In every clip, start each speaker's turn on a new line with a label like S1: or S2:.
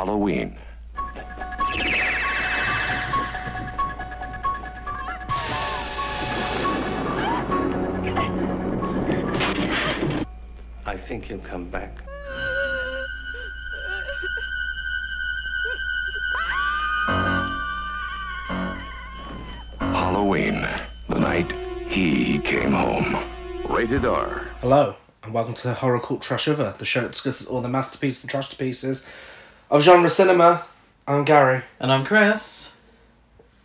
S1: Halloween.
S2: I think he'll come back.
S1: Halloween, the night he came home. Rated R.
S3: Hello, and welcome to Horror Cult Trash Over, the show that discusses all the masterpieces and trash pieces of genre cinema. I'm Gary,
S4: And I'm Chris.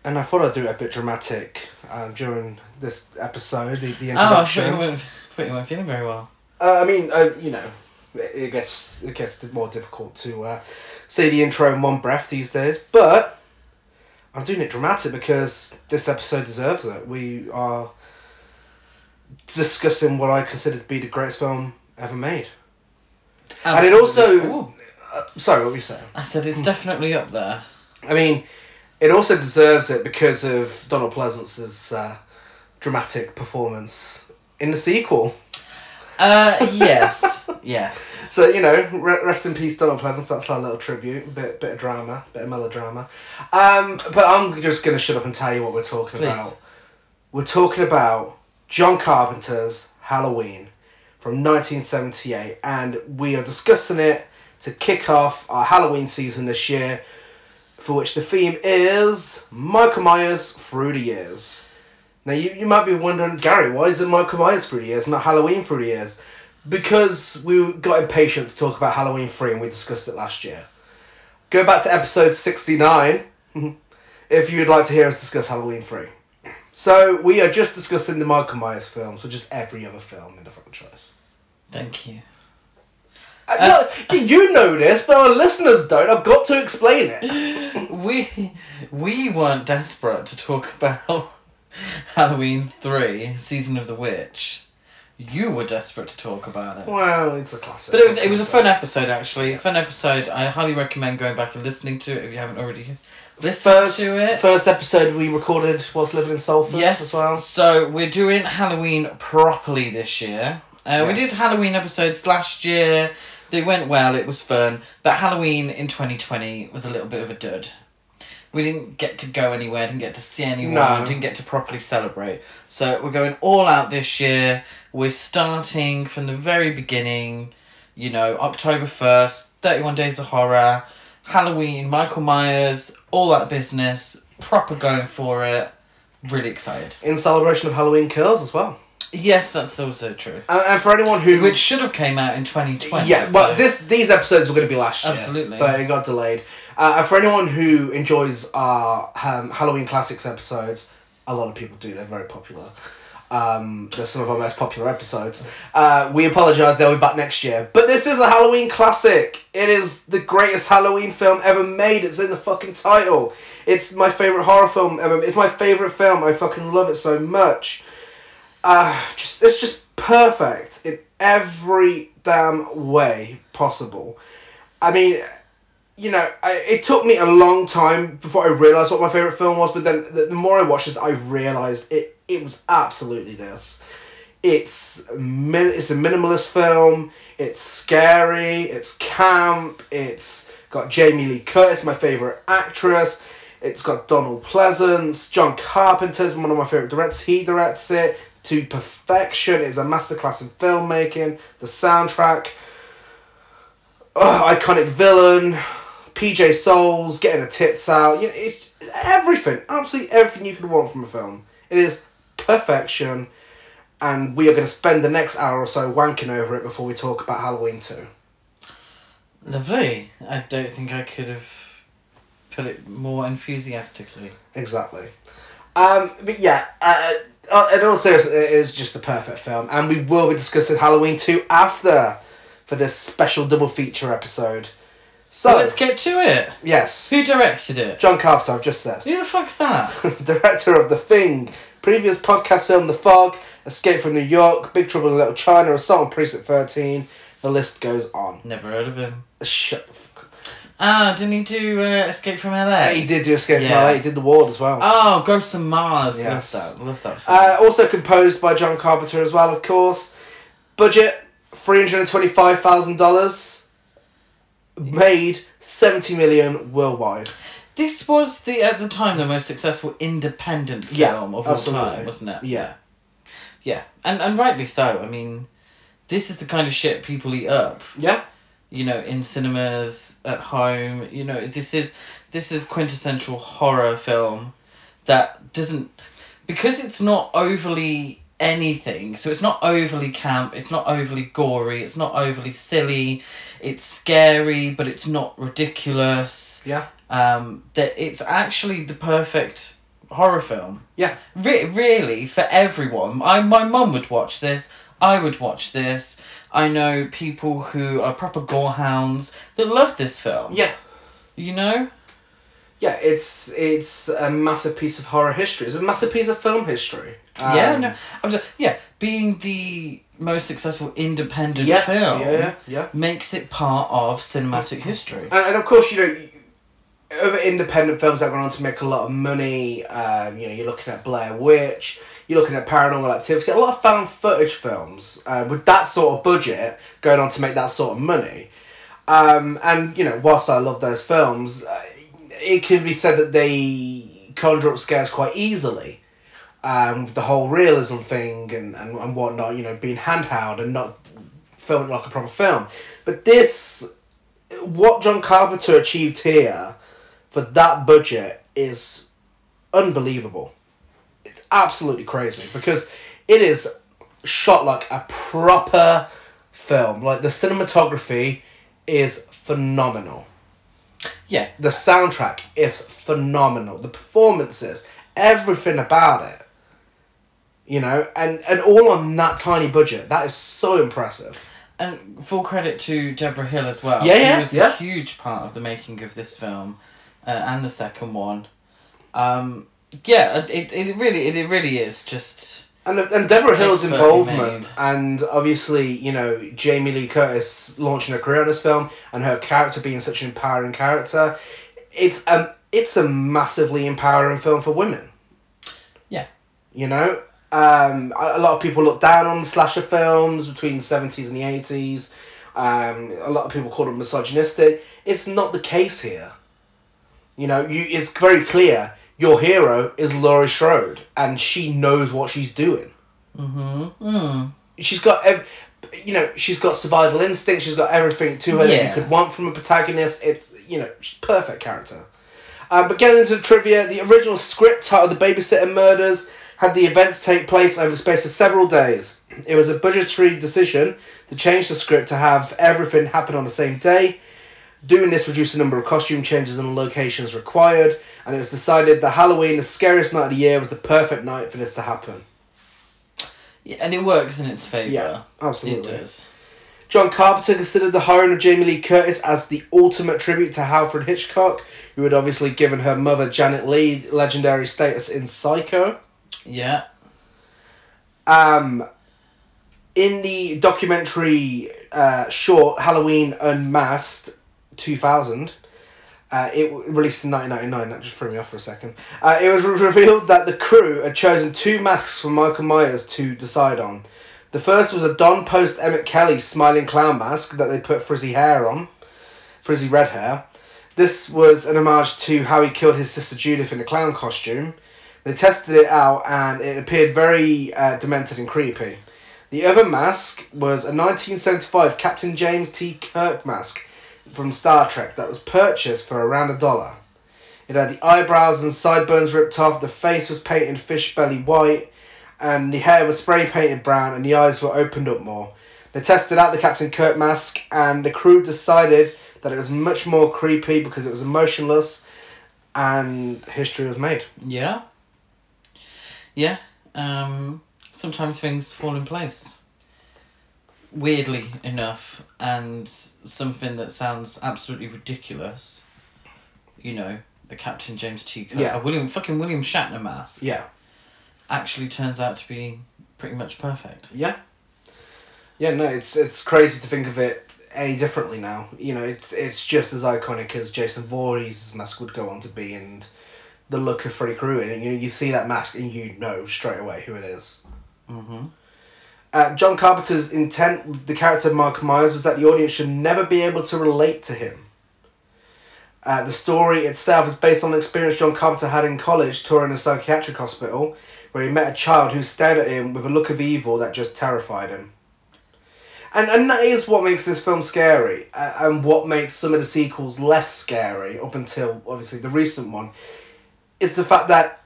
S3: and I thought I'd do it a bit dramatic um, during this episode, the, the
S4: Oh, I thought
S3: introduction.
S4: you, weren't, thought you weren't feeling very well.
S3: Uh, I mean, uh, you know, it it gets it gets more difficult to uh, say the intro in one breath these days. But I'm doing it dramatic because this episode deserves it. We are discussing what I consider to be the greatest film ever made. And it
S4: Absolutely.
S3: also-
S4: Ooh.
S3: Sorry, what were you saying?
S4: I said it's definitely up there.
S3: I mean, it also deserves it because of Donald Pleasance's uh, dramatic performance in the sequel.
S4: Uh, yes, yes.
S3: So you know, re- rest in peace, Donald Pleasance. That's our little tribute. Bit, bit of drama, bit of melodrama. Um, but I'm just gonna shut up and tell you what we're talking
S4: Please.
S3: about. We're talking about John Carpenter's Halloween from 1978, and we are discussing it to kick off our Halloween season this year, for which the theme is Michael Myers through the years. Now, you, you might be wondering, Gary, why is it Michael Myers through the years, not Halloween through the years? Because we got impatient to talk about Halloween 3 and we discussed it last year. Go back to episode 69 if you would like to hear us discuss Halloween 3. So, we are just discussing the Michael Myers films, which is every other film in the franchise.
S4: Thank you.
S3: Uh, no, you- you know this, but our listeners don't. I've got to explain it.
S4: We we weren't desperate to talk about Halloween three, season of the witch. You were desperate to talk about it.
S3: Well, it's a classic.
S4: But it was it was a fun episode actually. Fun episode. I highly recommend going back and listening to it if you haven't already listened
S3: First,
S4: to it.
S3: first episode we recorded whilst living in Salford
S4: Yes.
S3: as well.
S4: So we're doing Halloween properly this year. Uh, We
S3: Yes.
S4: did Halloween episodes last year. They went well. It was fun. But Halloween in twenty twenty was a little bit of a dud. We didn't get to go anywhere. Didn't get to see anyone.
S3: No.
S4: Didn't get to properly celebrate. So we're going all out this year. We're starting from the very beginning. You know, October first, thirty one days of horror, Halloween, Michael Myers, all that business. Proper going for it. Really excited.
S3: in celebration of Halloween Kills as well.
S4: Yes, that's also true.
S3: Uh, And, and for anyone who
S4: Which should have came out in twenty twenty.
S3: yeah, well, this these episodes were going to be last year,
S4: Absolutely.
S3: but it got delayed. Uh, and for anyone who enjoys our um, Halloween classics episodes, a lot of people do. They're very popular. Um, they're some of our most popular episodes. Uh, we apologise. They'll be back next year. But this is a Halloween classic. It is the greatest Halloween film ever made. It's in the fucking title. It's my favorite horror film ever. It's my favorite film. I fucking love it so much uh, just it's just perfect in every damn way possible. I mean, you know, I, it took me a long time before I realized what my favorite film was, but then the, the more I watched this, I realized it it was absolutely this. It's min, it's a minimalist film. It's scary. It's camp. It's got Jamie Lee Curtis, my favorite actress. It's got Donald Pleasance, John Carpenter's one of my favorite directors. He directs it to perfection. It's a masterclass in filmmaking. The soundtrack, Ugh, iconic villain, PJ Souls getting the tits out. You know, it, everything, absolutely everything you could want from a film. It is perfection, and we are going to spend the next hour or so wanking over it before we talk about Halloween two.
S4: lovely. I don't think I could have put it more enthusiastically.
S3: Exactly. Um, but yeah, uh, uh, in all seriousness, it is just a perfect film, and we will be discussing Halloween 2 after for this special double feature episode. So,
S4: So let's get to it.
S3: yes,
S4: Who directed it?
S3: John Carpenter, I've just said.
S4: Who the fuck's that?
S3: Director of The Thing, previous podcast film The Fog, Escape from New York, Big Trouble in Little China, Assault on Precinct 13, the list goes on.
S4: Never heard of him.
S3: Shut the fuck up.
S4: Ah, didn't he do uh, Escape from LA?
S3: He did do Escape
S4: Yeah.
S3: from LA, he did The Ward as well.
S4: Oh, Ghosts of Mars.
S3: Yes.
S4: Love that. Love that. Film.
S3: Uh, also composed by John Carpenter as well, of course. Budget three hundred and twenty-five thousand dollars. made 70 million worldwide.
S4: This was the at the time the most successful independent film
S3: Yeah,
S4: of
S3: absolutely.
S4: all time, wasn't it?
S3: Yeah.
S4: yeah, and and rightly so. I mean, this is the kind of shit people eat up.
S3: Yeah.
S4: You know, in cinemas, at home. You know, this is this is quintessential horror film that doesn't because it's not overly anything. So it's not overly camp. It's not overly gory. It's not overly silly. It's scary, but it's not ridiculous
S3: Yeah.
S4: um, that it's actually the perfect horror film.
S3: Yeah.
S4: Re- really, for everyone. I my mum would watch this. I would watch this. I know people who are proper gore hounds that love this film.
S3: Yeah.
S4: You know.
S3: Yeah, it's it's a massive piece of horror history. It's a massive piece of film history. Um,
S4: yeah. No. I'm just, yeah. Being the most successful independent
S3: Yeah,
S4: film.
S3: yeah, yeah, yeah.
S4: Makes it part of cinematic history.
S3: And, and of course, you know, other independent films that went on to make a lot of money. Um, you know, you're looking at Blair Witch. You're looking at Paranormal Activity. A lot of found footage films uh, with that sort of budget going on to make that sort of money. Um, and you know, whilst I love those films, uh, it can be said that they conjure up scares quite easily. Um, the whole realism thing and, and, and whatnot, you know, being handheld and not filmed like a proper film. But this what John Carpenter achieved here for that budget is unbelievable. It's absolutely crazy because it is shot like a proper film. Like the cinematography is phenomenal.
S4: Yeah.
S3: The soundtrack is phenomenal. The performances, everything about it. You know, and and all on that tiny budget. That is so impressive.
S4: And full credit to Deborah Hill as well.
S3: Yeah, yeah,
S4: Who was
S3: yeah.
S4: a huge part of the making of this film, uh, and the second one. Um, yeah, it, it really it, it really is just
S3: And, and Deborah Hill's
S4: Expertly
S3: involvement,
S4: made.
S3: and obviously, you know, Jamie Lee Curtis launching her career in this film, and her character being such an empowering character, it's um, it's a massively empowering film for women.
S4: yeah
S3: You know, um, a, a lot of people look down on slasher films between the seventies and the eighties. Um, a lot of people call them misogynistic. It's not the case here. You know, you it's very clear your hero is Laurie Strode, and she knows what she's doing. she's got ev- you know she's got survival instinct she's got everything to her that
S4: Yeah.
S3: you could want from a protagonist it's you know she's a perfect character um, but getting into the trivia the original script titled the babysitter murders had the events take place over the space of several days it was a budgetary decision to change the script to have everything happen on the same day Doing this reduced the number of costume changes and locations required, and it was decided that Halloween, the scariest night of the year, was the perfect night for this to happen.
S4: yeah, and it works in its favor.
S3: Yeah, absolutely.
S4: It does.
S3: John Carpenter considered the hiring of Jamie Lee Curtis as the ultimate tribute to Alfred Hitchcock, who had obviously given her mother Janet Lee legendary status in Psycho.
S4: Yeah,
S3: Um, in the documentary uh, short Halloween Unmasked 2000, uh, it w- released in 1999, that just threw me off for a second. Uh, it was re- revealed that the crew had chosen two masks for Michael Myers to decide on. The first was a Don Post Emmett Kelly smiling clown mask that they put frizzy hair on, frizzy red hair. This was an homage to how he killed his sister Judith in a clown costume. They tested it out and it appeared very uh, demented and creepy. The other mask was a 1975 Captain James T. Kirk mask from Star Trek that was purchased for around a dollar. It had the eyebrows and sideburns ripped off, the face was painted fish belly white, and the hair was spray painted brown, and the eyes were opened up more. They tested out the Captain Kirk mask, and the crew decided that it was much more creepy because it was emotionless, and history was made.
S4: yeah, yeah. Um, sometimes things fall in place. Weirdly enough, and something that sounds absolutely ridiculous. You know, the Captain James T. Kirk,
S3: Yeah.
S4: a William fucking William Shatner mask.
S3: Yeah.
S4: actually turns out to be pretty much perfect.
S3: Yeah. Yeah, no, it's it's crazy to think of it any differently now. You know, it's it's just as iconic as Jason Voorhees' mask would go on to be, and the look of Freddy Krueger. And you know, you see that mask and you know straight away who it is. Uh, John Carpenter's intent with the character of Michael Myers was that the audience should never be able to relate to him. Uh, the story itself is based on an experience John Carpenter had in college touring a psychiatric hospital where he met a child who stared at him with a look of evil that just terrified him. And, and that is what makes this film scary uh, and what makes some of the sequels less scary up until obviously the recent one is the fact that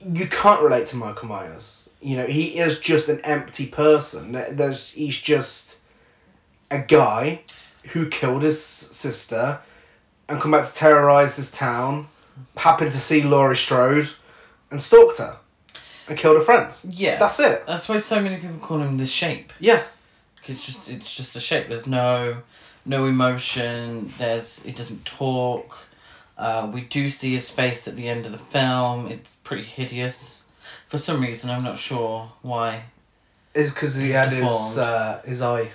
S3: you can't relate to Michael Myers. You know, he is just an empty person. There- There's, he's just a guy who killed his sister and come back to terrorize this town, happened to see Laurie Strode, and stalked her, and killed her friends.
S4: Yeah. Uh,
S3: That's it.
S4: That's why so many people call him the shape.
S3: Yeah,
S4: It's just it's just a shape. There's no no emotion. There's it doesn't talk. Uh, we do see his face at the end of the film. It's pretty hideous. For some reason, I'm not sure why.
S3: is because he
S4: He's
S3: had his
S4: deformed.
S3: uh, his eye.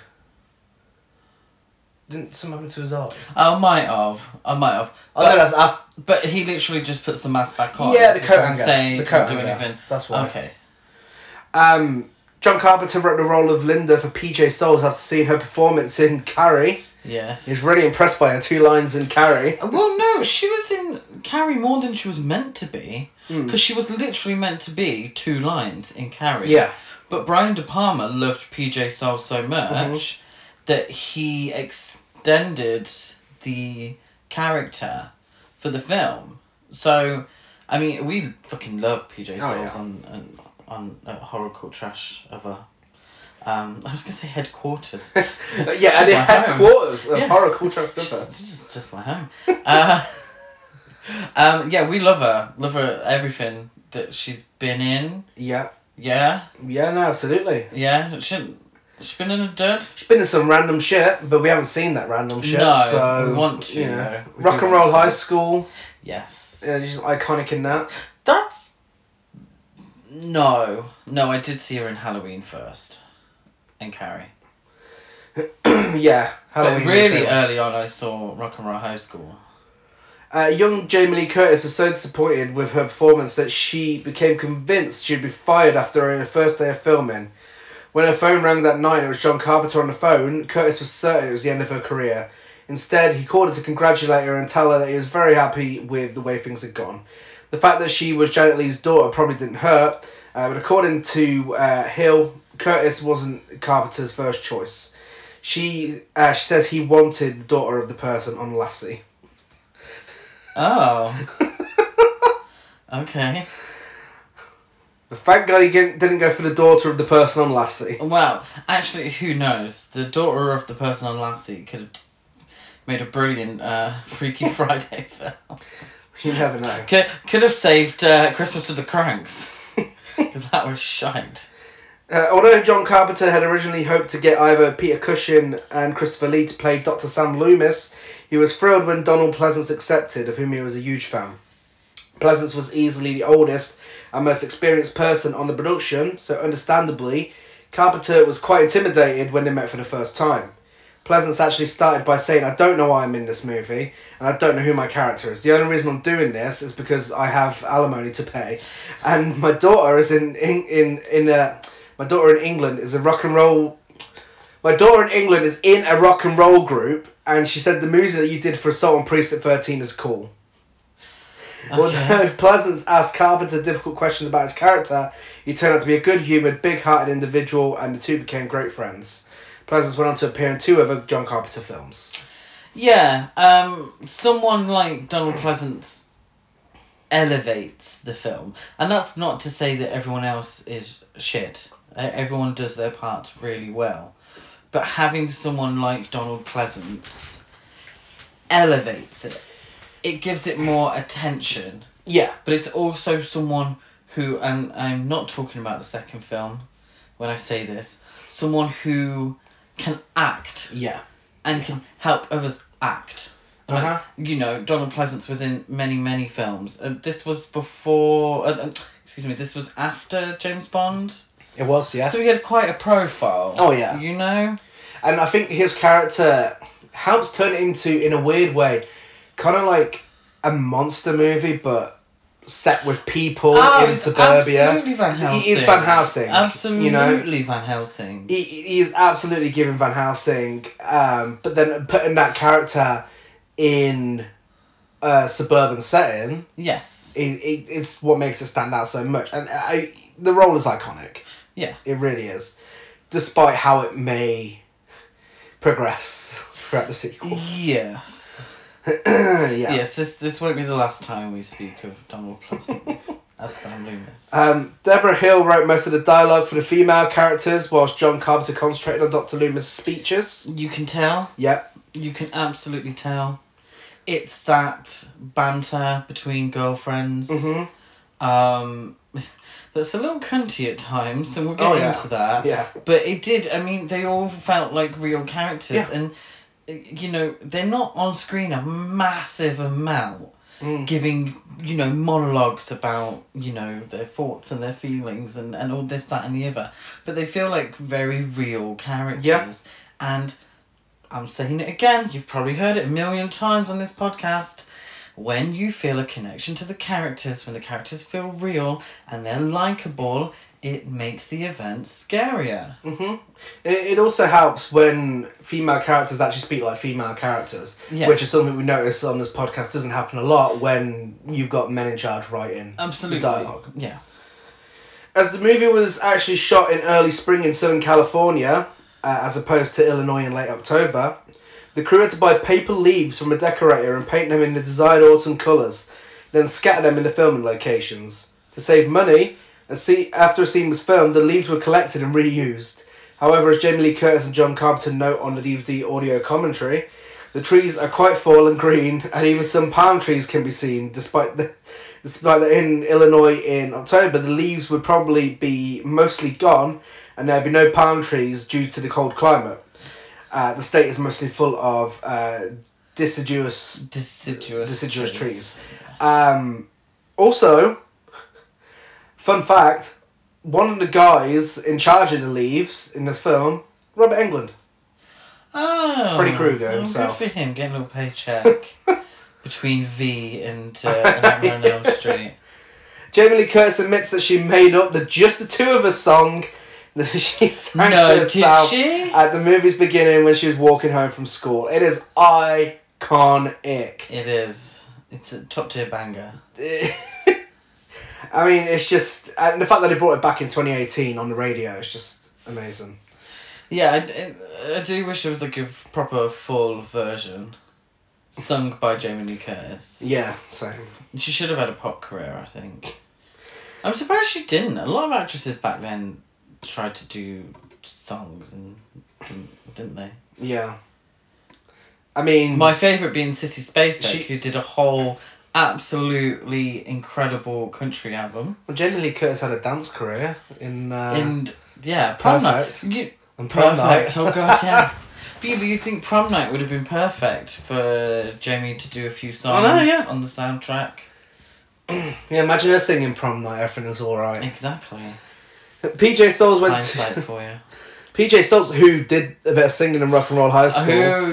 S3: Didn't something happen to his eye?
S4: Uh, I might have. I might have.
S3: Oh no,
S4: But,
S3: that's af-
S4: but he literally just puts the mask back on.
S3: Yeah, the
S4: It
S3: coat
S4: doesn't
S3: hanger.
S4: Say,
S3: The
S4: doesn't
S3: coat
S4: do
S3: hanger.
S4: anything.
S3: That's why.
S4: Okay.
S3: um. John Carpenter wrote the role of Linda for PJ Souls after seeing her performance in Carrie.
S4: Yes.
S3: He's really impressed by her two lines in Carrie.
S4: Well, no, she was in Carrie more than she was meant to be,
S3: Hmm.
S4: because she was literally meant to be two lines in Carrie.
S3: Yeah.
S4: But Brian De Palma loved PJ Soul so much
S3: Mm-hmm.
S4: that he extended the character for the film. So, I mean, we fucking love PJ Souls
S3: Oh, yeah.
S4: on on on uh, horrorcore trash of a. Um, I was gonna say headquarters.
S3: yeah,
S4: She's
S3: and it
S4: my
S3: had
S4: home.
S3: quarters of
S4: Yeah.
S3: horror culture.
S4: Just, just, just my home. Uh, um, yeah, we love her. Love her everything that she's been in.
S3: Yeah,
S4: Yeah,
S3: yeah, no, absolutely.
S4: yeah. She, she's been in a dirt.
S3: She's been in some random shit, but we haven't seen that random shit.
S4: No,
S3: so,
S4: we want to,
S3: You know,
S4: though. We
S3: rock
S4: do
S3: and
S4: want
S3: roll
S4: to.
S3: high school.
S4: Yes.
S3: Yeah, she's iconic in that.
S4: That's. No. No, I did see her in Halloween first. And Carrie.
S3: yeah, Halloween.
S4: But really
S3: uh,
S4: early on, I saw Rock and Roll High School.
S3: young Jamie Lee Curtis was so disappointed with her performance that she became convinced she'd be fired after her first day of filming. When her phone rang that night, it was John Carpenter on the phone. Curtis was certain it was the end of her career. Instead, he called her to congratulate her and tell her that he was very happy with the way things had gone. The fact that she was Janet Lee's daughter probably didn't hurt, uh, but according to uh, Hill, Curtis wasn't Carpenter's first choice. She, uh, she says he wanted the daughter of the person on Lassie.
S4: Oh. okay.
S3: But thank God he didn't didn't go for the daughter of the person on Lassie.
S4: Well, actually, who knows? The daughter of the person on Lassie could have made a brilliant uh, Freaky Friday film.
S3: You never know.
S4: Could, could have saved uh, Christmas with the Cranks. Because that was shite.
S3: Uh, although John Carpenter had originally hoped to get either Peter Cushing and Christopher Lee to play Dr. Sam Loomis, he was thrilled when Donald Pleasance accepted, of whom he was a huge fan. Pleasance was easily the oldest and most experienced person on the production, so understandably, Carpenter was quite intimidated when they met for the first time. Pleasance actually started by saying, I don't know why I'm in this movie, and I don't know who my character is. The only reason I'm doing this is because I have alimony to pay. And my daughter is in in in, in a my daughter in England is a rock and roll my daughter in England is in a rock and roll group and she said the music that you did for Assault on Priest at thirteen is cool. Although Pleasance asked Carpenter difficult questions about his character, he turned out to be a good humoured, big hearted individual, and the two became great friends. Pleasance went on to appear in two other John Carpenter films.
S4: Yeah, um, someone like Donald Pleasance elevates the film, and that's not to say that everyone else is shit. E- Everyone does their parts really well, but having someone like Donald Pleasance elevates it. It gives it more attention,
S3: Yeah.
S4: but it's also someone who, and I'm not talking about the second film when I say this, someone who can act
S3: Yeah.
S4: and can help others act. Like,
S3: Uh-huh.
S4: you know, Donald Pleasance was in many, many films. Uh, this was before, uh, um, excuse me, this was after James Bond.
S3: It was, yeah.
S4: So he had quite a profile.
S3: Oh, yeah.
S4: You know?
S3: And I think his character helps turn it into, in a weird way, kind of like a monster movie, but set with people
S4: Oh,
S3: in
S4: he's
S3: suburbia.
S4: Absolutely Van
S3: 'Cause he-
S4: Helsing.
S3: He is Van Helsing.
S4: Absolutely
S3: You know,
S4: Van Helsing.
S3: he, he is absolutely giving Van Helsing, um, but then putting that character in uh, suburban setting,
S4: Yes.
S3: it, it, it's what makes it stand out so much. And I, the role is iconic.
S4: Yeah.
S3: It really is, despite how it may progress throughout the sequel.
S4: Yes.
S3: yeah.
S4: Yes, this this won't be the last time we speak of Donald Pleasant as Sam Loomis.
S3: Um, Deborah Hill wrote most of the dialogue for the female characters, whilst John Carpenter concentrated on Doctor Loomis' speeches.
S4: You can tell.
S3: Yep.
S4: You can absolutely tell. It's that banter between girlfriends.
S3: Mm-hmm.
S4: Um, that's a little cunty at times, and we'll get
S3: Oh, yeah.
S4: into that.
S3: Yeah.
S4: But it did. I mean, they all felt like real characters,
S3: Yeah.
S4: and uh, you know, they're not on screen a massive amount,
S3: Mm.
S4: giving you know monologues about you know their thoughts and their feelings and and all this that and the other. But they feel like very real characters, and I'm saying it again. You've probably heard it a million times on this podcast. When you feel a connection to the characters, when the characters feel real and they're likable, it makes the event scarier.
S3: Mm-hmm. It, it also helps when female characters actually speak like female characters,
S4: Yeah.
S3: which is something we notice on this podcast doesn't happen a lot when you've got men in charge writing
S4: Absolutely.
S3: the dialogue.
S4: Yeah.
S3: As the movie was actually shot in early spring in Southern California, uh, as opposed to Illinois in late October, the crew had to buy paper leaves from a decorator and paint them in the desired autumn colours, then scatter them in the filming locations. To save money, a scene, after a scene was filmed, the leaves were collected and reused. However, as Jamie Lee Curtis and John Carpenter note on the DVD audio commentary, the trees are quite full and green, and even some palm trees can be seen, despite the despite that in Illinois in October the leaves would probably be mostly gone and there'd be no palm trees due to the cold climate. Uh, the state is mostly full of uh, deciduous
S4: Deciduous.
S3: deciduous trees. Um, also, fun fact: one of the guys in charge of the leaves in this film, Robert Englund.
S4: Oh.
S3: Freddy Krueger
S4: well,
S3: himself.
S4: Good for him getting a little paycheck between V and, uh, and Hammer on Elm Street.
S3: Jamie Lee Curtis admits that she made up the "Just the Two of Us" song that she sang
S4: No,
S3: to
S4: did
S3: herself
S4: she?
S3: at the movie's beginning when she was walking home from school. It is iconic.
S4: It is. It's a top tier banger.
S3: I mean, it's just and the fact that they brought it back in twenty eighteen on the radio is just amazing.
S4: Yeah, I, I, I do wish it was like a proper full version. Sung by Jamie Lee Curtis.
S3: Yeah, so
S4: She should have had a pop career, I think. I'm surprised she didn't. A lot of actresses back then tried to do songs and didn't, didn't they?
S3: yeah. I mean,
S4: My favourite being Sissy Spacek,
S3: Mm. She-
S4: who did a whole absolutely incredible country album.
S3: well, Jamie Lee Curtis had a dance career in. Uh,
S4: and yeah, prom
S3: Perfect.
S4: night. You,
S3: And Prom
S4: perfect.
S3: Night.
S4: oh god, yeah. But you, but you think prom night would have been perfect for Jamie to do a few songs
S3: know, yeah.
S4: on the soundtrack?
S3: yeah, imagine her singing prom night. Everything is all right.
S4: Exactly.
S3: PJ Souls went.
S4: Hindsight
S3: To,
S4: for you.
S3: PJ Souls, who did a bit of singing in Rock and Roll High School.
S4: Uh, Who? Oh,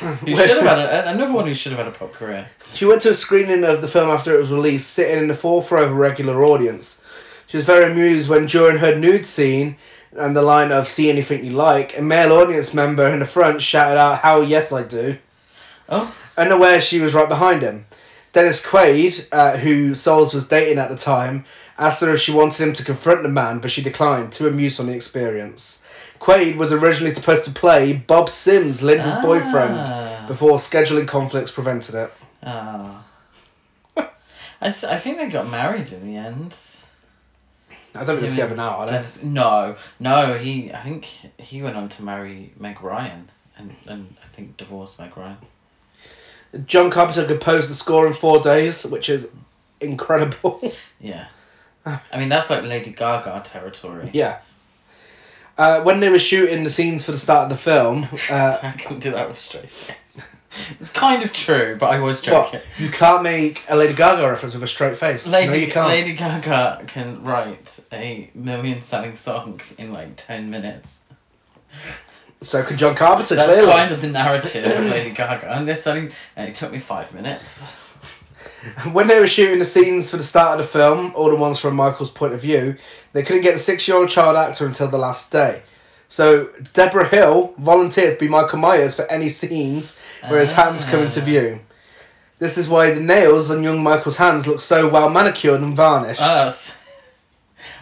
S4: Who should have had a, another one who should have had a pop career.
S3: She went to a screening of the film after it was released, sitting in the forefront of a regular audience. She was very amused when, during her nude scene and the line of "See anything you like," a male audience member in the front shouted out, "How yes I do!"
S4: Oh,
S3: unaware she was right behind him. Dennis Quaid, uh, who Souls was dating at the time, asked her if she wanted him to confront the man, but she declined, too amused on the experience. Quaid was originally supposed to play Bob Sims, Linda's
S4: Ah.
S3: boyfriend, before scheduling conflicts prevented it.
S4: ah. I, s- I think they got married in the end.
S3: I don't think they're
S4: Him
S3: together
S4: and
S3: now, are they?
S4: Dennis- no, no. He, I think he went on to marry Meg Ryan, and, and I think divorced Meg Ryan.
S3: John Carpenter composed the score in four days, which is incredible.
S4: Yeah, I mean that's like Lady Gaga territory.
S3: Ah. yeah. Uh, when they were shooting the scenes for the start of the film, uh,
S4: I couldn't do that with straight face. It's kind of true, but I was joking.
S3: What? You can't make a Lady Gaga reference with a straight face.
S4: Lady,
S3: no, you can't.
S4: Lady Gaga can write a million selling song in like 10 minutes.
S3: So could John Carpenter,
S4: That's
S3: clearly.
S4: kind of the narrative of Lady Gaga. And they're selling, and it took me five minutes.
S3: When they were shooting the scenes for the start of the film, all the ones from Michael's point of view, they couldn't get the six-year-old child actor until the last day. So Deborah
S4: Ah.
S3: Hill volunteered to be Michael Myers for any scenes where his hands come into view. This is why the nails on young Michael's hands look so well manicured and varnished.
S4: Us.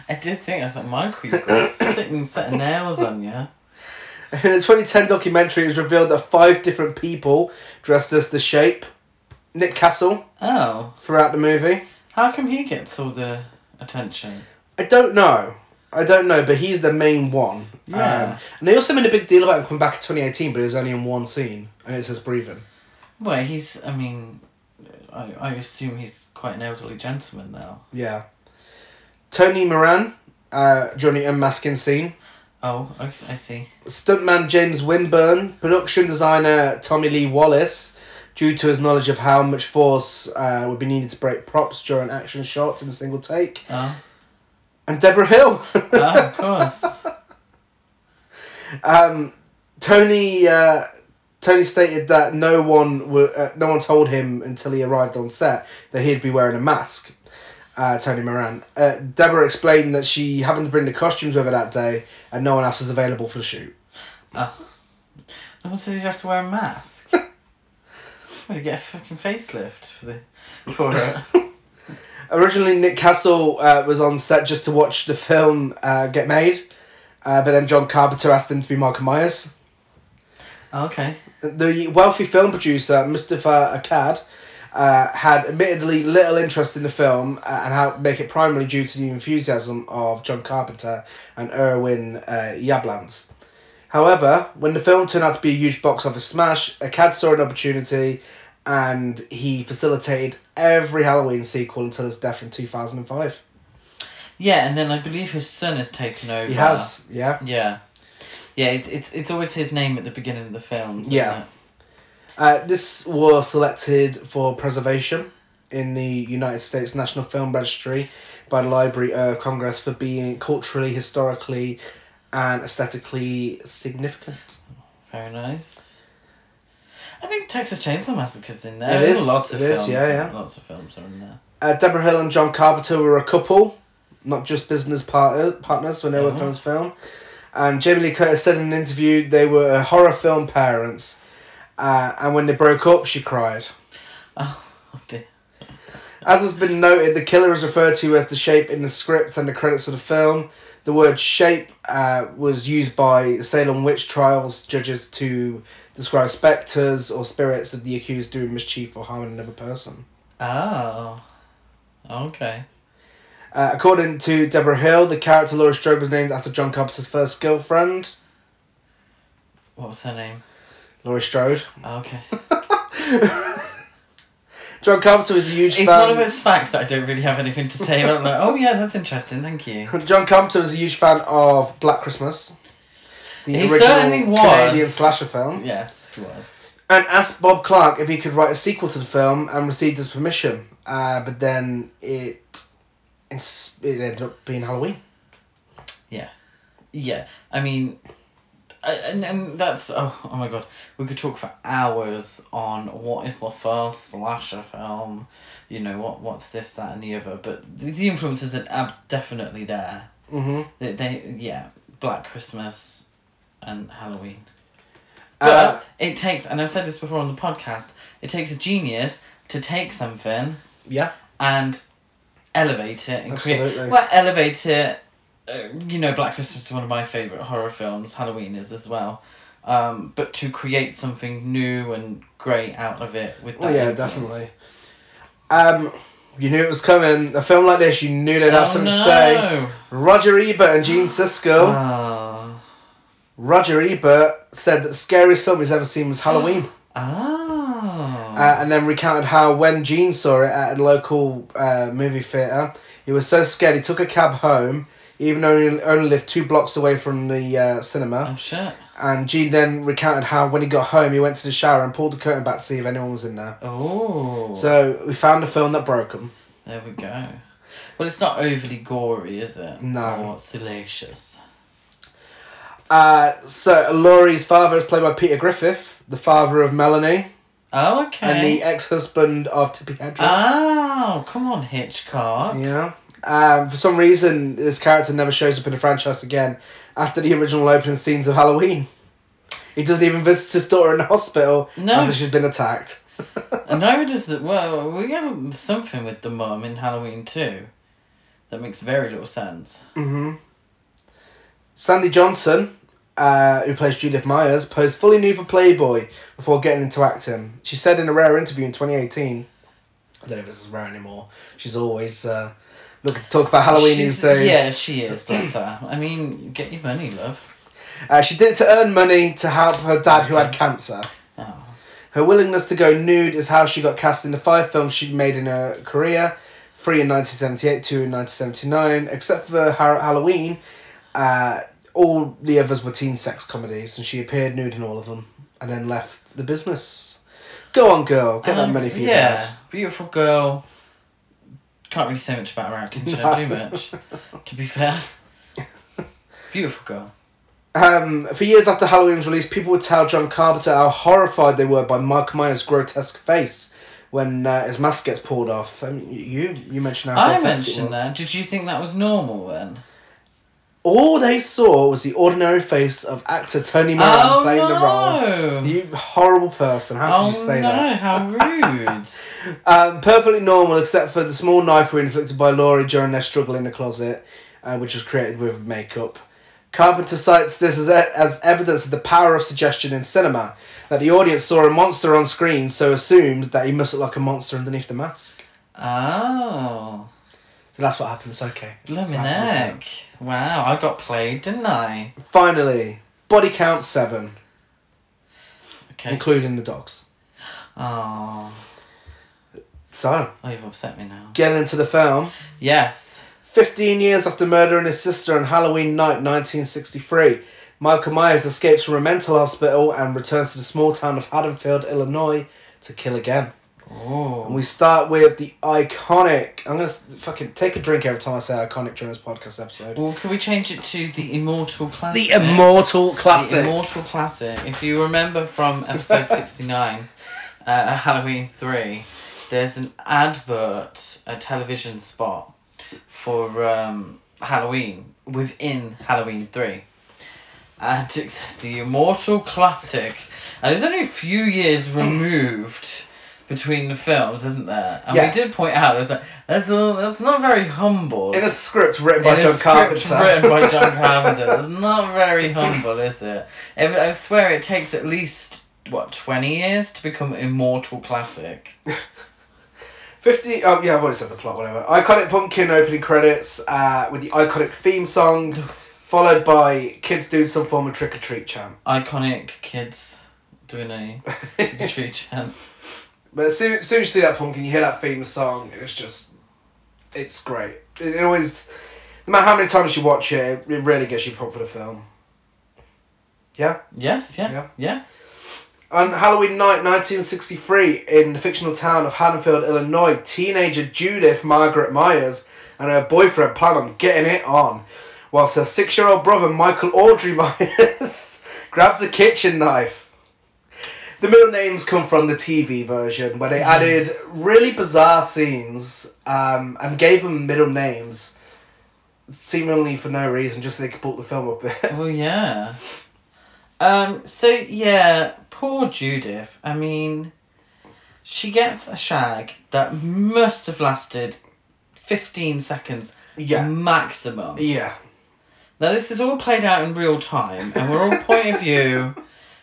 S4: I did think I was like, Michael, you've got a sickening set of nails on you.
S3: In a 2010 documentary, it was revealed that five different people dressed as the shape. Nick Castle
S4: Oh,
S3: throughout the movie.
S4: how come he gets all the attention?
S3: I don't know. I don't know, but he's the main one.
S4: Yeah.
S3: Um, and they also made a big deal about him coming back in 2018, but it was only in one scene, and it says breathing.
S4: Well, he's. I mean, I, I assume he's quite an elderly gentleman now.
S3: Yeah. Tony Moran, uh, Johnny unmasking scene.
S4: Oh, I, I see.
S3: Stuntman James Winburn, production designer Tommy Lee Wallace, due to his knowledge of how much force uh, would be needed to break props during action shots in a single take,
S4: Oh,
S3: and Deborah Hill.
S4: oh of course.
S3: Um, Tony uh, Tony stated that no one were, uh, no one told him until he arrived on set that he'd be wearing a mask. Uh, Tony Moran. Uh, Deborah explained that she happened to bring the costumes with her that day, and no one else was available for the shoot.
S4: Oh. No one said you have to wear a mask. I'm gonna get a fucking facelift for the for it.
S3: Originally, Nick Castle uh, was on set just to watch the film uh, get made, uh, but then John Carpenter asked him to be Michael Myers.
S4: okay.
S3: The wealthy film producer Mustafa Akkad uh, had admittedly little interest in the film uh, and how make it primarily due to the enthusiasm of John Carpenter and Erwin uh, Yablans. However, when the film turned out to be a huge box office smash, Akkad saw an opportunity and he facilitated every Halloween sequel until his death in 2005.
S4: Yeah, and then I believe his son has taken over.
S3: He has, yeah.
S4: Yeah. Yeah, it's it's it's always his name at the beginning of the films. isn't
S3: Yeah.
S4: it?
S3: Uh, this was selected for preservation in the United States National Film Registry by the Library of Congress for being culturally, historically, and aesthetically significant.
S4: Very nice. I think Texas Chainsaw Massacre's in there.
S3: It
S4: There's
S3: is,
S4: Lots of
S3: it is,
S4: films.
S3: yeah, yeah.
S4: Lots of films are in there.
S3: Uh, Deborah Hill and John Carpenter were a couple, not just business par- partners when they
S4: Uh-huh.
S3: worked on his film. And Jamie Lee Curtis said in an interview they were horror film parents, uh, and when they broke up, she cried.
S4: Oh dear.
S3: As has been noted, the killer is referred to as the shape in the script and the credits of the film. The word shape uh, was used by Salem witch trials judges to describe spectres or spirits of the accused doing mischief or harming another person.
S4: Oh. Okay.
S3: Uh, according to Deborah Hill, the character Laura Strode was named after John Carpenter's first girlfriend,
S4: What was her name?
S3: Laura Strode.
S4: Okay.
S3: John Carpenter was a huge
S4: It's
S3: fan.
S4: one of those facts that I don't really have anything to say about. Like, oh yeah, that's interesting. Thank you.
S3: John Carpenter was a huge fan of Black Christmas, the
S4: He certainly
S3: original
S4: was.
S3: Canadian slasher film.
S4: Yes, he was.
S3: and asked Bob Clark if he could write a sequel to the film and received his permission. Uh, but then it, it's, it ended up being Halloween.
S4: Yeah, I mean, I- and, and that's oh, oh my god, we could talk for hours on what is the first slasher film, you know what what's this that and the other, but the, the influences are ab- definitely there.
S3: Mm-hmm.
S4: They, they yeah, Black Christmas, and Halloween. But
S3: Uh,
S4: it takes, and I've said this before on the podcast, it takes a genius to take something
S3: yeah.
S4: and elevate it and create.
S3: Absolutely.
S4: Well, elevate it. Uh, you know, Black Christmas is one of my favorite horror films. Halloween is as well. Um, but to create something new and great out of it with that.
S3: Oh yeah,
S4: influence.
S3: definitely. Um, you knew it was coming. A film like this, you knew they'd have
S4: Oh,
S3: something
S4: no.
S3: to say. Oh. Roger Ebert and Gene Siskel.
S4: Ah.
S3: Roger Ebert said that the scariest film he's ever seen was Halloween.
S4: Ah.
S3: uh, and then recounted how when Gene saw it at a local uh, movie theater, he was so scared he took a cab home, even though he only lived two blocks away from the uh,
S4: oh
S3: cinema.
S4: shit.
S3: And Gene then recounted how when he got home, he went to the shower and pulled the curtain back to see if anyone was in there.
S4: Oh.
S3: So we found a film that broke him.
S4: there we go. Well, it's not overly gory, is it?
S3: No.
S4: Or salacious.
S3: Uh, so Laurie's father is played by Peter Griffith, the father of Melanie,
S4: Oh, okay.
S3: and the ex-husband of Tippi Hedren.
S4: Oh, come on, Hitchcock.
S3: Yeah. Um, for some reason, this character never shows up in the franchise again after the original opening scenes of Halloween. He doesn't even visit his daughter in the hospital
S4: No.
S3: after she's been attacked.
S4: and neither does the well. We get something with the mum in Halloween too, that makes very little sense.
S3: Sandy Johnson, uh, who plays Judith Myers, posed fully nude for Playboy before getting into acting. She said in a rare interview in 2018, I don't know if this is rare anymore, she's always uh, looking to talk about Halloween
S4: She's-
S3: these days.
S4: Yeah, she is. Bless her. I mean, get your money, love.
S3: Uh, she did it to earn money to help her dad who had cancer.
S4: Oh.
S3: Her willingness to go nude is how she got cast in the five films she made in her career three in 1978, two in 1979. Except for Har- Halloween, uh, all the others were teen sex comedies, and she appeared nude in all of them and then left the business. Go on, girl, get that
S4: Um,
S3: money for your
S4: yeah,
S3: dad.
S4: beautiful girl. Can't really say much about her acting. She don't do much. To be fair, beautiful girl.
S3: Um, for years after Halloween's release, people would tell John Carpenter how horrified they were by Michael Myers' grotesque face when uh, his mask gets pulled off. Um, you you mentioned how
S4: I
S3: grotesque it
S4: mentioned
S3: was.
S4: that. Did you think that was normal then?
S3: All they saw was the ordinary face of actor Tony Moran
S4: oh
S3: playing
S4: no!
S3: the role. You horrible person! How could
S4: oh
S3: you say
S4: no!
S3: that?
S4: How rude!
S3: Um, perfectly normal, except for the small knife wound inflicted by Laurie during their struggle in the closet, uh, which was created with makeup. Carpenter cites this as, e- as evidence of the power of suggestion in cinema, that the audience saw a monster on screen, so assumed that he must look like a monster underneath the mask.
S4: oh,
S3: So that's what happened. It's okay. It's
S4: blooming
S3: happened, isn't it?
S4: heck! Wow, I got played, didn't I?
S3: Finally, body count seven,
S4: Okay.
S3: including the dogs.
S4: Oh,
S3: So.
S4: oh, you've upset me now.
S3: Getting into the film.
S4: Yes.
S3: 15 years after murdering his sister on Halloween night 1963, Michael Myers escapes from a mental hospital and returns to the small town of Haddonfield, Illinois to kill again. And
S4: Oh.
S3: we start with the iconic. I'm going to fucking take a drink every time I say iconic during this podcast episode.
S4: Well, can we change it to the immortal classic?
S3: immortal
S4: The immortal classic. If you remember from episode 69, uh, Halloween 3, there's an advert, a television spot for um, Halloween within Halloween 3. And it says the immortal classic. And there's only a few years removed between the films, isn't there? And
S3: Yeah.
S4: we did point out, it was like, that's, a, that's not very humble.
S3: In a script written
S4: In
S3: by
S4: a
S3: John
S4: script
S3: Carpenter.
S4: Written by John Carpenter. It's not very humble, is it? If- I swear it takes at least what twenty years to become immortal classic.
S3: 50. Oh, yeah, I've already said the plot, whatever. Iconic Pumpkin opening credits uh, with the iconic theme song, followed by kids doing some form of trick or treat chant.
S4: Iconic kids doing a tree chant.
S3: But as soon, as soon as you see that pumpkin, you hear that theme song, and it's just, it's great. It, it always, no matter how many times you watch it, it really gets you pumped for the film. Yeah?
S4: Yes. Yeah.
S3: Yeah.
S4: Yeah.
S3: On Halloween night 1963, in the fictional town of Haddonfield, Illinois, teenager Judith Margaret Myers and her boyfriend plan on getting it on, whilst her six year old brother Michael Audrey Myers grabs a kitchen knife. The middle names come from the TV version, where they added really bizarre scenes um, and gave them middle names, seemingly for no reason, just so they could bulk the film up a bit.
S4: Well, Oh, yeah. Um. So yeah, poor Judith. I mean, she gets a shag that must have lasted fifteen seconds.
S3: Yeah.
S4: Maximum.
S3: yeah.
S4: Now this is all played out in real time, and we're all point of view.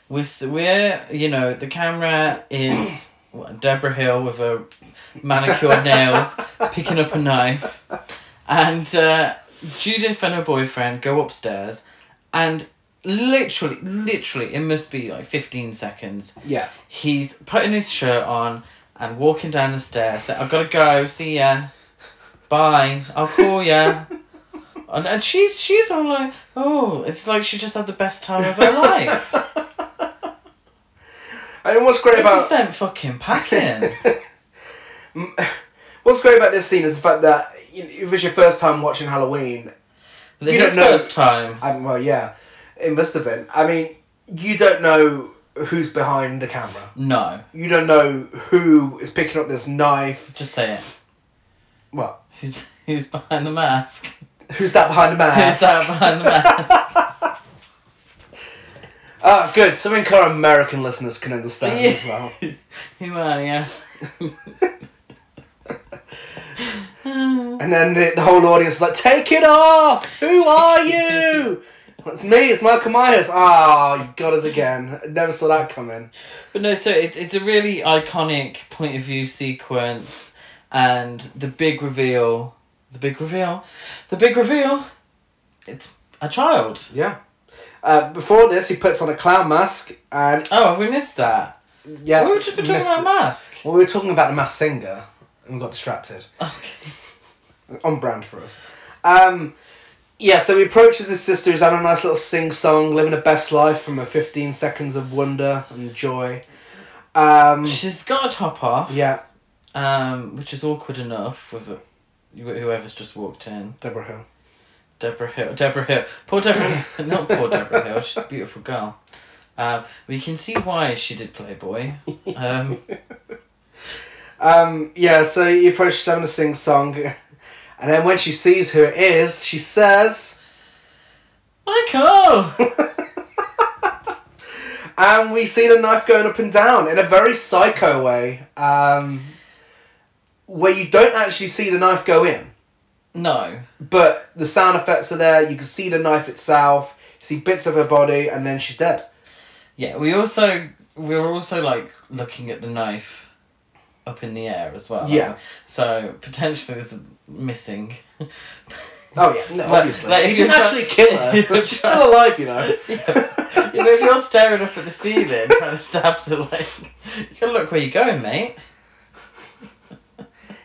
S4: We're, s- we're you know the camera is what, Deborah Hill with her manicured nails picking up a knife, and uh, Judith and her boyfriend go upstairs, and literally, literally, it must be like fifteen seconds.
S3: Yeah.
S4: He's putting his shirt on and walking down the stairs. So, I've got to go. See ya. Bye. I'll call ya. and, and she's she's all like, oh, it's like she just had the best time of her life.
S3: I mean, what's great
S4: Fifty
S3: about.
S4: cent fucking packing.
S3: What's great about this scene is the fact that you know, if it was your first time watching Halloween,
S4: His
S3: don't know.
S4: first time.
S3: and well, yeah, it must have been. I mean, you don't know who's behind the camera.
S4: No,
S3: You don't know who is picking up this knife.
S4: just say it.
S3: Well,
S4: Who's who's behind the mask?
S3: who's that behind the mask?
S4: Who's that behind the mask?
S3: Ah, good. Something our American listeners can understand as well.
S4: Who are you?
S3: And then the, the whole audience is like, "Take it off! Who are you?" It's me. It's Malcolm Myers. Ah, you got us again. Never saw that coming.
S4: But no, so it, it's a really iconic point of view sequence, and the big reveal, the big reveal, the big reveal. It's a child.
S3: Yeah. Uh, before this, he puts on a clown mask and
S4: Oh, have we missed that?
S3: yeah.
S4: we were just been talking
S3: Uh, missed
S4: about
S3: it.
S4: mask.
S3: Well, we were talking about the mass singer and we got distracted.
S4: Okay.
S3: on brand for us. Um, yeah, so he approaches his sister who's had a nice little sing song, living her best life from her 15 seconds of wonder and joy. Um,
S4: She's got a top off,
S3: yeah,
S4: um, which is awkward enough with a, whoever's just walked in.
S3: Deborah Hill.
S4: Deborah Hill. Deborah Hill. Poor Deborah. not poor Deborah Hill. She's a beautiful girl. Um, we can see why she did Playboy. Um,
S3: Um, yeah, so he approaches her having a sing song, and then when she sees who it is, she says,
S4: Michael.
S3: and we see the knife going up and down in a very psycho way, um, where you don't actually see the knife go in.
S4: No.
S3: But the sound effects are there. You can see the knife itself. You see bits of her body, and then she's dead.
S4: Yeah, we also we were also like looking at the knife up in the air as well.
S3: Yeah.
S4: So potentially there's a missing.
S3: Oh yeah, no,
S4: Like-
S3: obviously.
S4: like,
S3: if
S4: if
S3: you
S4: you're try-
S3: actually kill her,
S4: if you're
S3: she's
S4: try-
S3: still alive, you know.
S4: You know, if you're staring up at the ceiling trying to stab someone, you gotta look where you're going, mate.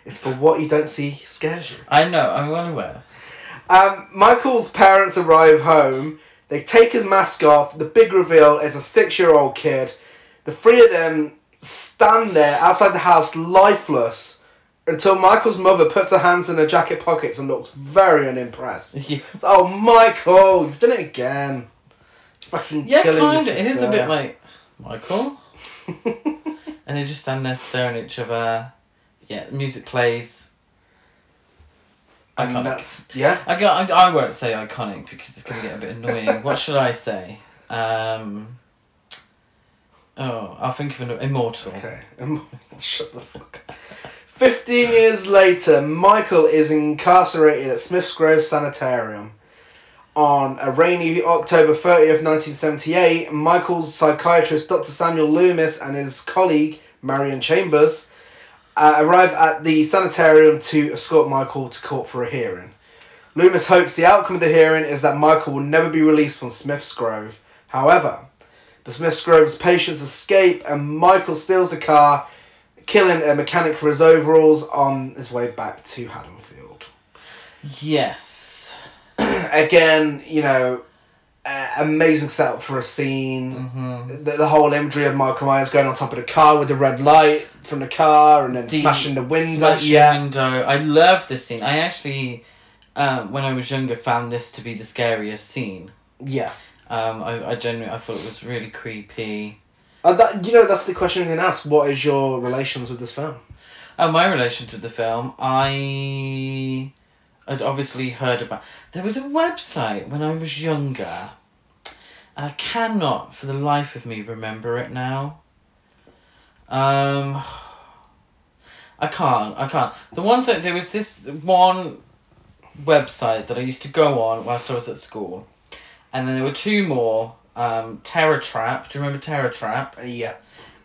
S3: It's for what you don't see scares you.
S4: I know, I'm well aware.
S3: Um, Michael's parents arrive home. They take his mask off. The big reveal is a six-year-old kid. The three of them stand there outside the house, lifeless, until Michael's mother puts her hands in her jacket pockets and looks very unimpressed.
S4: Yeah,
S3: It's, oh, Michael, you've done it again. Fucking
S4: yeah
S3: killing
S4: kind of.
S3: your
S4: It is
S3: sister.
S4: a bit like, Michael? and they just stand there staring at each other. Yeah, the music plays.
S3: And
S4: Iconic.
S3: that's yeah.
S4: I, got, I, I won't say iconic because it's going to get a bit annoying. what should I say? Um, oh, I'll think of an immortal.
S3: Okay. Um, Shut the fuck up. 15 years later, Michael is incarcerated at Smith's Grove Sanitarium. On a rainy October 30th, 1978, Michael's psychiatrist, Dr. Samuel Loomis, and his colleague, Marion Chambers, uh, arrive at the sanitarium to escort Michael to court for a hearing. Loomis hopes the outcome of the hearing is that Michael will never be released from Smith's Grove. However, the Smith's Grove's patients escape, and Michael steals the car, killing a mechanic for his overalls on his way back to Haddonfield.
S4: Yes.
S3: Again, you know, uh, amazing setup for a scene.
S4: Mm-hmm.
S3: The, the whole imagery of Michael Myers going on top of the car with the red light from the car and then smashing the window.
S4: Smashing
S3: yeah.
S4: the window. I love this scene. I actually, um, when I was younger, found this to be the scariest scene.
S3: Yeah.
S4: Um, I, I genuinely I thought it was really creepy.
S3: Uh, that, you know, that's the question we can ask. What is your relations with this film?
S4: Oh, my relation to the film, I had obviously heard about. There was a website when I was younger, and I cannot for the life of me remember it now. Um, I can't. I can't. The one site there was this one website that I used to go on whilst I was at school, and then there were two more. Um, Terror Trap. Do you remember Terror Trap?
S3: Uh, yeah.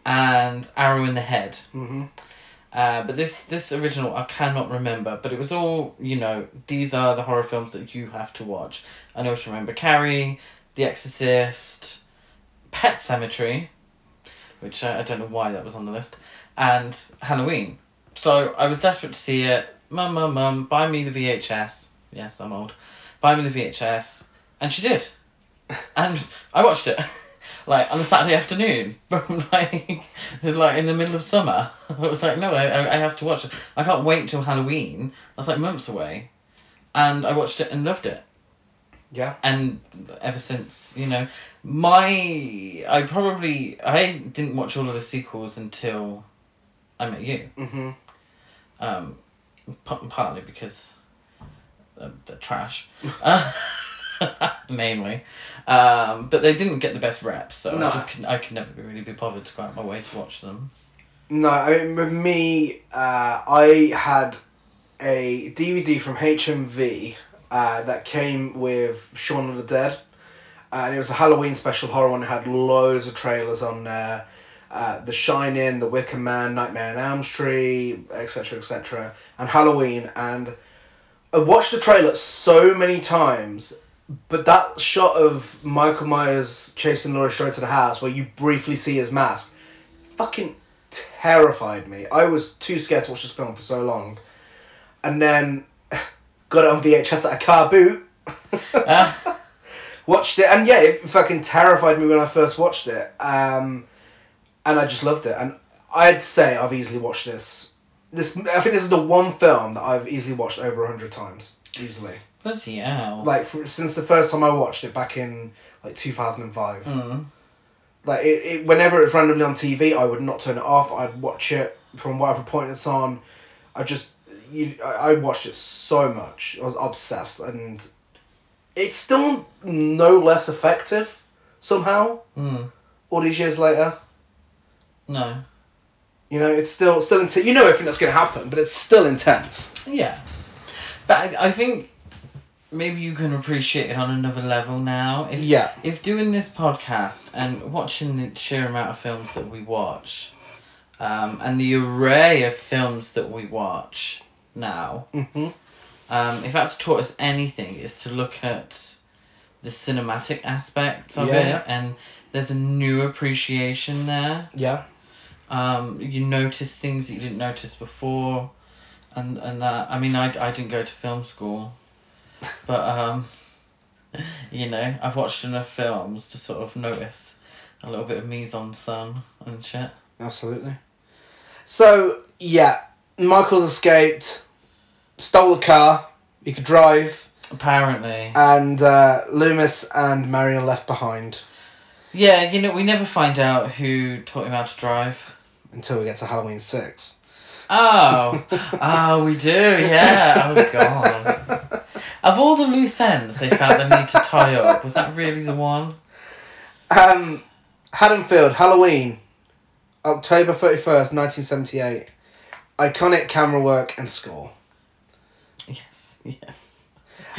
S4: And Arrow in the Head.
S3: hmm
S4: Uh, but this this original I cannot remember, but it was all you know. These are the horror films that you have to watch. I know to remember Carrie, The Exorcist, Pet Sematary, which uh, I, I don't know why that was on the list, and Halloween. So I was desperate to see it. Mum, mum, mum, buy me the VHS. Yes, I'm old. Buy me the VHS, and she did, and I watched it. Like on a Saturday afternoon, from like, like in the middle of summer, I was like, no, I, I I have to watch it. I can't wait till Halloween. That's like months away, and I watched it and loved it
S3: Yeah.
S4: and ever since you know my i probably i didn't watch all of the sequels until i met you
S3: hmm
S4: um p- partly because um, they're trash uh, mainly. Um, but they didn't get the best rep, so
S3: No.
S4: I just could, I could never be really be bothered to go out my way to watch them.
S3: No, I mean, with me, uh, I had a DVD from HMV uh, that came with Shaun of the Dead. Uh, and it was a Halloween special horror one. It had loads of trailers on there. Uh, the Shining, The Wicker Man, Nightmare on Elm Street, etc., etc., and Halloween. And I watched the trailer so many times, but that shot of Michael Myers chasing Laurie Strode to the house, where you briefly see his mask, fucking terrified me. I was too scared to watch this film for so long, and then got it on VHS at a car boot. watched it, and yeah, it fucking terrified me when I first watched it. Um, and I just loved it. And I'd say I've easily watched this. This I think this is the one film that I've easily watched over hundred times, easily.
S4: Bloody hell.
S3: Like for, since the first time I watched it back in like two thousand and five.
S4: Mm.
S3: Like it, it, whenever it was randomly on TV, I would not turn it off. I'd watch it from whatever point it's on. I just you, I, I watched it so much. I was obsessed, and it's still no less effective somehow.
S4: Mm.
S3: All these years later,
S4: No.
S3: you know, it's still still intense. You know everything that's gonna happen, but it's still intense.
S4: Yeah. But I, I think maybe you can appreciate it on another level now. If,
S3: Yeah.
S4: If doing this podcast and watching the sheer amount of films that we watch um, and the array of films that we watch now,
S3: Mhm.
S4: um, if that's taught us anything, is to look at the cinematic aspect of
S3: Yeah, yeah.
S4: it and there's a new appreciation there
S3: Yeah.
S4: um, you notice things that you didn't notice before and and that i mean i, I didn't go to film school but um, you know i've watched enough films to sort of notice a little bit of mise en scène and shit
S3: Absolutely. So yeah, Michael's escaped, stole the car. He could drive,
S4: apparently
S3: and uh, Loomis and Marion are left behind
S4: yeah you know we never find out who taught him how to drive
S3: until we get to Halloween six.
S4: oh oh we do yeah oh god of all the loose ends they felt the need to tie up was that really the one
S3: Um, Haddonfield, Halloween, October thirty first, nineteen seventy eight. Iconic camera work and score.
S4: yes yes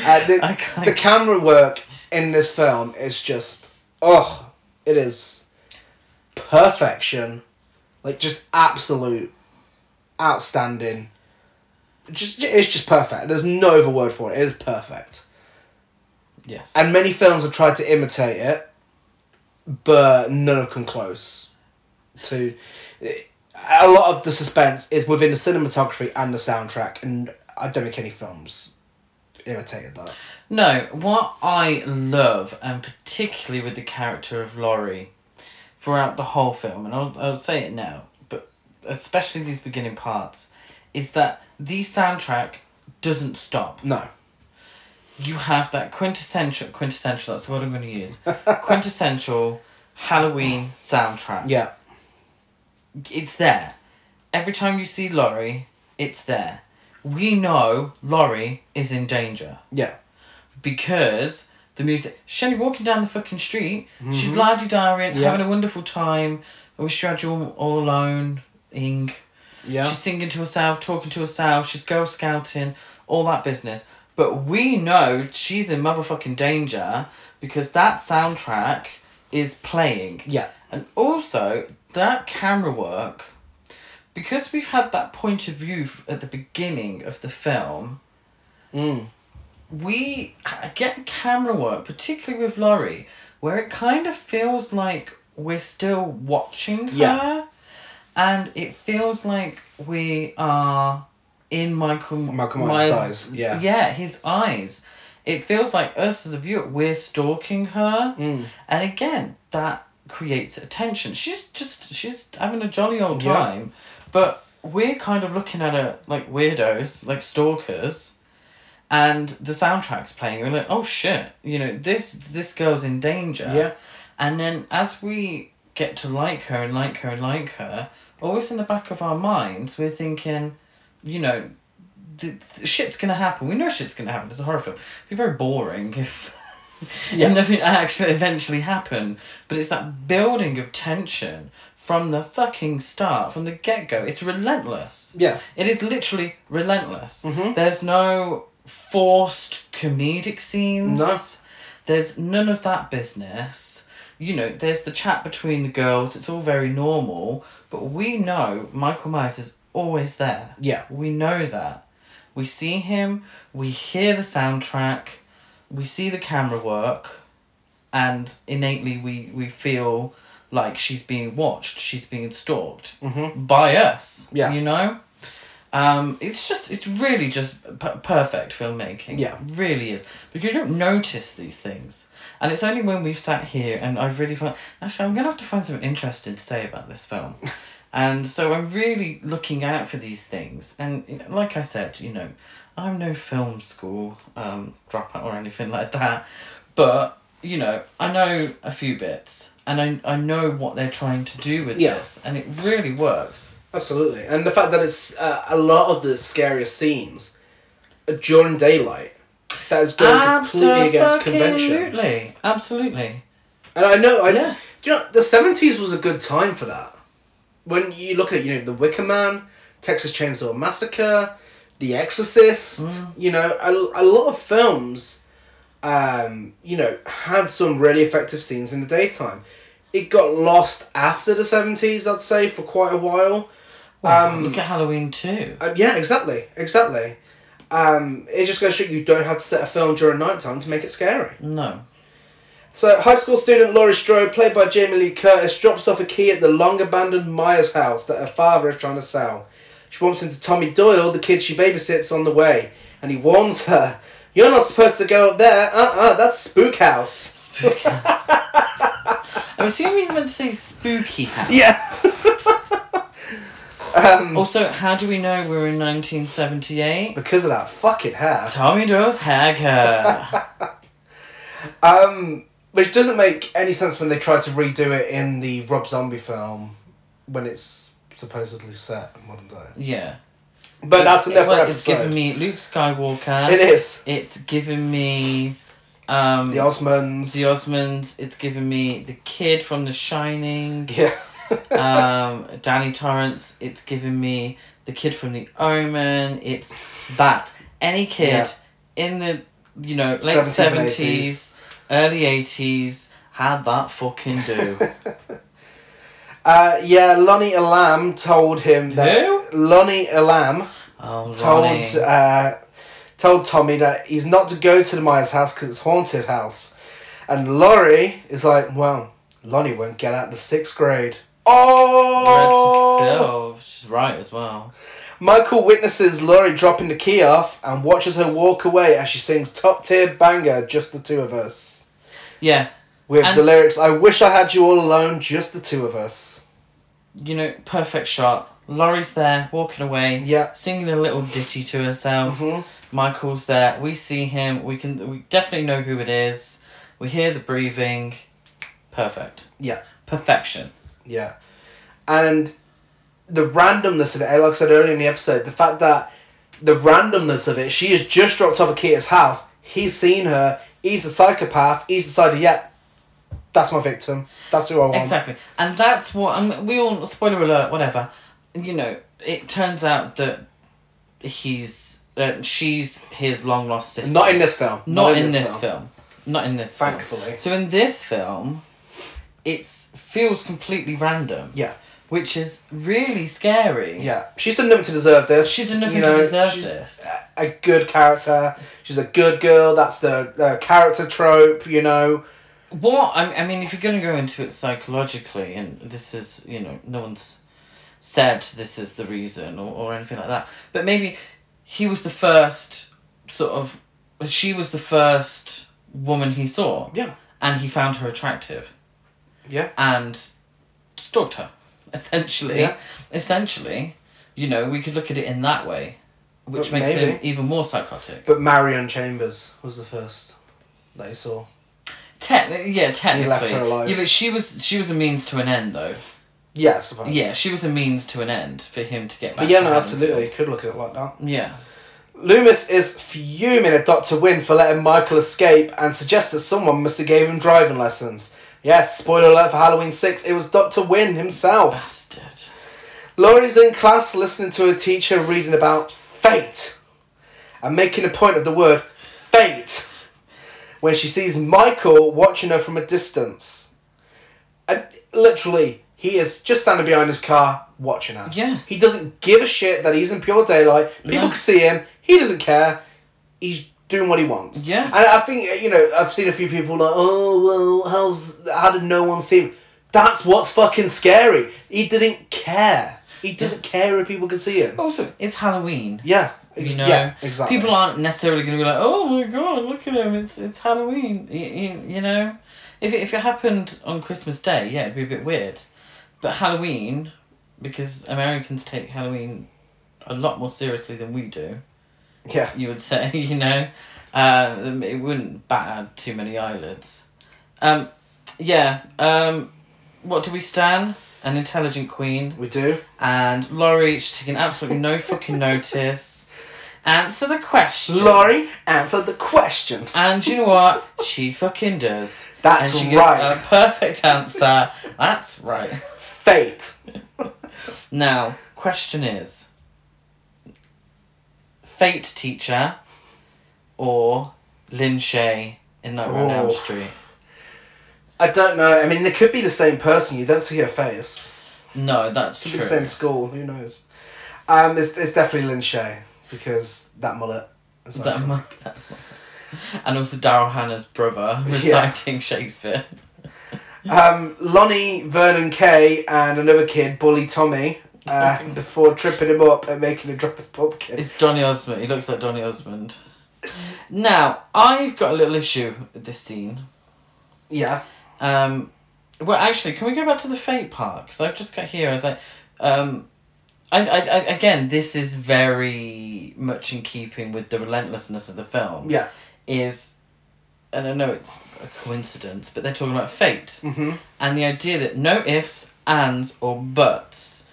S3: Uh, the,
S4: Iconic.
S3: the camera work in this film is just oh, it is perfection, like just absolute, outstanding. Just it's just perfect. There's no other word for it. It is perfect.
S4: yes
S3: And many films have tried to imitate it, but none have come close. To a lot of the suspense is within the cinematography and the soundtrack, and I don't think any films imitated that.
S4: No, what I love, and particularly with the character of Laurie throughout the whole film, and I'll, I'll say it now, but especially these beginning parts, is that the soundtrack doesn't stop.
S3: No.
S4: You have that quintessential, quintessential, that's the word I'm going to use, quintessential Halloween soundtrack.
S3: Yeah.
S4: It's there. Every time you see Laurie, it's there. We know Laurie is in danger.
S3: Yeah.
S4: because the music. Shelley walking down the fucking street. She's lardy darring,
S3: Yeah.
S4: having a wonderful time. I wish you had you all, all alone. Ing.
S3: Yeah.
S4: She's singing to herself, talking to herself. She's girl scouting, all that business. But we know she's in motherfucking danger because that soundtrack is playing.
S3: yeah.
S4: And also, that camera work, because we've had that point of view f- at the beginning of the film,
S3: Mm.
S4: we h- get camera work, particularly with Laurie, where it kind of feels like we're still watching her.
S3: Yeah.
S4: And it feels like we are in Michael,
S3: Michael Myers' eyes, yeah.
S4: Yeah, his eyes. It feels like us as a viewer, we're stalking her.
S3: Mm.
S4: And again, that creates attention. She's just she's having a jolly old
S3: Yeah.
S4: time, but we're kind of looking at her like weirdos, like stalkers, and the soundtrack's playing. We're like, oh shit, you know this this girl's in danger.
S3: Yeah.
S4: And then as we get to like her and like her and like her, always in the back of our minds, we're thinking, you know, th- th- shit's gonna happen. We know shit's gonna happen. It's a horror film. It'd be very boring if
S3: Yeah.
S4: and nothing actually eventually happened. But it's that building of tension from the fucking start, from the get go. It's relentless.
S3: Yeah.
S4: It is literally relentless.
S3: Mm-hmm.
S4: There's no forced comedic scenes.
S3: No.
S4: There's none of that business. You know, there's the chat between the girls, it's all very normal, but we know Michael Myers is always there.
S3: Yeah.
S4: We know that. We see him, we hear the soundtrack, we see the camera work, and innately we, we feel like she's being watched, she's being stalked by us.
S3: Mm-hmm. Yeah.
S4: You know? Um, it's just, it's really just p- perfect filmmaking.
S3: Yeah.
S4: It really is. Because you don't notice these things. And it's only when we've sat here and I've really found, actually, I'm going to have to find something interesting to say about this film. and so I'm really looking out for these things. And you know, like I said, you know, I'm no film school um, dropout or anything like that. But, you know, I know a few bits. And I, I know what they're trying to do with
S3: Yeah.
S4: this. And it really works.
S3: Absolutely, and the fact that it's uh, a lot of the scariest scenes are during daylight. That is going completely against convention.
S4: Absolutely, absolutely.
S3: And I know, I
S4: Yeah.
S3: Do you know the seventies was a good time for that? When you look at you know the Wicker Man, Texas Chainsaw Massacre, The Exorcist, you know a, a lot of films, um, you know had some really effective scenes in the daytime. It got lost after the seventies, I'd say, for quite a while.
S4: Um, Look at Halloween too.
S3: Um, yeah, exactly, exactly. Um, it just goes to show you don't have to set a film during nighttime to make it scary.
S4: No.
S3: So, high school student Laurie Strode, played by Jamie Lee Curtis, drops off a key at the long abandoned Myers house that her father is trying to sell. She bumps into Tommy Doyle, the kid she babysits, on the way, and he warns her, "You're not supposed to go up there. Uh, uh that's spook house."
S4: Spook house. I'm assuming he's meant to say spooky house.
S3: Yes. um,
S4: Also, how do we know we're in 1978?
S3: because of that fucking hair.
S4: Tommy Doyle's haircut.
S3: Um, which doesn't make any sense when they try to redo it in the Rob Zombie film when it's supposedly set in modern day.
S4: yeah.
S3: But that's
S4: It's-
S3: another
S4: well,
S3: episode.
S4: It's giving me Luke Skywalker.
S3: It is.
S4: It's giving me. Um,
S3: The Osmonds.
S4: the Osmonds. It's giving me the kid from The Shining.
S3: yeah.
S4: um, Danny Torrance. It's given me the kid from The Omen. It's that any kid
S3: Yeah.
S4: in the you know late
S3: 70s and
S4: seventies, early eighties had that fucking do.
S3: Uh, yeah, Lonnie Alam told him that.
S4: Who?
S3: Lonnie Alam
S4: oh, Ronnie.
S3: told uh, told Tommy that he's not to go to the Myers house because it's haunted house, and Laurie is like, well, Lonnie won't get out of the sixth grade. Oh,
S4: Red Phil. She's right as well.
S3: Michael witnesses Laurie dropping the key off and watches her walk away as she sings top tier banger, just the two of us.
S4: Yeah,
S3: With
S4: And-
S3: the lyrics, I wish I had you all alone, just the two of us.
S4: you know, perfect shot. Laurie's there, walking away.
S3: Yeah.
S4: Singing a little ditty to herself.
S3: Mhm.
S4: Michael's there. We see him. We can. We definitely know who it is. We hear the breathing. Perfect.
S3: Yeah.
S4: Perfection.
S3: Yeah. And the randomness of it, eh, like I said earlier in the episode, the fact that the randomness of it, she has just dropped off at Keita's house, he's seen her, he's a psychopath, he's decided, yeah, that's my victim, that's who I want.
S4: Exactly. And that's what. And we all. Spoiler alert. Whatever. You know. It turns out that he's. Uh, she's his long lost sister.
S3: Not in this film.
S4: Not in this film. Not in this. film.
S3: Thankfully.
S4: So in this film, it's feels completely random.
S3: Yeah.
S4: Which is really scary.
S3: Yeah, she's done nothing to deserve this.
S4: She's done nothing
S3: You
S4: to
S3: know,
S4: deserve
S3: she's
S4: this.
S3: A a good character. She's a good girl. That's the uh, character trope. You know.
S4: What I, I mean, if you're going to go into it psychologically, and this is you know no one's said this is the reason or, or anything like that, but maybe he was the first sort of she was the first woman he saw,
S3: Yeah.
S4: and he found her attractive
S3: Yeah.
S4: and stalked her, essentially.
S3: Yeah.
S4: Essentially, you know, we could look at it in that way, which
S3: But
S4: makes him
S3: maybe.
S4: even more psychotic.
S3: But Marion Chambers was the first that he saw.
S4: Techni- yeah, technically,
S3: her alive.
S4: yeah, but she was she was a means to an end though.
S3: Yeah, I suppose.
S4: Yeah, she was a means to an end for him to get back.
S3: But yeah,
S4: to
S3: no,
S4: Haddonfield.
S3: absolutely. You could look at it like that.
S4: Yeah,
S3: Loomis is fuming at Dr. Wynne for letting Michael escape and suggests that someone must have gave him driving lessons. Yes, spoiler alert for Halloween 6, it was Dr. Wynne himself.
S4: Bastard.
S3: Laurie's in class listening to a teacher reading about fate and making a point of the word fate when she sees Michael watching her from a distance. And literally, he is just standing behind his car watching her.
S4: Yeah.
S3: He doesn't give a shit that he's in pure daylight. People
S4: No.
S3: can see him. He doesn't care. He's doing what he wants.
S4: Yeah.
S3: And I think, uh, you know, I've seen a few people like, oh, well, how's, how did no one see him? That's what's fucking scary. He didn't care. He doesn't care if people can see him.
S4: Also, it's Halloween.
S3: Yeah. ex-
S4: You know,
S3: yeah, exactly.
S4: people aren't necessarily going to be like, "Oh my god, look at him! It's it's Halloween." You, you, you know, if it, if it happened on Christmas Day, yeah, it'd be a bit weird, but Halloween, because Americans take Halloween a lot more seriously than we do.
S3: Yeah.
S4: You would say, you know, um, it wouldn't batter too many eyelids. Um, yeah. Um, what do we stand? An intelligent queen
S3: We do.
S4: and Laurie, she's taking absolutely no fucking notice. Answer the question.
S3: Laurie answered the question.
S4: And you know what? She fucking does.
S3: That's
S4: and she
S3: right.
S4: gives a perfect answer. That's right.
S3: Fate.
S4: Now, question is Fate Teacher or Lin Shay in Nightmare on
S3: Oh.
S4: Elm Street?
S3: I don't know. I mean, it could be the same person. You don't see her face.
S4: No, that's
S3: Could
S4: true.
S3: be the same school. Who knows? Um, it's, it's definitely Lin Shay because that mullet. Is
S4: That
S3: like-
S4: mo- that mo- and also Daryl Hannah's brother
S3: Yeah.
S4: reciting Shakespeare.
S3: um, Lonnie, Vernon Kay, and another kid bully Tommy uh, before tripping him up and making him drop his pumpkin.
S4: It's Donny Osmond. He looks like Donny Osmond. Now, I've got a little issue with this scene.
S3: Yeah.
S4: Um, well, actually, can we go back to the fate part? Because I've just got here. I was like, um, I, I, I, again, this is very much in keeping with the relentlessness of the film.
S3: Yeah.
S4: Is, and I know it's a coincidence, but they're talking about fate
S3: Mm-hmm.
S4: and the idea that no ifs, ands, or buts.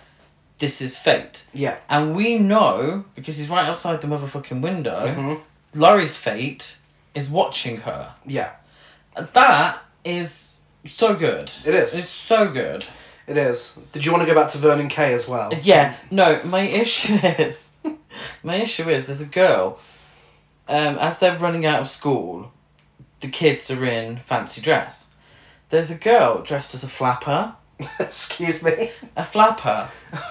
S4: This is fate.
S3: Yeah.
S4: And we know, because he's right outside the motherfucking window,
S3: Mhm.
S4: Laurie's fate is watching her.
S3: Yeah.
S4: And That is so good.
S3: It is.
S4: It's so good.
S3: It is. Did you want to go back to Vernon Kay as well?
S4: Yeah, no, my issue is my issue is there's a girl, um, as they're running out of school, the kids are in fancy dress. There's a girl dressed as a flapper.
S3: Excuse me.
S4: A flapper.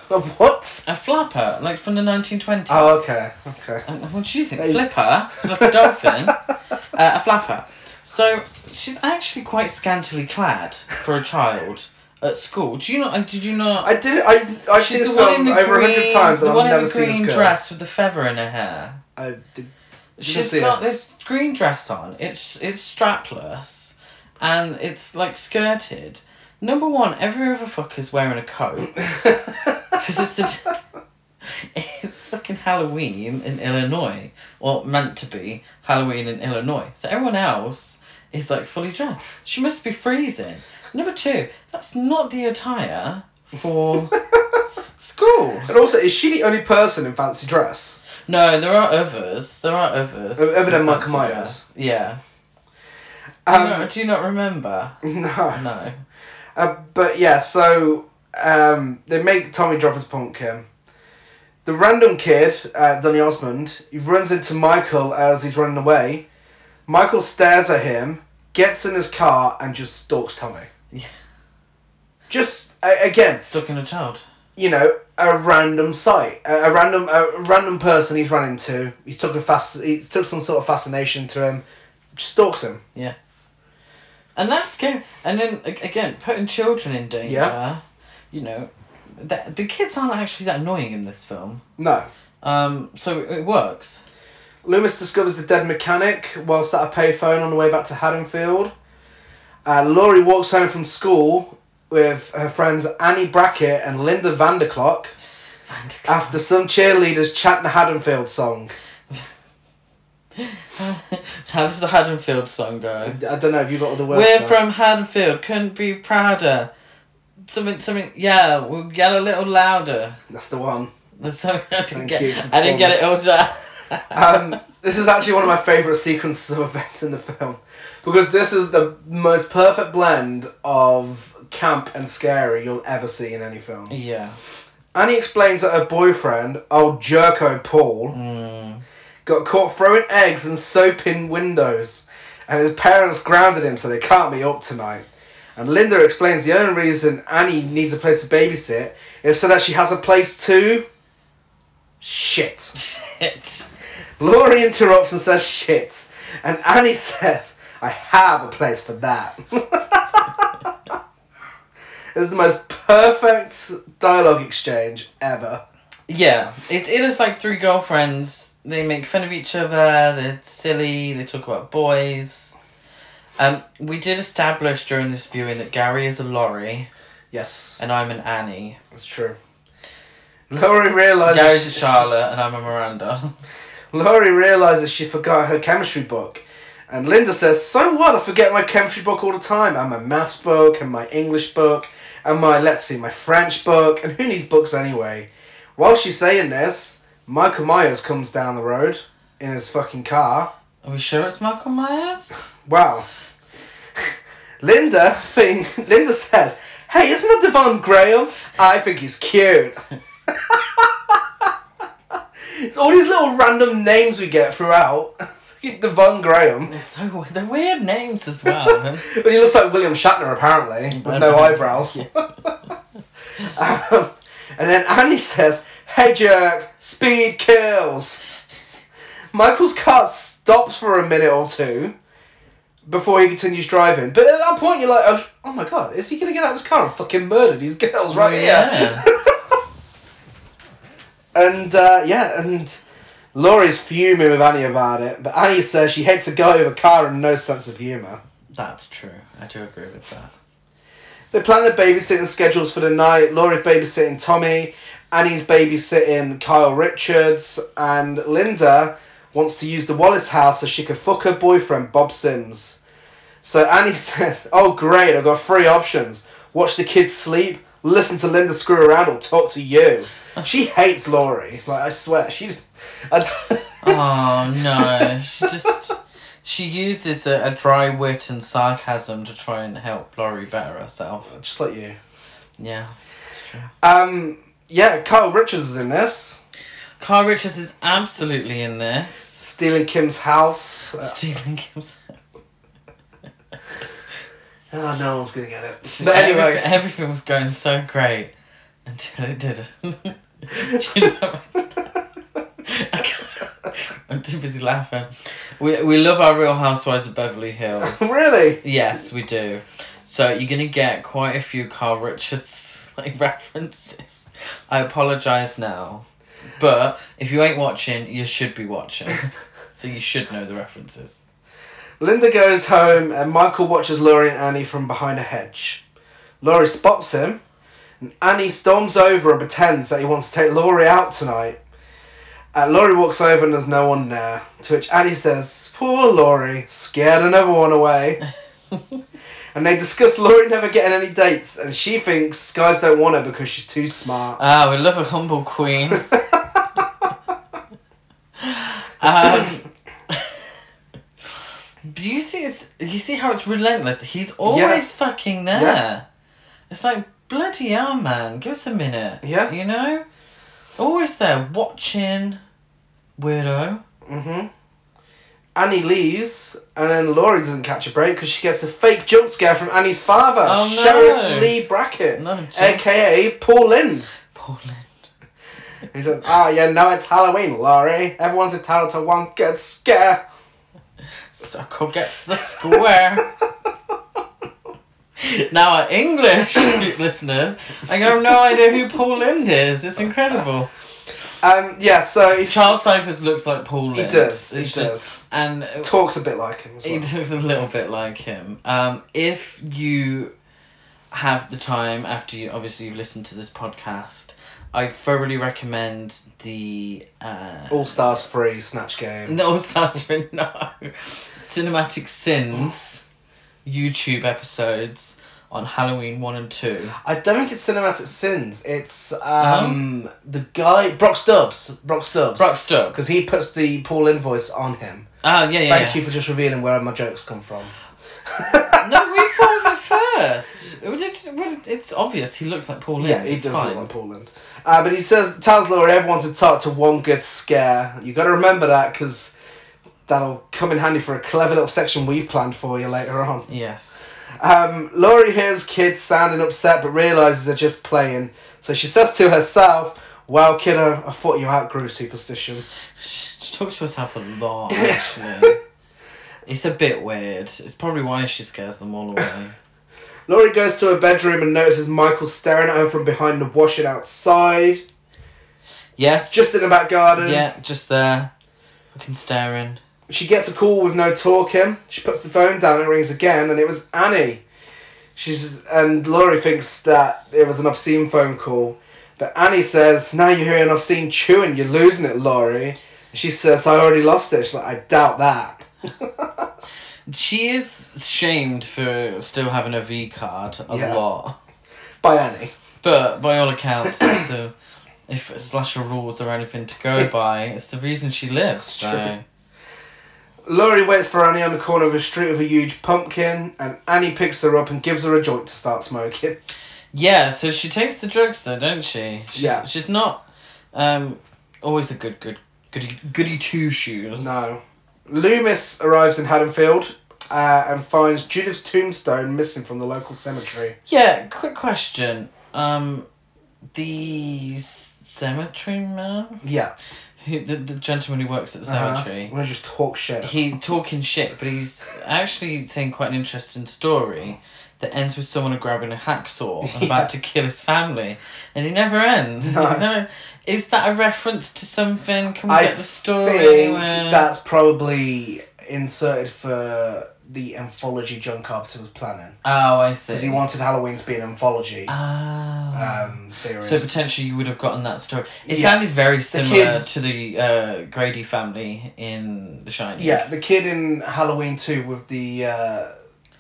S3: what?
S4: A flapper, like from the nineteen twenties.
S3: Oh, okay. Okay.
S4: And Uh, What do you think?
S3: Hey.
S4: Flipper, like a dolphin, uh, a flapper. So she's actually quite scantily clad for a child at school. Do you not? uh, Did you not?
S3: I did. I I've seen
S4: she's
S3: this film over a hundred times,
S4: the
S3: and
S4: one
S3: I've
S4: in
S3: never
S4: the
S3: seen
S4: green
S3: this girl.
S4: dress with the feather in her hair.
S3: I did.
S4: She's
S3: see
S4: got
S3: it.
S4: this green dress on. It's it's strapless, and it's like skirted. Number one, every other fucker's wearing a coat because it's the. It's fucking Halloween in Illinois, or meant to be Halloween in Illinois. So everyone else is like fully dressed. She must be freezing. Number two, that's not the attire for school.
S3: And also, is she the only person in fancy dress?
S4: No, there are others. There are others.
S3: O- other than
S4: Who
S3: Mike
S4: fancy
S3: Myers.
S4: dress. Yeah. Do you,
S3: Um,
S4: not, do you not remember?
S3: no.
S4: No.
S3: Uh, but yeah, so um, they make Tommy drop his pumpkin. The random kid, uh, Donny Osmond, he runs into Michael as he's running away. Michael stares at him, gets in his car, and just stalks Tommy.
S4: Yeah.
S3: Just a- again,
S4: Stuck in a child.
S3: you know, a random sight, a, a random, a random person he's run into. He's took a fast, he took some sort of fascination to him, just stalks him.
S4: Yeah. And that's scary. And then a- again, putting children in danger.
S3: Yeah.
S4: You know, the, the kids aren't actually that annoying in this film.
S3: No.
S4: Um, so it, it works.
S3: Loomis discovers the dead mechanic whilst at a payphone on the way back to Haddonfield. Uh, Laurie walks home from school with her friends Annie Brackett and Linda Vanderclock after some cheerleaders chant the Haddonfield song.
S4: How does the Haddonfield song
S3: I, I
S4: go?
S3: don't know if you got all the words.
S4: We're
S3: now.
S4: from Haddonfield, couldn't be prouder. Something, something, yeah, we'll yell a little louder.
S3: That's the one.
S4: That's so I didn't
S3: Thank
S4: get.
S3: you for the
S4: I didn't get it all
S3: performance.
S4: down.
S3: um, this is actually one of my favourite sequences of events in the film because this is the most perfect blend of camp and scary you'll ever see in any film.
S4: Yeah.
S3: Annie explains that her boyfriend, old Jerko Paul, got caught throwing eggs and soap in windows, and his parents grounded him so they can't be up tonight. And Linda explains the only reason Annie needs a place to babysit is so that she has a place to. Shit.
S4: It.
S3: Laurie interrupts and says shit. And Annie says, I have a place for that. it's the most perfect dialogue exchange ever.
S4: Yeah. It, it is like three girlfriends. They make fun of each other. They're silly. They talk about boys. Um, we did establish during this viewing that Gary is a Laurie
S3: Yes,
S4: and I'm an Annie.
S3: it's true. Laurie realizes
S4: Gary's a Charlotte and I'm a Miranda.
S3: Laurie realizes she forgot her chemistry book. And Linda says, So what? I forget my chemistry book all the time. And my maths book, and my English book, and my, let's see, my French book. And who needs books anyway? While she's saying this, Michael Myers comes down the road in his fucking car.
S4: Are we sure it's Michael Myers?
S3: Wow. Linda thing Linda says, Hey, isn't that Devon Graham? I think he's cute. it's all these little random names we get throughout. Devon Graham.
S4: They're so weird. They're weird names as well.
S3: But he looks like William Shatner apparently, with no eyebrows.
S4: Oh,
S3: Um, and then Annie says, Hey jerk, speed kills. Michael's car stops for a minute or two before he continues driving. But at that point, you're like, oh, oh my god, is he going to get out of his car and fucking murder these girls
S4: Oh,
S3: right here? And uh, yeah, and Laurie's fuming with Annie about it. But Annie says she hates a guy with a car and no sense of humour.
S4: That's true. I do agree with that.
S3: They plan their babysitting schedules for the night. Laurie's babysitting Tommy, Annie's babysitting Kyle Richards, and Linda wants to use the Wallace house so she can fuck her boyfriend Bob Sims. So Annie says, Oh, great, I've got three options watch the kids sleep, listen to Linda screw around, or talk to you. She hates Laurie. Like, I swear, she's. I don't-
S4: Oh no, she just she uses a, a dry wit and sarcasm to try and help Laurie better herself.
S3: Just like you.
S4: Yeah, it's true.
S3: Um, yeah, Kyle Richards is in this,
S4: Carl Richards is absolutely in this.
S3: stealing Kim's house. Uh,
S4: Stealing Kim's.
S3: oh, no one's gonna get it. But anyway.
S4: everything, everything was going so great until it didn't. Do you know? I can't- I'm too busy laughing. We we love our Real Housewives of Beverly Hills.
S3: Really?
S4: Yes, we do. So you're gonna get quite a few Carl Richards like references. I apologize now, but if you ain't watching, you should be watching. so you should know the references.
S3: Linda goes home and Michael watches Laurie and Annie from behind a hedge. Laurie spots him and Annie storms over and pretends that he wants to take Laurie out tonight. Uh, Laurie walks over and there's no one there, to which Annie says, Poor Laurie, scared another one away. and they discuss Laurie never getting any dates and she thinks guys don't want her because she's too smart.
S4: Ah, we love a humble queen. um, but you see, it's you see how it's relentless. He's always fucking there.
S3: Yeah.
S4: It's like bloody hell, man. Give us a minute.
S3: Yeah.
S4: You know, always there watching, weirdo.
S3: hmm Annie leaves, and then Laurie doesn't catch a break because she gets a fake jump scare from Annie's father,
S4: Oh, no.
S3: Sheriff Lee Brackett,
S4: Not a jump-
S3: aka Paul Lind.
S4: Portland.
S3: And He says, "Ah, yeah, now it's Halloween, Laurie. Everyone's entitled to one good scare."
S4: Sucker gets the square. now, our English listeners, I have no idea who Paul Lind is. It's incredible.
S3: Um, yeah, so he
S4: Charles Cyphers looks like Paul Lind.
S3: He does. He
S4: It's
S3: does.
S4: just- and
S3: talks a bit like him. As
S4: he
S3: well.
S4: looks a little bit like him. Um, if you have the time after you obviously you've listened to this podcast, I thoroughly recommend the uh,
S3: All Stars Free Snatch Game.
S4: no stars for no cinematic sins YouTube episodes on Halloween 1 and 2.
S3: I don't think it's Cinematic Sins. It's um the guy Brock Stubbs. Brock Stubbs.
S4: Uh-huh. Brock Stubbs.
S3: because he puts the Paul in voice on him.
S4: Ah, yeah, yeah.
S3: Thank
S4: yeah.
S3: you for just revealing where my jokes come from.
S4: no, we thought of it first. It would- it would- It's obvious. He looks like Paul Lynde.
S3: Yeah, he
S4: it's
S3: does
S4: fine.
S3: look like Portland. Uh, but he says tells Laura everyone to talk to one good scare. You got to remember that because that'll come in handy for a clever little section we've planned for you later on.
S4: Yes.
S3: Um, Laurie hears kids sounding upset but realizes they're just playing. So she says to herself, "Well, kiddo, I thought you outgrew superstition."
S4: She talks to herself a lot, actually. it's a bit weird. It's probably why she scares them all away.
S3: Laurie goes to her bedroom and notices Michael staring at her from behind the washing outside,
S4: Yes.
S3: just in the back garden.
S4: Yeah, just there. Fucking staring.
S3: She gets a call with no talking. She puts the phone down and rings again, and it was Annie. She's and Laurie thinks that it was an obscene phone call, but Annie says, "Now you're hearing obscene chewing. You're losing it, Laurie." And she says, "I already lost it." She's like, "I doubt that."
S4: She is shamed for still having a V card a
S3: Yeah.
S4: lot.
S3: By Annie.
S4: But by all accounts, it's the, if slasher rules are anything to go by, it's the reason she lives. So.
S3: Laurie waits for Annie on the corner of a street with a huge pumpkin, and Annie picks her up and gives her a joint to start smoking.
S4: Yeah, so she takes the drugs though, don't she? She's,
S3: Yeah.
S4: She's not um, always a good, good, goody, goody two shoes.
S3: No. Loomis arrives in Haddonfield uh, and finds Judith's tombstone missing from the local cemetery.
S4: Yeah, quick question. Um, the cemetery man,
S3: Yeah.
S4: who the, the gentleman who works at the
S3: Uh-huh.
S4: cemetery,
S3: I'm gonna just talk shit.
S4: he's talking shit, but he's actually saying quite an interesting story that ends with someone grabbing a hacksaw and about to kill his family, and it never ends.
S3: No.
S4: You know, is that a reference to something? Can we
S3: I
S4: get the story?
S3: think
S4: anywhere?
S3: that's probably inserted for the anthology John Carpenter was planning
S4: Oh, I see.
S3: because he wanted Halloween to be an anthology
S4: Ah.
S3: um, series.
S4: so potentially you would have gotten that story. It
S3: Yeah.
S4: sounded very similar
S3: kid-
S4: to the uh, Grady family in The Shining.
S3: yeah, the kid in Halloween two with the uh,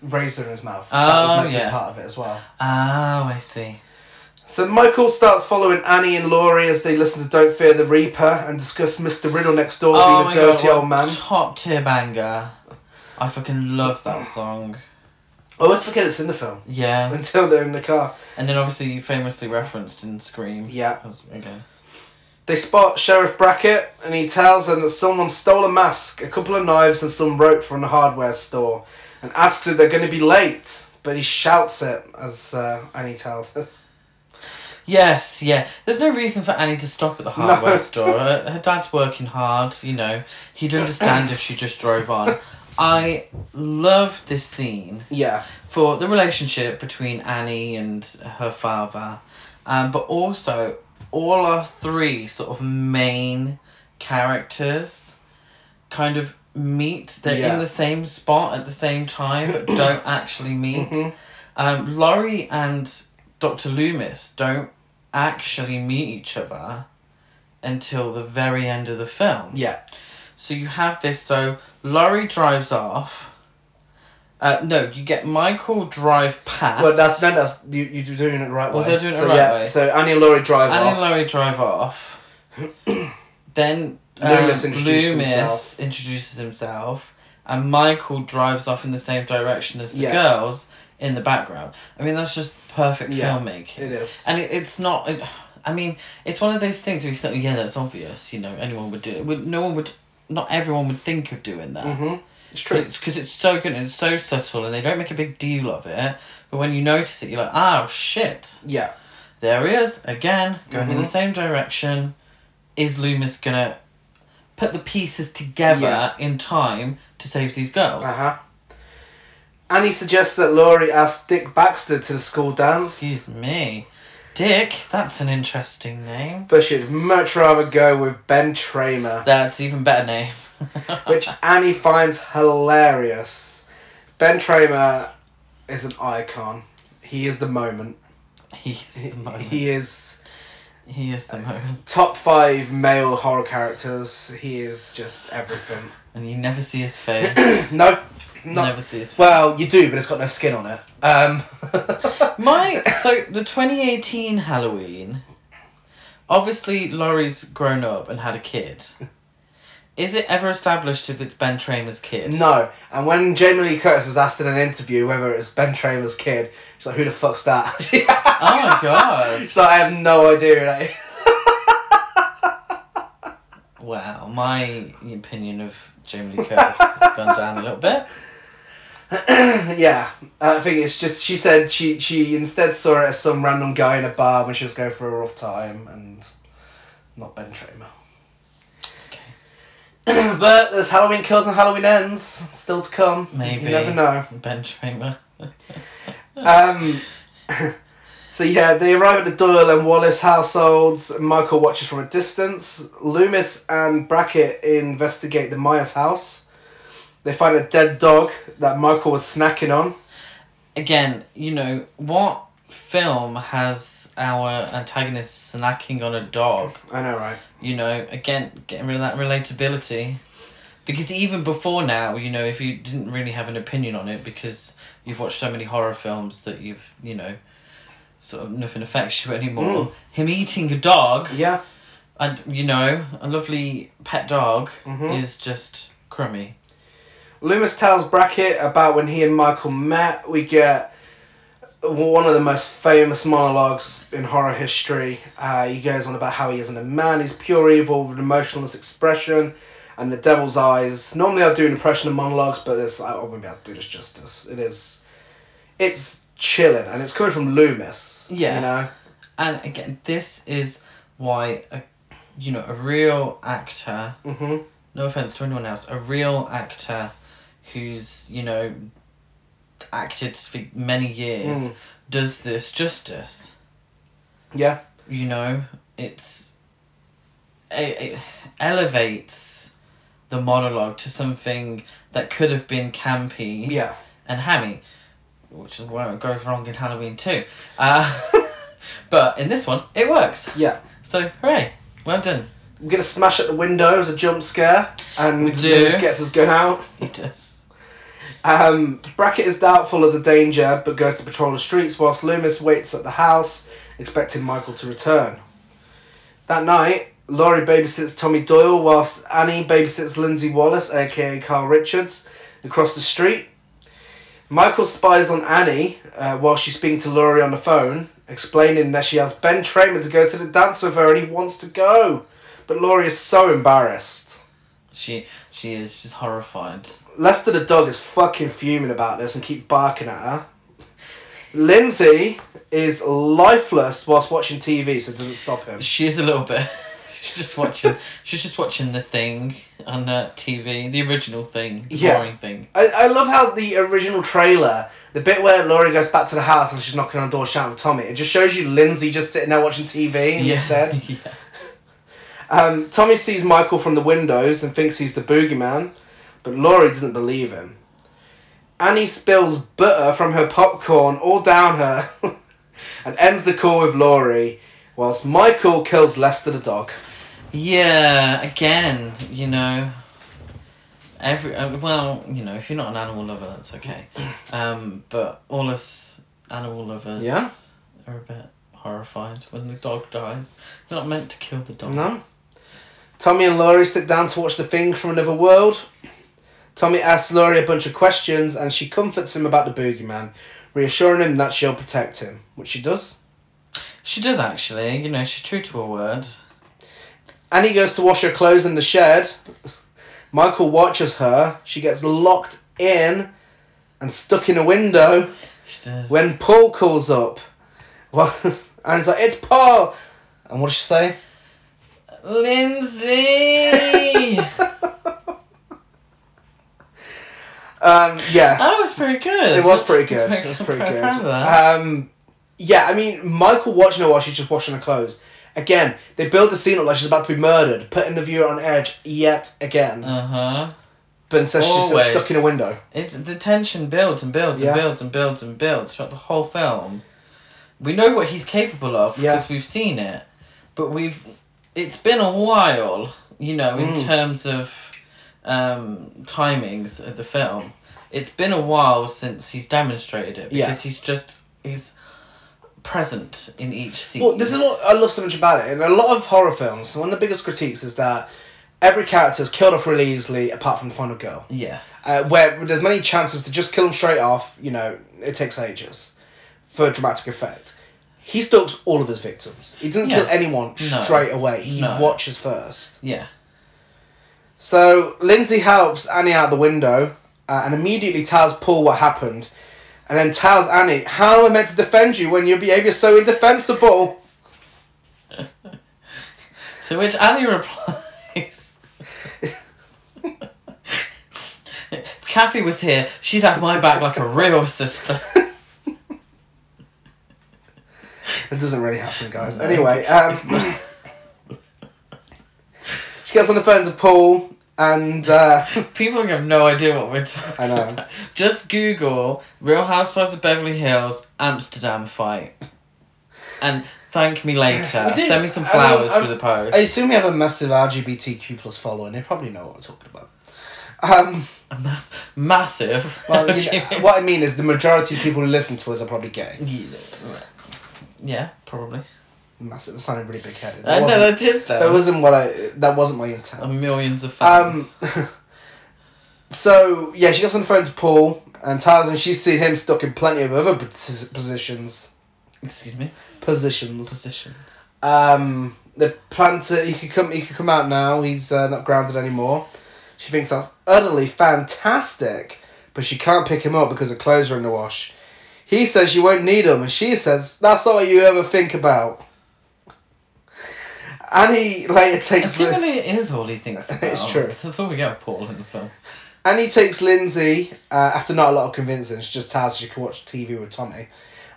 S3: razor in his mouth.
S4: Oh,
S3: that was meant to
S4: yeah.
S3: be part of it as well.
S4: Oh, I see.
S3: So Michael starts following Annie and Laurie as they listen to "Don't Fear the Reaper" and discuss Mister Riddle next door
S4: oh
S3: being
S4: my
S3: a dirty
S4: god!
S3: old man.
S4: Top tier banger. I fucking love
S3: Mm.
S4: that song.
S3: I always forget it's in the film
S4: Yeah,
S3: until they're in the car.
S4: and then obviously famously referenced in Scream.
S3: Yeah.
S4: As- Okay.
S3: They spot Sheriff Brackett and he tells them that someone stole a mask, a couple of knives, and some rope from the hardware store and asks if they're going to be late. But he shouts it as uh, Annie tells us.
S4: Yes, yeah. There's no reason for Annie to stop at the hardware store. Her, her dad's working hard, you know. He'd understand if she just drove on. I love this scene
S3: Yeah.
S4: for the relationship between Annie and her father, um, but also all our three sort of main characters kind of meet. They're
S3: Yeah.
S4: in the same spot at the same time, but don't actually meet.
S3: Mm-hmm.
S4: Um, Laurie and Dr. Loomis don't actually meet each other until the very end of the film.
S3: Yeah.
S4: So you have this. So Laurie drives off. Uh, no, you get Michael drive past.
S3: Well, that's no, that's you. You're doing it the right
S4: Was
S3: way.
S4: I doing it
S3: so,
S4: the right
S3: yeah,
S4: way?
S3: So Annie and Laurie drive
S4: Anne
S3: off.
S4: and Laurie drive off. then um,
S3: Loomis introduces
S4: Loomis
S3: himself.
S4: introduces himself, and Michael drives off in the same direction as the
S3: Yeah.
S4: girls in the background. I mean, that's just perfect
S3: Yeah,
S4: filmmaking.
S3: it is.
S4: and it, it's not. It, I mean, it's one of those things where you say, "Yeah, that's obvious." You know, anyone would do it. Would- No one would. Not everyone would think of doing that.
S3: hmm It's true.
S4: It's because it's so good and it's so subtle, and they don't make a big deal of it. But when you notice it, you're like, "Oh shit!"
S3: Yeah.
S4: There he is again, going in the
S3: Mm-hmm.
S4: same direction. Is Loomis gonna put the pieces together
S3: Yeah.
S4: in time to save these girls?
S3: Uh huh. Annie suggests that Laurie asks Dick Baxter to the school dance.
S4: Excuse me, Dick. That's an interesting name.
S3: But she'd much rather go with Ben Tramer.
S4: That's even better name.
S3: which Annie finds hilarious. Ben Tramer is an icon. He is the moment.
S4: he's the
S3: He-
S4: moment.
S3: He is
S4: He is the moment.
S3: Top five male horror characters. He is just everything.
S4: And you never see his face.
S3: no, not
S4: never see his face.
S3: Well, you do, but it's got no skin on it. Um,
S4: My so the twenty eighteen Halloween. Obviously, Laurie's grown up and had a kid. Is it ever established if it's Ben Tramer's kid?
S3: no. And when Jamie Lee Curtis was asked in an interview whether it was Ben Tramer's kid, she's like, "Who the fuck's that?"
S4: Oh my god!
S3: so I have no idea. Like,
S4: Wow, my opinion of Jamie Lee Curtis has gone down a little bit.
S3: yeah, uh, I think it's just she said she she instead saw it as some random guy in a bar when she was going through a rough time and not Ben Tramer. but there's Halloween kills and Halloween ends still to come.
S4: Maybe.
S3: you never know.
S4: Ben Tramer.
S3: Um, so yeah, they arrive at the Doyle and Wallace households. Michael watches from a distance. Loomis and Brackett investigate the Myers house. They find a dead dog that Michael was snacking on.
S4: Again, you know, what film has our antagonist snacking on a dog?
S3: I know, right?
S4: you know, again, getting rid of that relatability. Because even before now, you know, if you didn't really have an opinion on it because you've watched so many horror films that you've, you know, sort of nothing affects you anymore. Him eating a dog,
S3: Yeah.
S4: and, you know, a lovely pet dog is just crummy.
S3: Loomis tells Brackett about when he and Michael met. We get one of the most famous monologues in horror history. Uh, he goes on about how he isn't a man, he's pure evil with an emotionless expression and the devil's eyes. Normally, I do an impression of monologues, but this I wouldn't be able to do this justice. It is. It's chilling, and it's coming from Loomis.
S4: Yeah.
S3: You know?
S4: And again, this is why, a, you know, a real actor
S3: Mm hmm.
S4: no offense to anyone else, a real actor who's, you know, acted for many years
S3: Mm.
S4: does this justice.
S3: Yeah.
S4: You know, it's. It, it elevates the monologue to something that could have been campy
S3: Yeah.
S4: and hammy, which is where it goes wrong in Halloween too. Uh, but in this one, it works.
S3: Yeah.
S4: So, hooray! Well done.
S3: We're gonna smash at the window as a jump scare, and
S4: We do.
S3: Loomis gets his gun out.
S4: It does.
S3: Um, Brackett is doubtful of the danger but goes to patrol the streets whilst Loomis waits at the house, expecting Michael to return. That night, Laurie babysits Tommy Doyle whilst Annie babysits Lindsay Wallace, aka Carl Richards, across the street. Michael spies on Annie uh, while she's speaking to Laurie on the phone, explaining that she has Ben Tramer to go to the dance with her and he wants to go. But Laurie is so embarrassed.
S4: She she is she's horrified.
S3: Lester the dog is fucking fuming about this and keep barking at her. Lindsay is lifeless whilst watching TV, so it doesn't stop him.
S4: She is a little bit. She's just watching. she's just watching the thing on uh, TV, the original thing, the
S3: Yeah.
S4: boring thing.
S3: I, I love how the original trailer, the bit where Laurie goes back to the house and she's knocking on the door shouting for Tommy, it just shows you Lindsay just sitting there watching TV
S4: Yeah.
S3: instead.
S4: yeah.
S3: Um, Tommy sees Michael from the windows and thinks he's the boogeyman, but Laurie doesn't believe him. Annie spills butter from her popcorn all down her and ends the call with Laurie, whilst Michael kills Lester the dog.
S4: Yeah. Again, you know. Every uh, well, you know, if you're not an animal lover, that's okay. Um, but all us animal lovers
S3: Yeah.
S4: are a bit horrified when the dog dies. You're not meant to kill the dog.
S3: No. Tommy and Laurie sit down to watch The Thing from Another World. Tommy asks Laurie a bunch of questions and she comforts him about the boogeyman, reassuring him that she'll protect him, which she does.
S4: She does actually. You know, she's true to her word.
S3: Annie goes to wash her clothes in the shed. Michael watches her. She gets locked in and stuck in a window
S4: She does.
S3: when Paul calls up. Well, Annie's like, it's Paul! And what does she say?
S4: Lindsay.
S3: Um, yeah,
S4: That was pretty good.
S3: it was pretty good. It was pretty good.
S4: Proud of that.
S3: Um, yeah, I mean, Michael watching her while she's just washing her clothes. Again, they build the scene up like she's about to be murdered, putting the viewer on edge yet again.
S4: Uh huh.
S3: But instead, she's just
S4: always.
S3: stuck in a window.
S4: It's the tension builds and builds
S3: Yeah.
S4: and builds and builds and builds throughout the whole film. We know what he's capable of
S3: Yeah.
S4: because we've seen it. but we've it's been a while, you know, in
S3: Mm.
S4: terms of um, timings of the film. It's been a while since he's demonstrated it
S3: Yeah.
S4: because he's just he's present in each scene.
S3: Well, this is what I love so much about it. In a lot of horror films, one of the biggest critiques is that every character is killed off really easily, apart from the final girl.
S4: yeah.
S3: Uh, where there's many chances to just kill him straight off, you know, it takes ages for dramatic effect. He stalks all of his victims. He doesn't kill
S4: Yeah.
S3: anyone
S4: No.
S3: straight away. He
S4: No.
S3: watches first.
S4: Yeah.
S3: So Lindsay helps Annie out the window uh, and immediately tells Paul what happened. And then tells Annie, How am I meant to defend you when your behaviour is so indefensible?
S4: To which Annie replies, If Kathy was here, she'd have my back like a real sister.
S3: It doesn't really happen, guys. anyway, um, she gets on the phone to Paul, and uh,
S4: People have no idea what we're talking
S3: I know.
S4: about. Just Google Real Housewives of Beverly Hills Amsterdam fight. And thank me later.
S3: We did.
S4: Send me some
S3: I
S4: flowers
S3: don't-
S4: through the post.
S3: I assume we have a massive LGBTQ plus following. They probably know what we're talking about. Um,
S4: A mass- massive.
S3: well, you know, what I mean is the majority of people who listen to us are probably gay.
S4: yeah, probably.
S3: Massive, sounding really big headed.
S4: I know that did though. Uh,
S3: that wasn't what I. That wasn't my intent.
S4: millions of
S3: Um,
S4: fans.
S3: so yeah, she gets on the phone to Paul and tells him she's seen him stuck in plenty of other posi- positions.
S4: Excuse me.
S3: Positions.
S4: Positions.
S3: Um, the plan to he could come he could come out now. He's uh, not grounded anymore. She thinks that's utterly fantastic, but she can't pick him up because her clothes are in the wash. He says she won't need him, and she says that's not what you ever think about. Annie later takes. Lin-
S4: Assuming it is all he thinks about.
S3: It's true.
S4: So that's all we get of Paul in the film.
S3: Annie takes Lindsay, uh, after not a lot of convincing, she just tells her she can watch TV with Tommy,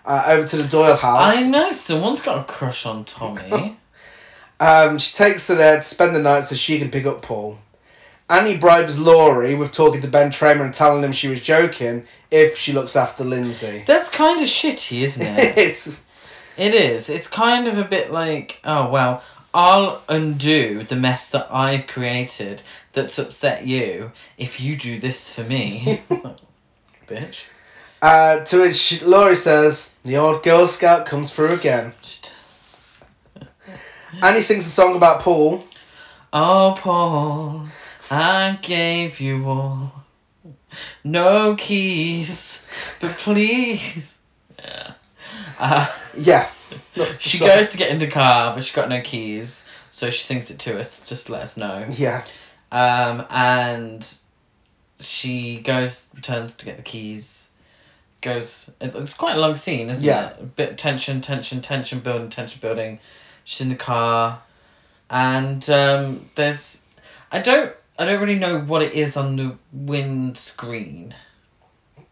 S3: uh, over to the Doyle house.
S4: I know someone's got a crush on Tommy.
S3: Um, she takes her there to spend the night so she can pick up Paul. Annie bribes Laurie with talking to Ben Tramer and telling him she was joking if she looks after Lindsay.
S4: That's kind of shitty, isn't it?
S3: it's,
S4: it is. It's kind of a bit like, oh well, I'll undo the mess that I've created that's upset you if you do this for me. Bitch.
S3: uh, to which she, Laurie says, The old Girl Scout comes through again.
S4: She does.
S3: Annie sings a song about Paul.
S4: Oh, Paul, I gave you all. No keys, but please. Uh,
S3: Yeah. that's the
S4: she
S3: song.
S4: goes to get in the car, but she got no keys, so she sings it to us just to let us know.
S3: Yeah.
S4: Um, and she goes, returns to get the keys. Goes. it- It's quite a long scene, isn't
S3: Yeah.
S4: it? A bit of tension, tension, tension building, tension building. She's in the car, and um, there's. I don't. I don't really know what it is on the windscreen.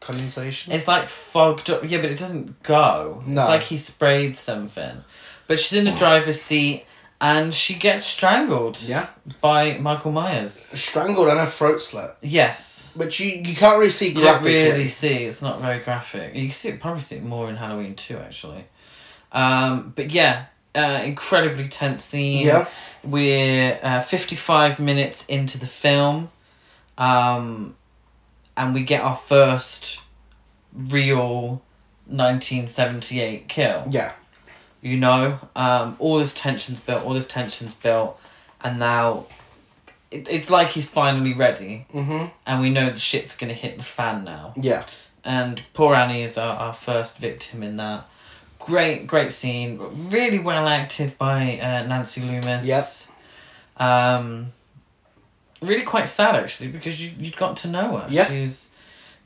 S3: Condensation?
S4: It's like fogged up. Yeah, but it doesn't go.
S3: No.
S4: It's like he sprayed something. But she's in the driver's seat and she gets strangled.
S3: Yeah.
S4: By Michael Myers.
S3: Strangled and her throat slit.
S4: Yes.
S3: Which you, you can't really see
S4: You don't
S3: graphically.
S4: really see. It's not very graphic. You can see it, probably see it more in Halloween too, actually. Um, but yeah, uh, incredibly tense scene.
S3: Yeah.
S4: We're uh, fifty five minutes into the film, um, and we get our first real nineteen seventy eight kill.
S3: Yeah.
S4: You know, um, all this tension's built. All this tension's built, and now. It, it's like he's finally ready,
S3: Mm-hmm.
S4: and we know the shit's gonna hit the fan now
S3: Yeah.
S4: and poor Annie is our, our first victim in that. Great, great scene. Really well acted by uh, Nancy Loomis.
S3: Yep.
S4: Um, really quite sad actually because you you'd got to know her.
S3: Yeah.
S4: She's,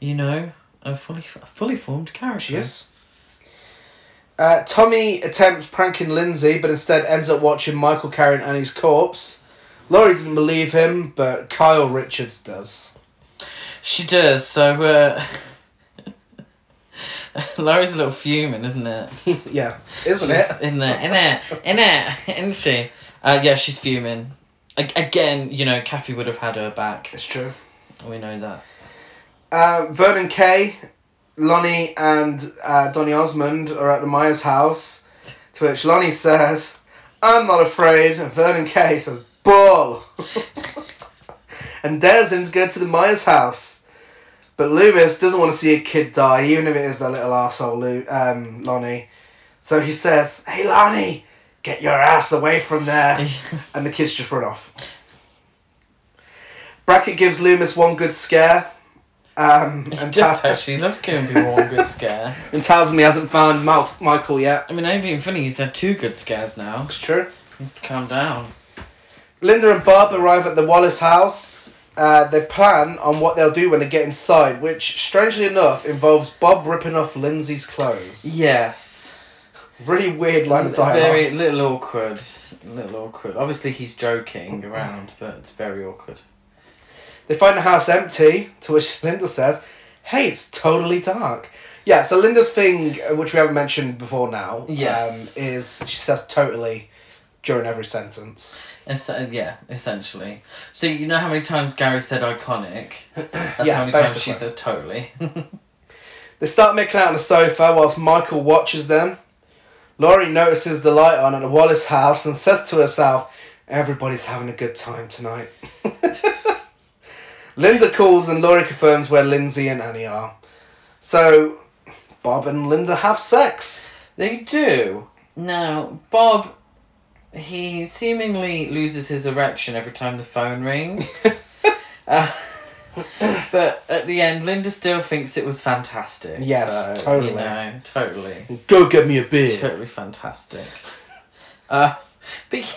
S4: you know, a fully a fully formed character.
S3: She is. Uh, Tommy attempts pranking Lindsay, but instead ends up watching Michael carrying Annie's corpse. Laurie doesn't believe him, but Kyle Richards does.
S4: She does. So. Uh, Laurie's a little fuming, isn't it?
S3: yeah, isn't
S4: She's
S3: it?
S4: In there, in there, in there, isn't she? Uh, yeah, she's fuming. A- again, you know, Kathy would have had her back.
S3: It's true.
S4: We know that.
S3: Uh, Vernon Kay, Lonnie, and uh, Donny Osmond are at the Myers house, to which Lonnie says, I'm not afraid. And Vernon Kay says, Ball! and Desmond's go to the Myers house. But Loomis doesn't want to see a kid die, even if it is their little arsehole, Lou, um, Lonnie. So he says, Hey, Lonnie, get your ass away from there. and the kids just run off. Brackett gives Loomis one good scare. Um, and,
S4: Just
S3: ta-
S4: actually loves giving people one good scare.
S3: and tells him he hasn't found Mal- Michael yet.
S4: I mean, I ain't being funny. He's had two good scares now.
S3: It's true.
S4: He needs to calm down.
S3: Linda and Bob arrive at the Wallace house. Uh, they plan on what they'll do when they get inside, which, strangely enough, involves Bob ripping off Lindsay's clothes.
S4: Yes.
S3: Really weird line of dialogue.
S4: Very little awkward. Little awkward. Obviously, he's joking around, but it's very awkward.
S3: They find the house empty, to which Linda says, Hey, it's totally dark. Yeah, so Linda's thing, uh, which we haven't mentioned before now,
S4: Yes.
S3: um, is she says totally during every sentence.
S4: Es- uh, yeah, essentially. So you know how many times Gary said iconic. That's
S3: Yeah,
S4: how many times she
S3: basically.
S4: said totally.
S3: They start making out on the sofa whilst Michael watches them. Laurie notices the light on at the Wallace house and says to herself, Everybody's having a good time tonight. Linda calls and Laurie confirms where Lindsay and Annie are. So, Bob and Linda have sex.
S4: they do. Now Bob, he seemingly loses his erection every time the phone rings. Uh, but at the end, Linda still thinks it was fantastic.
S3: Yes,
S4: so,
S3: totally.
S4: You know, totally.
S3: Go get me a beer.
S4: totally fantastic. Uh, because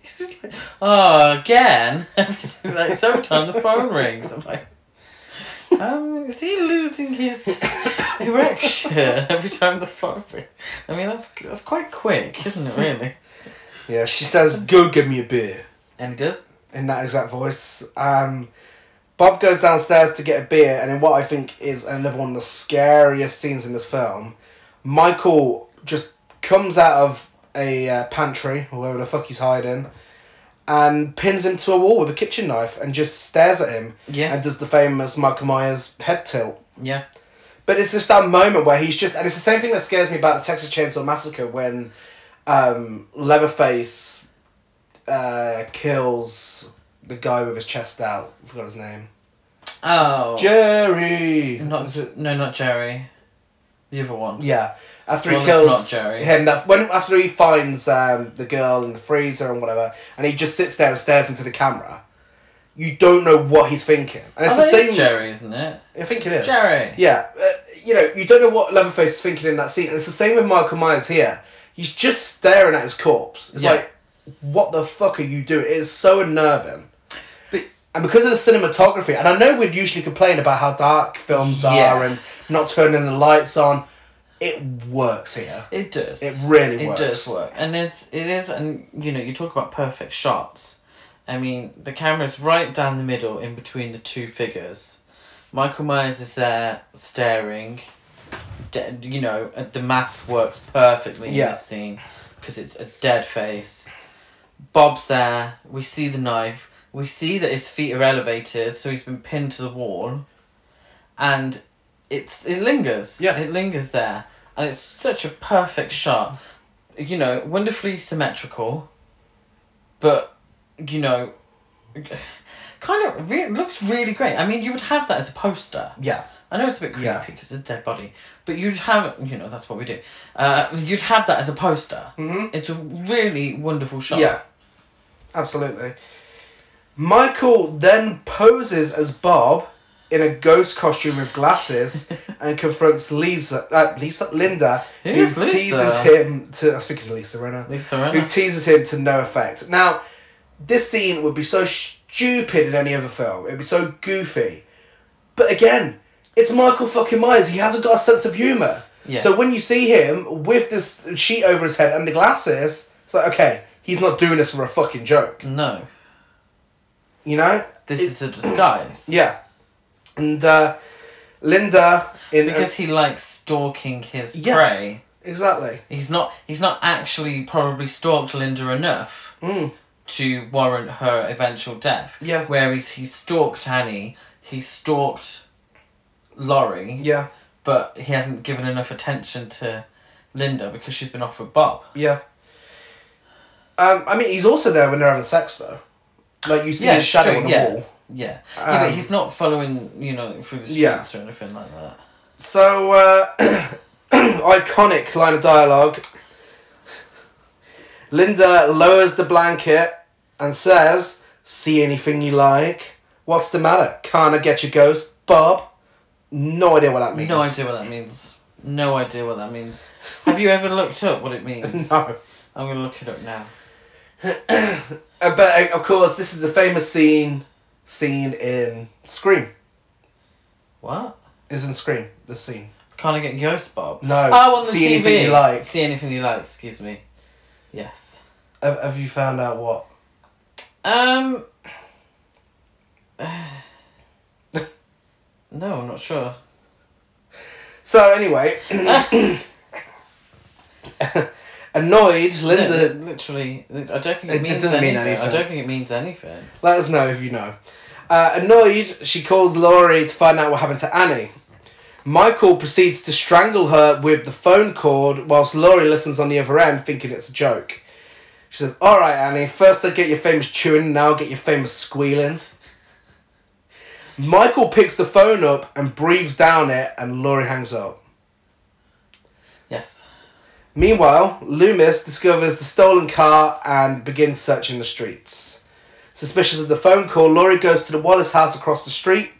S4: oh, again, Everything- like, it's every time the phone rings. I'm like, um, is he losing his erection every time the phone rings? I mean, that's that's quite quick, isn't it? Really?
S3: Yeah, she says, Go get me a beer.
S4: And he does.
S3: in that exact voice. Um, Bob goes downstairs to get a beer, and in what I think is another one of the scariest scenes in this film, Michael just comes out of a uh, pantry or wherever the fuck he's hiding, and pins him to a wall with a kitchen knife and just stares at him
S4: Yeah.
S3: and does the famous Michael Myers head tilt.
S4: Yeah.
S3: But it's just that moment where he's just, and it's the same thing that scares me about the Texas Chainsaw Massacre when um, Leatherface uh, kills the guy with his chest out. I forgot his name.
S4: Oh.
S3: Jerry.
S4: not no, not Jerry. The other one.
S3: Yeah. After
S4: Well,
S3: he
S4: it's
S3: kills
S4: not Jerry.
S3: him, that when after he finds um, the girl in the freezer and whatever, and he just sits there and stares into the camera. You don't know what he's thinking, and it's
S4: oh,
S3: the
S4: that is
S3: same.
S4: Jerry, isn't it?
S3: I think it is.
S4: Jerry.
S3: Yeah, uh, you know, you don't know what Leatherface is thinking in that scene, and it's the same with Michael Myers here. He's just staring at his corpse. It's
S4: Yeah.
S3: like, what the fuck are you doing? It is so unnerving.
S4: But
S3: And because of the cinematography, and I know we'd usually complain about how dark films are
S4: Yes.
S3: and not turning the lights on, it works here.
S4: It does.
S3: It really
S4: it
S3: works.
S4: does work, and it's it is, and you know, you talk about perfect shots. I mean, the camera's right down the middle, in between the two figures. Michael Myers is there staring. De- you know, uh, the mask works perfectly in
S3: Yeah.
S4: this scene because it's a dead face. Bob's there. We see the knife. We see that his feet are elevated, so he's been pinned to the wall, and it's it lingers.
S3: Yeah.
S4: it lingers there, and it's such a perfect shot. You know, wonderfully symmetrical, but you know, kind of re- looks really great. I mean, you would have that as a poster.
S3: Yeah.
S4: I know it's a bit creepy
S3: Yeah.
S4: because it's a dead body, but you'd have you know that's what we do. Uh, you'd have that as a poster.
S3: Mhm.
S4: It's a really wonderful shot.
S3: Yeah. Absolutely. Michael then poses as Bob in a ghost costume with glasses and confronts Lisa, uh, Lisa, Linda,
S4: Who is Lisa?
S3: teases him to. I was thinking of Lisa Renner.
S4: Lisa
S3: Who
S4: Rinna.
S3: teases him to no effect. Now, this scene would be so stupid in any other film. It'd be so goofy. But again, it's Michael fucking Myers. He hasn't got a sense of humour.
S4: Yeah.
S3: So when you see him with this sheet over his head and the glasses, it's like, okay, he's not doing this for a fucking joke.
S4: no,
S3: You know?
S4: this
S3: It-
S4: is a disguise.
S3: Yeah. uh, And uh, Linda in uh,
S4: Because he likes stalking his
S3: Yeah.
S4: prey.
S3: Exactly.
S4: He's not. He's not actually probably stalked Linda enough
S3: Mm.
S4: to warrant her eventual death.
S3: Yeah.
S4: Whereas he stalked Annie. He stalked Laurie.
S3: Yeah.
S4: but he hasn't given enough attention to Linda because she's been off with Bob.
S3: Yeah. Um, I mean, he's also there when they're having sex, though. Like you see
S4: Yeah,
S3: his shadow
S4: true,
S3: on the
S4: yeah.
S3: wall.
S4: Yeah. yeah, but
S3: Um,
S4: he's not following, you know, through the streets
S3: Yeah.
S4: or anything like that.
S3: So uh, iconic line of dialogue. Linda lowers the blanket and says, "See anything you like? What's the matter? Can't I get your ghost, Bob?" No idea what that means.
S4: No idea what that means. No idea what that means. Have you ever looked up what it means?
S3: No.
S4: I'm gonna look it up now.
S3: Uh, but uh, of course, this is a famous scene seen in Scream.
S4: What?
S3: Is in Scream the scene.
S4: Can't I get Ghost Bob?
S3: No,
S4: Oh, on the
S3: see
S4: TV.
S3: anything you like.
S4: See anything you like. Excuse me. Yes.
S3: Have, have you found out what?
S4: Um. no, I'm not sure.
S3: So anyway, annoyed, Linda
S4: No, literally, I don't think it,
S3: It- it
S4: means
S3: doesn't
S4: anything.
S3: mean
S4: I
S3: anything.
S4: don't think it means anything.
S3: Let us know if you know. Uh, annoyed, she calls Laurie to find out what happened to Annie. Michael proceeds to strangle her with the phone cord whilst Laurie listens on the other end, thinking it's a joke. She says, Alright, Annie, first I get your famous chewing, now get your famous squealing. Michael picks the phone up and breathes down it, and Laurie hangs up.
S4: Yes.
S3: Meanwhile, Loomis discovers the stolen car and begins searching the streets. Suspicious of the phone call, Laurie goes to the Wallace house across the street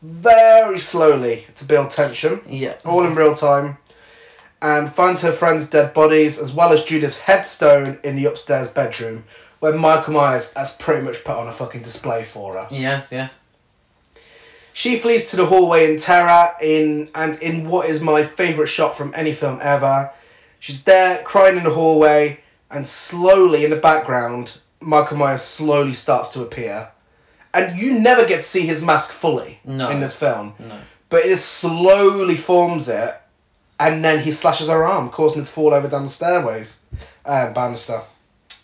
S3: very slowly to build tension,
S4: Yeah.
S3: all in real time, and finds her friend's dead bodies as well as Judith's headstone in the upstairs bedroom, where Michael Myers has pretty much put on a fucking display for her.
S4: Yes. Yeah.
S3: She flees to the hallway in terror in and in what is my favourite shot from any film ever. She's there crying in the hallway and slowly in the background Michael Myers slowly starts to appear. And you never get to see his mask fully
S4: No.
S3: in this film.
S4: No.
S3: But it slowly forms it and then he slashes her arm, causing her to fall over down the stairways. Um, banister.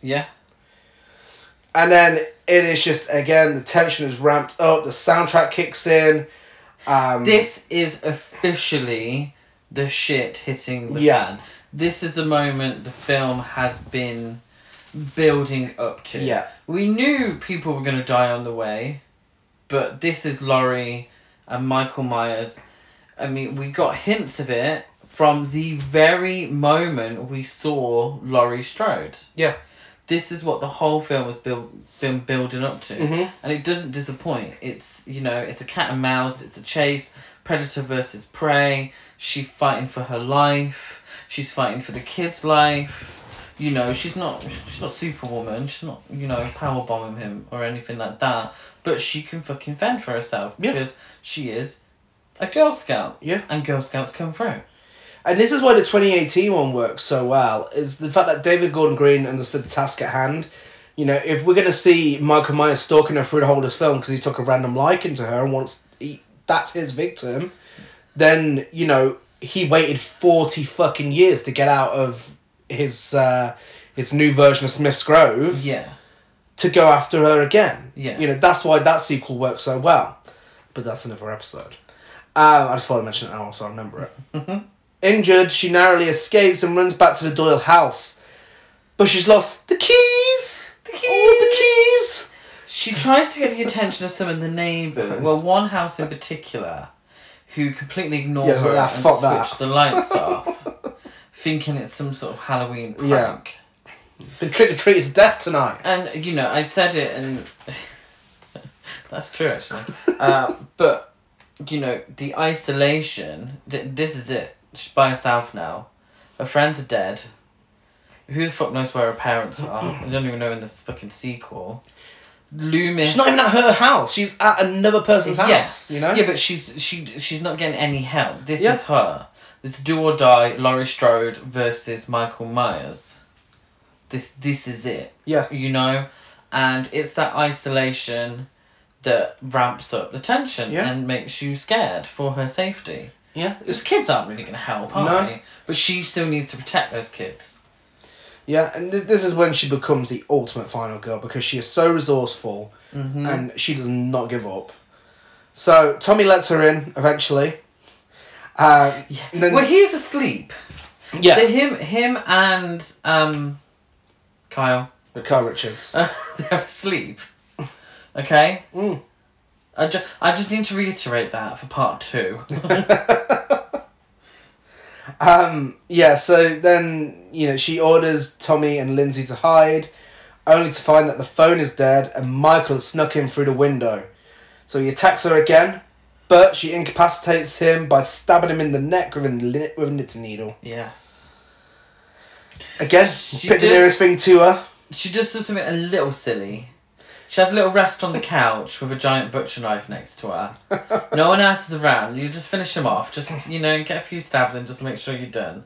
S4: Yeah.
S3: And then it is just again the tension is ramped up, the soundtrack kicks in. Um,
S4: This is officially the shit hitting the
S3: Yeah.
S4: fan. This is the moment the film has been building up to.
S3: Yeah.
S4: We knew people were going to die on the way, but this is Laurie and Michael Myers. I mean, we got hints of it from the very moment we saw Laurie Strode.
S3: Yeah.
S4: This is what the whole film has built, been building up to,
S3: Mhm.
S4: and it doesn't disappoint. It's you know, it's a cat and mouse. It's a chase, predator versus prey. She's fighting for her life. She's fighting for the kids' life. You know, she's not she's not Superwoman. She's not you know power bombing him or anything like that. But she can fucking fend for herself
S3: Yeah.
S4: because she is a Girl Scout.
S3: Yeah.
S4: and Girl Scouts come through.
S3: And this is why the 2018 one works so well, is the fact that David Gordon Green understood the task at hand. You know, if we're going to see Michael Myers stalking her through the whole of this film because he took a random liking to her and wants he, that's his victim, then, you know, he waited 40 fucking years to get out of his uh, his new version of Smith's Grove
S4: Yeah,
S3: to go after her again.
S4: Yeah.
S3: You know, that's why that sequel works so well. But that's another episode. Um, I just thought I'd mention it now so I remember it.
S4: Mm-hmm.
S3: Injured, she narrowly escapes and runs back to the Doyle house. But she's lost the keys! The keys! Oh, the keys!
S4: she tries to get the attention of some of the neighbours. Well, one house in particular, who completely ignore
S3: Yeah,
S4: her
S3: like, "Ah,
S4: and
S3: fuck that."
S4: switch the lights off, thinking it's some sort of Halloween prank.
S3: Yeah. Been trick or treated to death tonight.
S4: And you know, I said it, and that's true actually. Uh, but you know, the isolation. Th- this is it. She's by herself now. Her friends are dead. Who the fuck knows where her parents are? I don't even know in this fucking sequel. Loomis.
S3: She's not even at her house, she's at another person's house.
S4: Yes,
S3: You know?
S4: Yeah, but she's she she's not getting any help. This
S3: Yeah.
S4: is her. This do or die Laurie Strode versus Michael Myers. This this is it
S3: yeah.
S4: you know and it's that isolation that ramps up the tension
S3: Yeah.
S4: and makes you scared for her safety
S3: Yeah.
S4: because kids aren't really going to help are
S3: No.
S4: they but she still needs to protect those kids
S3: Yeah, and this, this is when she becomes the ultimate final girl because she is so resourceful
S4: Mm-hmm.
S3: and she does not give up. So Tommy lets her in eventually. Uh, and then-
S4: well he's asleep
S3: yeah,
S4: so him him and um kyle
S3: Carl Richards.
S4: they're asleep. Okay?
S3: Mm.
S4: I, ju- I just need to reiterate that for part two.
S3: Um, yeah, so then, you know, she orders Tommy and Lindsay to hide, only to find that the phone is dead and Michael has snuck in through the window. So he attacks her again, but she incapacitates him by stabbing him in the neck with a, li- with a knitting needle.
S4: yes.
S3: Again,
S4: She
S3: pick the
S4: did-
S3: nearest thing to her.
S4: She does something a little silly. She has a little rest on the couch with a giant butcher knife next to her. no one else is around. You just finish him off. Just, you know, get a few stabs and just make sure you're done.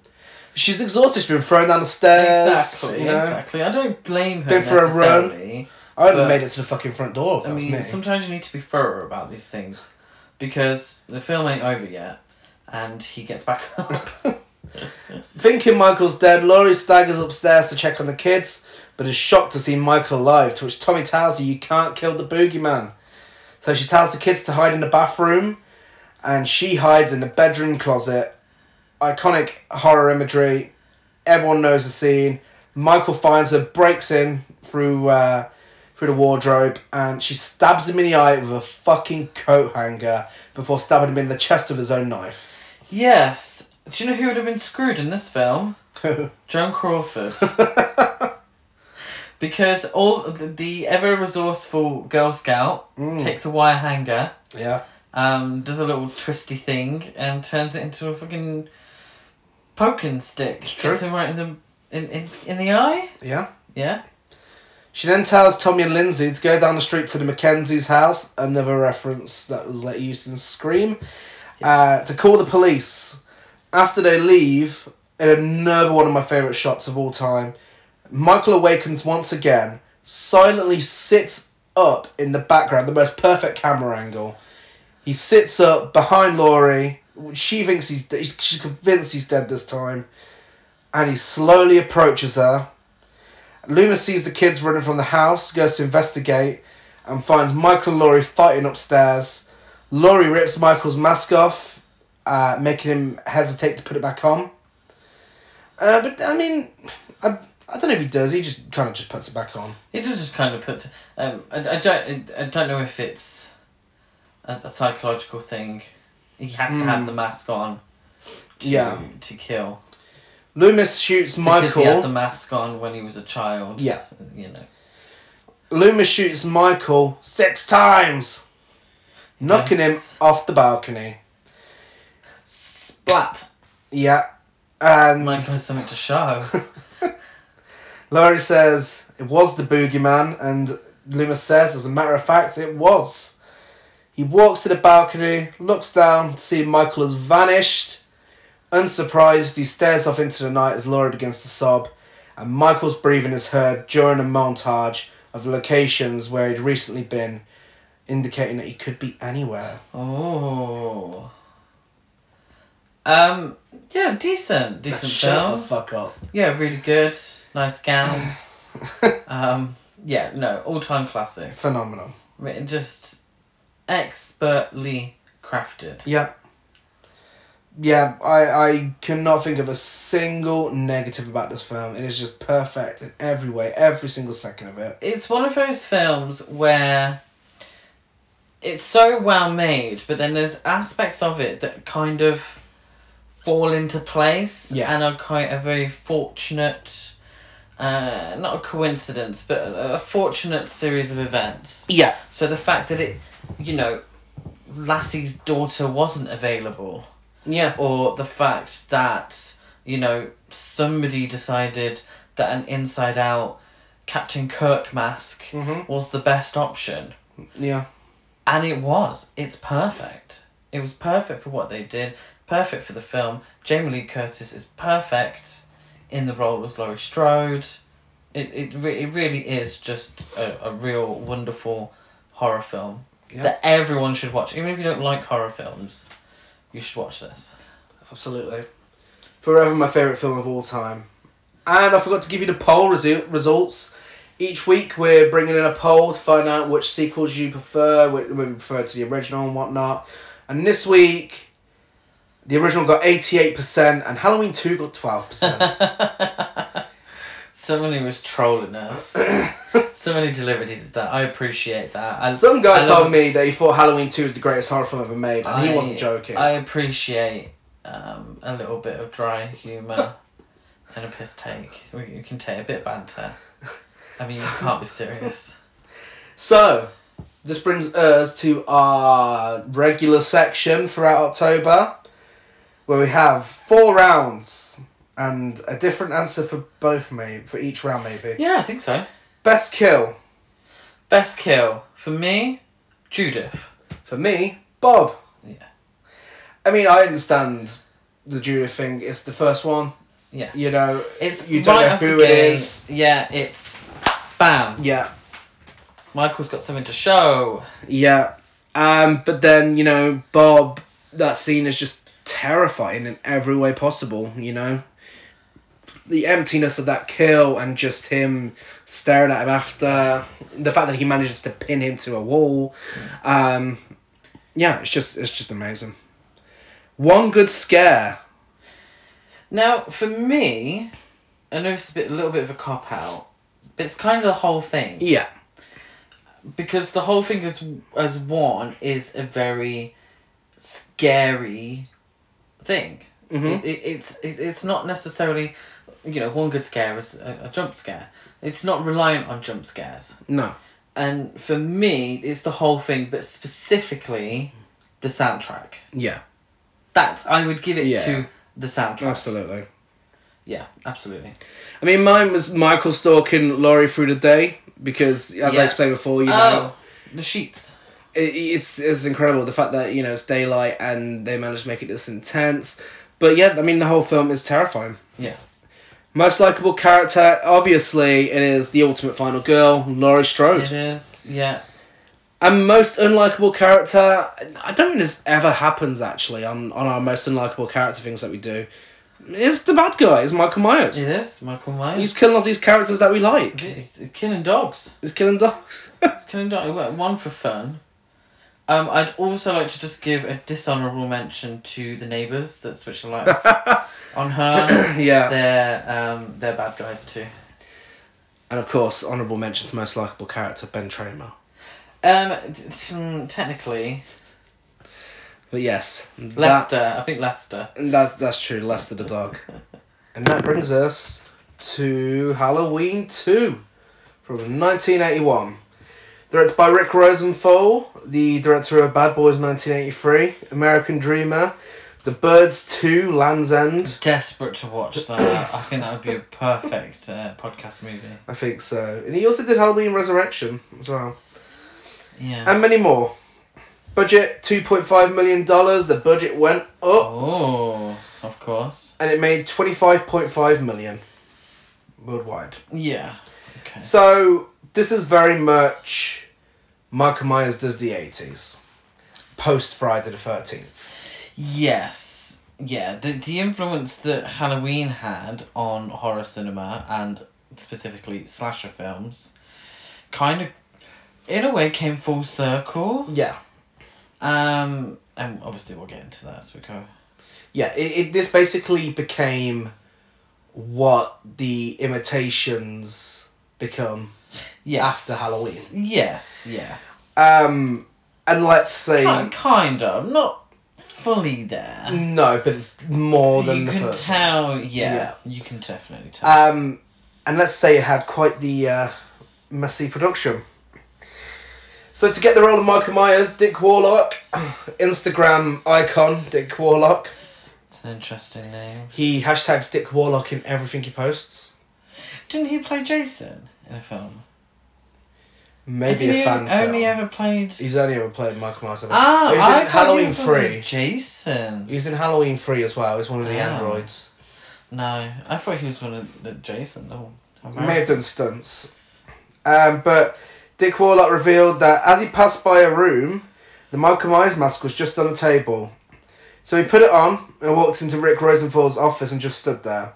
S3: She's exhausted, she's been thrown down the stairs.
S4: exactly,
S3: you know.
S4: exactly. I don't blame her
S3: Been for a run.
S4: necessarily.
S3: I wouldn't have
S4: But-
S3: made it to the fucking front door if that
S4: I
S3: was
S4: mean,
S3: me.
S4: sometimes you need to be thorough about these things because the film ain't over yet and he gets back up.
S3: Thinking Michael's dead, Laurie staggers upstairs to check on the kids, but is shocked to see Michael alive, to which Tommy tells her you can't kill the boogeyman. So she tells the kids to hide in the bathroom, and she hides in the bedroom closet. Iconic horror imagery. Everyone knows the scene. Michael finds her, breaks in through uh, through the wardrobe, and she stabs him in the eye with a fucking coat hanger before stabbing him in the chest with his own knife.
S4: yes. Do you know who would have been screwed in this film? Joan Crawford. because all the, the ever resourceful Girl Scout takes a wire hanger,
S3: yeah.
S4: um, does a little twisty thing, and turns it into a fucking poking stick.
S3: true.
S4: Gets him right in the in, in, in the eye.
S3: Yeah.
S4: Yeah.
S3: She then tells Tommy and Lindsay to go down the street to the Mackenzie's house, another reference that was later used in Scream, uh, to call the police. After they leave, in another one of my favourite shots of all time, Michael awakens once again, silently sits up in the background, the most perfect camera angle. He sits up behind Laurie. She thinks he's dead. She's convinced he's dead this time. And he slowly approaches her. Luna sees the kids running from the house, goes to investigate, and finds Michael and Laurie fighting upstairs. Laurie rips Michael's mask off, uh, making him hesitate to put it back on. Uh, but I mean, I, I don't know if he does. He just kind of just puts it back on.
S4: It does just kind of put. Um, I, I don't. I don't know if it's a, a psychological thing. He has to have the mask on. To,
S3: Hmm. Yeah.
S4: To kill.
S3: Loomis shoots
S4: Because he had the
S3: Michael.
S4: mask on when he was a child.
S3: Yeah.
S4: You know.
S3: Loomis shoots Michael six times, knocking
S4: Yes.
S3: him off the balcony.
S4: Splat.
S3: Yeah, and
S4: Michael has something to show.
S3: Laurie says it was the boogeyman, and Loomis says, as a matter of fact, it was. He walks to the balcony, looks down to see Michael has vanished. Unsurprised, he stares off into the night as Laurie begins to sob, and Michael's breathing is heard during a montage of locations where he'd recently been, indicating that he could be anywhere.
S4: oh. Um. Yeah. Decent. Decent film.
S3: fuck up.
S4: Yeah. Really good. Nice gowns. um. Yeah. No. All time classic.
S3: Phenomenal.
S4: written just expertly crafted.
S3: Yeah. Yeah, I, I cannot think of a single negative about this film. It is just perfect in every way, every single second of it.
S4: It's one of those films where it's so well made, but then there's aspects of it that kind of fall into place
S3: Yeah.
S4: and are quite a very fortunate uh, not a coincidence but a, a fortunate series of events
S3: Yeah.
S4: so the fact that it you know lassie's daughter wasn't available
S3: Yeah.
S4: or the fact that you know somebody decided that an inside out captain kirk mask was the best option
S3: Yeah.
S4: and it was it's perfect it was perfect for what they did perfect for the film jamie lee curtis is perfect in the role as laurie strode it, it, re- it really is just a, a real wonderful horror film
S3: Yeah.
S4: that everyone should watch even if you don't like horror films you should watch this
S3: Absolutely. Forever my favourite film of all time. And I forgot to give you the poll resu- results. Each week we're bringing in a poll to find out which sequels you prefer, which movie you prefer to the original and whatnot. And this week, the original got 88% and Halloween 2 got 12%.
S4: Somebody was trolling us. Somebody deliberately did that. I appreciate that. I,
S3: Some guy
S4: I
S3: told
S4: love-
S3: me that he thought Halloween 2 is the greatest horror film ever made, and he
S4: I-
S3: wasn't joking.
S4: I appreciate um, a little bit of dry humour and a piss take. We- You can take a bit of banter. I mean, you can't be serious.
S3: So, this brings us to our regular section throughout October, where we have four rounds and a different answer for both, maybe for each round, maybe.
S4: Yeah, I think so.
S3: Best kill
S4: Best kill for me, Judith.
S3: for me, Bob.
S4: Yeah.
S3: I mean, I understand the Judith thing. It's the first one.
S4: Yeah.
S3: You know,
S4: It's
S3: you don't
S4: right
S3: know
S4: off the
S3: who it
S4: gate.
S3: is.
S4: Yeah, it's bam.
S3: Yeah,
S4: Michael's got something to show.
S3: yeah. Um, but then you know, Bob. That scene is just terrifying in every way possible. You know, the emptiness of that kill and just him staring at him after the fact that he manages to pin him to a wall. Um, yeah, it's just it's just amazing. One good scare.
S4: Now, for me, I know it's a, bit, a little bit of a cop out, but it's kind of the whole thing.
S3: Yeah.
S4: because the whole thing as as one is a very scary thing.
S3: Mm-hmm.
S4: It, it, it's it, it's not necessarily, you know, one good scare is a, a jump scare. It's not reliant on jump scares.
S3: No.
S4: And for me, it's the whole thing, but specifically the soundtrack.
S3: Yeah.
S4: That's I would give it
S3: Yeah.
S4: to the soundtrack.
S3: Absolutely.
S4: Yeah, absolutely.
S3: I mean, mine was Michael stalking Laurie through the day because, as I
S4: Yeah.
S3: explained before, you know,
S4: Oh, the sheets.
S3: it, it's it's incredible the fact that you know it's daylight and they managed to make it this intense. But yeah, I mean, the whole film is terrifying.
S4: Yeah.
S3: Most likable character, obviously, it is the ultimate final girl, Laurie Strode.
S4: It is. Yeah.
S3: And most unlikable character, I don't think this ever happens actually on, on our most unlikable character things that we do. It's the bad guy, it's Michael Myers.
S4: It is. Michael Myers.
S3: He's killing off these characters that we like.
S4: He's killing dogs.
S3: He's killing dogs.
S4: Can I do well, one for fun? Um, I'd also like to just give a dishonourable mention to the neighbours that switched the light off on her.
S3: yeah.
S4: They're um, they're bad guys too.
S3: And of course, honourable mention to most likable character, Ben Tramer.
S4: Um, t- t- mm, technically,
S3: But yes, that-
S4: Leicester. I think Leicester.
S3: that's that's true. Lester the dog. and that brings us to Halloween two, from nineteen eighty one. Directed by Rick Rosenthal, the director of Bad Boys 1983, American Dreamer, The Birds 2, Land's End.
S4: Desperate to watch that. I think that would be a perfect uh, podcast movie.
S3: I think so. And he also did Halloween Resurrection as well.
S4: Yeah.
S3: And many more. Budget $2.5 million. The budget went up.
S4: oh, of course.
S3: and it made 25.5 million worldwide.
S4: Yeah. Okay.
S3: So this is very much Michael Myers does the 80s post Friday the 13th.
S4: Yes. Yeah, the the influence that Halloween had on horror cinema and specifically slasher films kind of in a way came full circle.
S3: Yeah.
S4: Um and obviously we'll get into that as we go.
S3: Yeah, it, it this basically became what the imitations become.
S4: Yes.
S3: After Halloween.
S4: Yes, yeah.
S3: Um and let's say
S4: Ki- kind of. Not fully there.
S3: no, but it's more than
S4: you
S3: the
S4: can
S3: first. one.
S4: tell yeah,
S3: Yeah.
S4: You can definitely tell.
S3: Um, and let's say it had quite the uh, messy production. So to get the role of Michael Myers, Dick Warlock, Instagram icon Dick Warlock,
S4: it's an interesting name.
S3: he hashtags Dick Warlock in everything he posts.
S4: Didn't he play Jason in a film?
S3: Maybe
S4: Isn't
S3: a
S4: he
S3: fan
S4: only
S3: film.
S4: ever played
S3: He's only ever played Michael Myers. ever.
S4: Ah,
S3: he was in
S4: I thought
S3: Halloween
S4: he was one of
S3: Three.
S4: the Jason.
S3: He's in Halloween Three as well. He's one of the
S4: Oh.
S3: androids.
S4: No, I thought he was one of the Jason. No,
S3: He may have done stunts. Um, but Dick Warlock revealed that as he passed by a room, the Michael Myers mask was just on a table. So he put it on and walked into Rick Rosenthal's office and just stood there.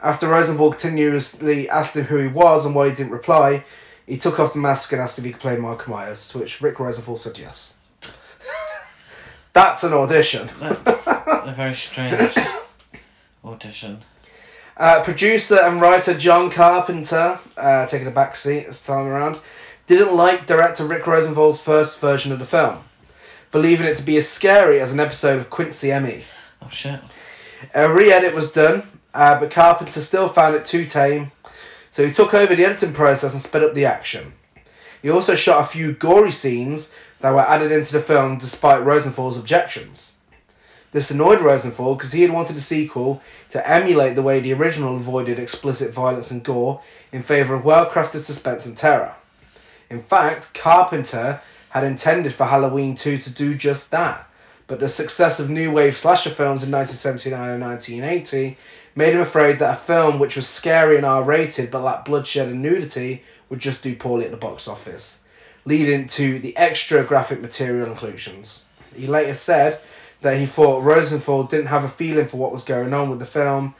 S3: After Rosenthal continuously asked him who he was and why he didn't reply, he took off the mask and asked if he could play Michael Myers, to which Rick Rosenthal said yes. That's an audition.
S4: That's a very strange audition.
S3: Uh, producer and writer John Carpenter, uh, taking a back seat this time around, didn't like director Rick Rosenwald's first version of the film, believing it to be as scary as an episode of Quincy Emmy.
S4: Oh shit.
S3: A re edit was done, uh, but Carpenter still found it too tame, so he took over the editing process and sped up the action. He also shot a few gory scenes that were added into the film despite Rosenfall's objections. This annoyed Rosenfall because he had wanted a sequel to emulate the way the original avoided explicit violence and gore in favour of well crafted suspense and terror. In fact, Carpenter had intended for Halloween 2 to do just that, but the success of new wave slasher films in 1979 and 1980 made him afraid that a film which was scary and R rated but lacked bloodshed and nudity would just do poorly at the box office, leading to the extra graphic material inclusions. He later said that he thought Rosenthal didn't have a feeling for what was going on with the film,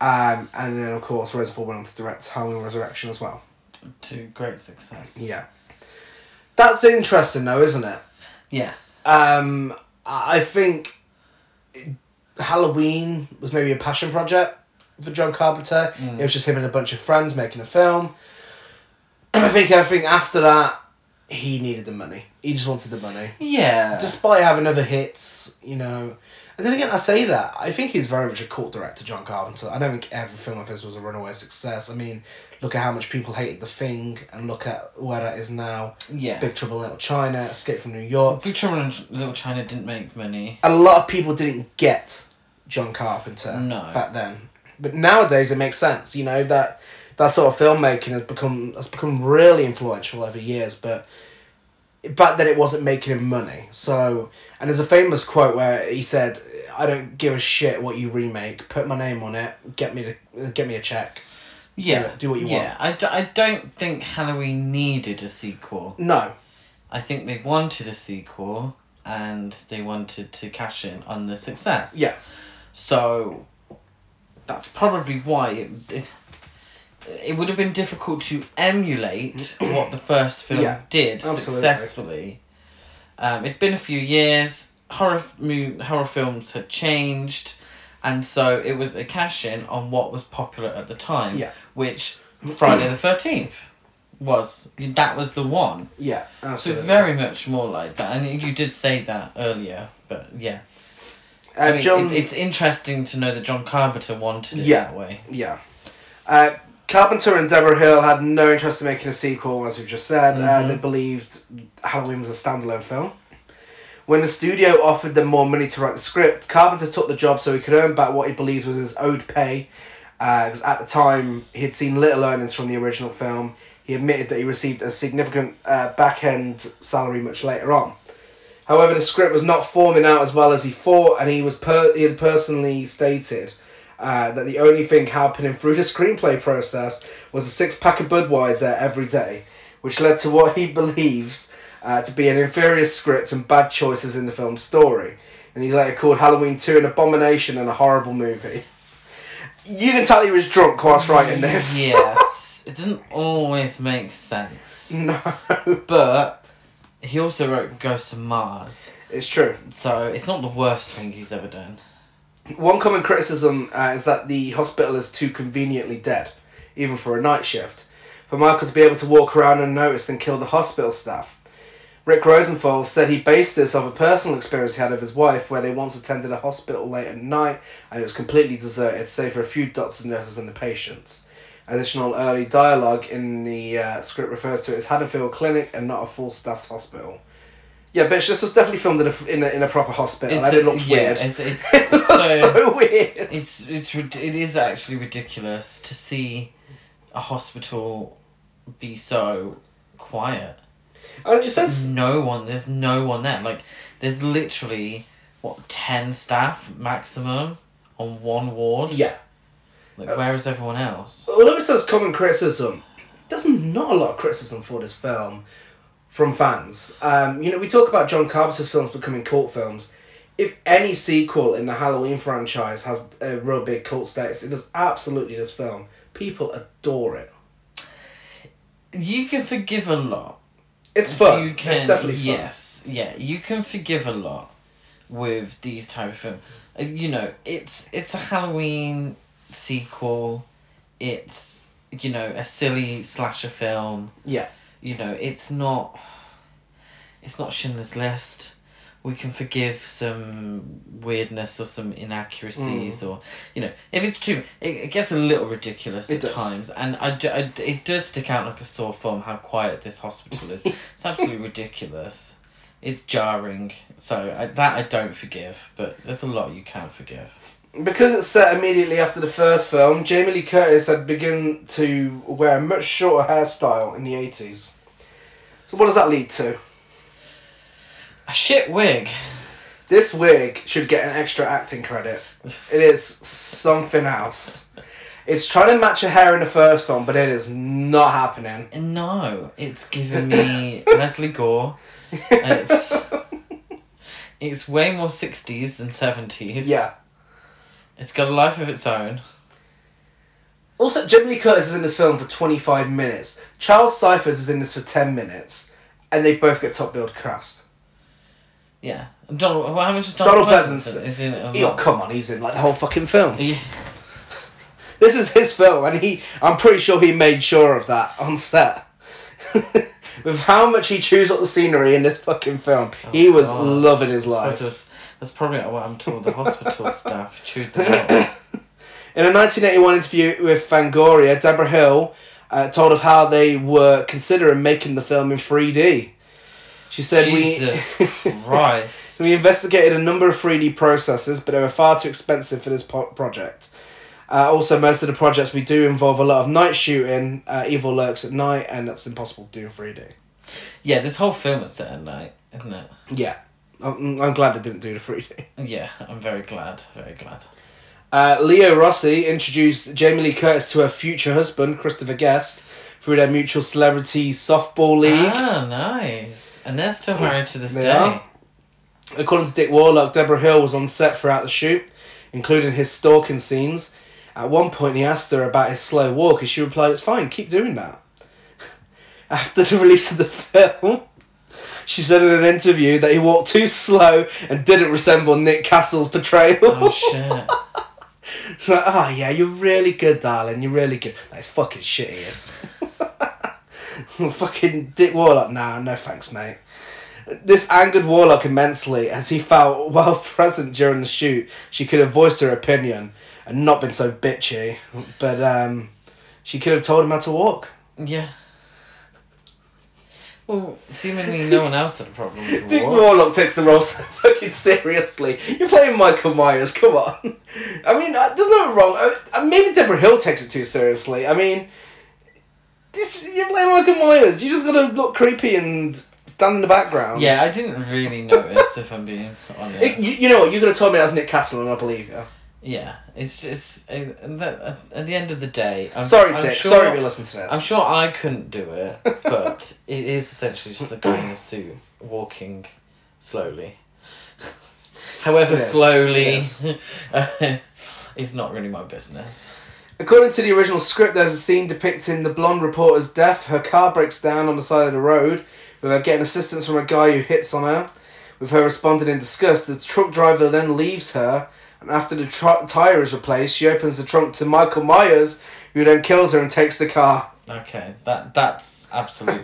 S3: um, and then of course Rosenthal went on to direct Halloween Resurrection as well.
S4: To great success.
S3: Yeah. That's interesting though, isn't it?
S4: Yeah.
S3: Um, I I think Halloween was maybe a passion project for John Carpenter. It was just him and a bunch of friends making a film. I think everything after that, he needed the money. He just wanted the money.
S4: Yeah.
S3: Despite having other hits, you know. And then again, I say that. I think he's very much a cult director, John Carpenter. I don't think every film of his was a runaway success. I mean, look at how much people hated The Thing and look at where that is now.
S4: yeah.
S3: Big Trouble in Little China, Escape from New York.
S4: Big Trouble in Little China didn't make money.
S3: a lot of people didn't get John Carpenter
S4: No.
S3: back then. But nowadays it makes sense, you know, that that sort of filmmaking has become has become really influential over years, but back then it wasn't making him money. So and there's a famous quote where he said, I don't give a shit what you remake, put my name on it, get me to get me a check.
S4: Yeah.
S3: do what you
S4: yeah. I, d- I don't think Halloween needed a sequel.
S3: No.
S4: I think they wanted a sequel and they wanted to cash in on the success.
S3: Yeah.
S4: So that's probably why it, it, it would have been difficult to emulate what the first film
S3: Yeah,
S4: did
S3: absolutely.
S4: successfully. Um, it'd been a few years, horror, mo- horror films had changed, and so it was a cash in on what was popular at the time,
S3: Yeah.
S4: which Friday the 13th was. That was the one.
S3: Yeah.
S4: So it's
S3: Absolutely.
S4: very much more like that, and you did say that earlier, but yeah.
S3: Uh,
S4: I mean,
S3: John-
S4: it, it's interesting to know that John Carpenter wanted it
S3: Yeah.
S4: that way.
S3: Yeah. Uh, Carpenter and Deborah Hill had no interest in making a sequel, as we've just said. Uh, they believed Halloween was a standalone film. When the studio offered them more money to write the script, Carpenter took the job so he could earn back what he believed was his owed pay. Because at the time, he'd seen little earnings from the original film. He admitted that he received a significant uh, back end salary much later on. However, the script was not forming out as well as he thought, and he was per- he had personally stated uh, that the only thing happening through the screenplay process was a six pack of Budweiser every day, which led to what he believes uh, to be an inferior script and bad choices in the film's story. And he later called Halloween 2 an abomination and a horrible movie. You can tell he was drunk whilst writing this.
S4: yes, it doesn't always make sense,
S3: No,
S4: but he also wrote Ghosts of Mars,
S3: it's true.
S4: so it's not the worst thing he's ever done.
S3: One common criticism uh, is that the hospital is too conveniently dead, even for a night shift. For Michael to be able to walk around unnoticed and kill the hospital staff. Rick Rosenthal said he based this off a personal experience he had of his wife, where they once attended a hospital late at night and it was completely deserted, save for a few doctors, nurses, and the patients. Additional early dialogue in the uh, script refers to it as Haddonfield Clinic and not a full staffed hospital. Yeah, bitch, this was definitely filmed in a, in a, in a proper hospital, and it looked
S4: yeah,
S3: weird.
S4: It's, it's,
S3: it looks so,
S4: so,
S3: weird.
S4: it's, it's, rid- it is actually ridiculous to see a hospital be so quiet.
S3: And it says
S4: no one. There's no one there. Like there's literally what ten staff maximum on one ward.
S3: yeah.
S4: Like where is everyone else?
S3: Although it says common criticism, there's not a lot of criticism for this film from fans. Um, you know, we talk about John Carpenter's films becoming cult films. If any sequel in the Halloween franchise has a real big cult status, it is absolutely this film. People adore it.
S4: You can forgive a lot.
S3: It's fun.
S4: You can.
S3: it's definitely fun.
S4: yes. Yeah. You can forgive a lot with these type of film. Uh, you know, it's it's a Halloween sequel. It's you know a silly slasher film.
S3: Yeah.
S4: You know it's not. It's not Schindler's List. We can forgive some weirdness or some inaccuracies
S3: Mm.
S4: or you know if it's too it, it gets a little ridiculous
S3: It
S4: at
S3: does.
S4: times and I, do- I- it does stick out like a sore thumb how quiet this hospital is. it's absolutely ridiculous. It's jarring, so I, that I don't forgive. But there's a lot you can forgive.
S3: Because it's set immediately after the first film, Jamie Lee Curtis had begun to wear a much shorter hairstyle in the 80s. So, what does that lead to?
S4: A shit wig.
S3: This wig should get an extra acting credit. It is something else. It's trying to match her hair in the first film, but it is not happening.
S4: No, it's giving me Leslie Gore. And it's it's way more sixties than seventies.
S3: Yeah.
S4: it's got a life of its own.
S3: Also, Jamie Lee Curtis is in this film for 25 minutes. Charles Cyphers is in this for 10 minutes. And they both get top billed cast.
S4: Yeah, Donald. Well, how much is Donald,
S3: Donald
S4: Pleasance
S3: Pleasance.
S4: is in it? a
S3: Oh,
S4: lot?
S3: come on, he's in like the whole fucking film.
S4: Yeah.
S3: This is his film, and he I'm pretty sure he made sure of that on set. With how much he chews up the scenery in this fucking film, he was
S4: Oh God.
S3: loving his
S4: I suppose
S3: life.
S4: That's, that's probably what I'm told. The hospital staff chewed them up.
S3: In a 1981 interview with Fangoria, Deborah Hill uh, told of how they were considering making the film in 3D. She said,
S4: Jesus
S3: we,
S4: Christ.
S3: we investigated a number of 3D processes, but they were far too expensive for this po- project. Uh, also, most of the projects we do involve a lot of night shooting. Uh, evil lurks at night, and that's impossible to do in 3D.
S4: Yeah, this whole film is set at night, isn't it?
S3: Yeah. I'm, I'm glad I didn't do the 3D.
S4: Yeah, I'm very glad. Very glad.
S3: Uh, Leo Rossi introduced Jamie Lee Curtis to her future husband, Christopher Guest, through their mutual celebrity softball league.
S4: Ah, nice. And they're still married to this
S3: They
S4: day.
S3: are. According to Dick Warlock, Deborah Hill was on set throughout the shoot, including his stalking scenes. At one point, he asked her about his slow walk, and she replied, It's fine, keep doing that. After the release of the film, she said in an interview that he walked too slow and didn't resemble Nick Castle's portrayal.
S4: Oh shit.
S3: It's like, oh yeah, you're really good, darling. You're really good. That's fucking shit, he is. fucking Dick Warlock. Nah, no thanks, mate. This angered Warlock immensely as he felt, while present during the shoot, she could have voiced her opinion and not been so bitchy. But um, she could have told him how to walk.
S4: Yeah. Well, seemingly no one else had a problem with the
S3: Dick
S4: war.
S3: Warlock takes the role so fucking seriously. You're playing Michael Myers, come on. I mean, uh, there's no wrong. Uh, uh, maybe Deborah Hill takes it too seriously. I mean, just- you're playing Michael Myers. You just gotta look creepy and stand in the background.
S4: Yeah, I didn't really notice if I'm being honest.
S3: It- you, you know what? You're gonna tell me that's Nick Castle, and I believe you.
S4: yeah, it's it's it, that- uh, at the end of the day. I'm,
S3: Sorry,
S4: I'm
S3: Dick.
S4: sure-
S3: Sorry if you listen to this.
S4: I'm sure I couldn't do it, but it is essentially just a guy in a suit walking slowly. However,
S3: Yes,
S4: slowly
S3: yes.
S4: is not really my business.
S3: According to the original script, there's a scene depicting the blonde reporter's death. Her car breaks down on the side of the road, with her getting assistance from a guy who hits on her. With her responding in disgust, the truck driver then leaves her, and after the tr- tyre is replaced, she opens the trunk to Michael Myers, who then kills her and takes the car.
S4: Okay, that that's absolutely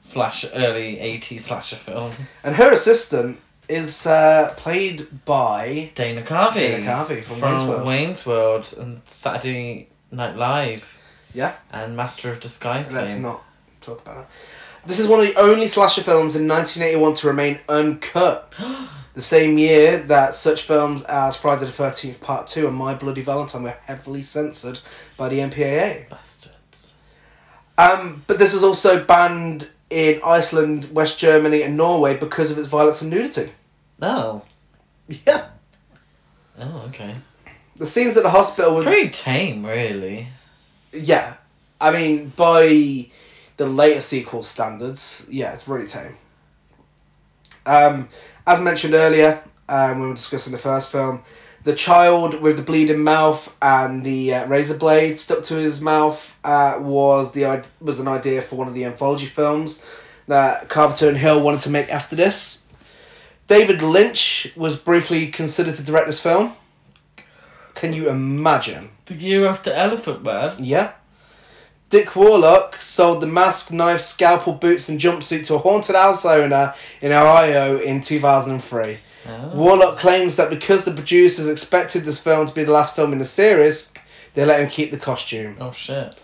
S4: slash early 80s slasher film.
S3: And her assistant is uh, played by.
S4: Dana Carvey.
S3: Dana Carvey from Wayne's World.
S4: Wayne's World and Saturday Night Live.
S3: Yeah.
S4: And Master of Disguise.
S3: Let's
S4: fame.
S3: not talk about that. This is one of the only slasher films in 1981 to remain uncut. the same year that such films as Friday the 13th Part 2 and My Bloody Valentine were heavily censored by the MPAA.
S4: Bastards.
S3: Um, but this was also banned in Iceland, West Germany, and Norway because of its violence and nudity.
S4: No.
S3: Yeah.
S4: Oh, okay.
S3: The scenes at the hospital were.
S4: Pretty tame, really.
S3: Yeah. I mean, by the later sequel standards, yeah, it's really tame. Um, as mentioned earlier, um, when we were discussing the first film, the child with the bleeding mouth and the uh, razor blade stuck to his mouth uh, was the id- was an idea for one of the anthology films that Carpenter and Hill wanted to make after this. David Lynch was briefly considered to direct this film. Can you imagine?
S4: The year after Elephant Man.
S3: Yeah. Dick Warlock sold the mask, knife, scalpel, boots, and jumpsuit to a haunted house owner in Ohio in 2003. Warlock claims that because the producers expected this film to be the last film in the series, they let him keep the costume.
S4: Oh shit.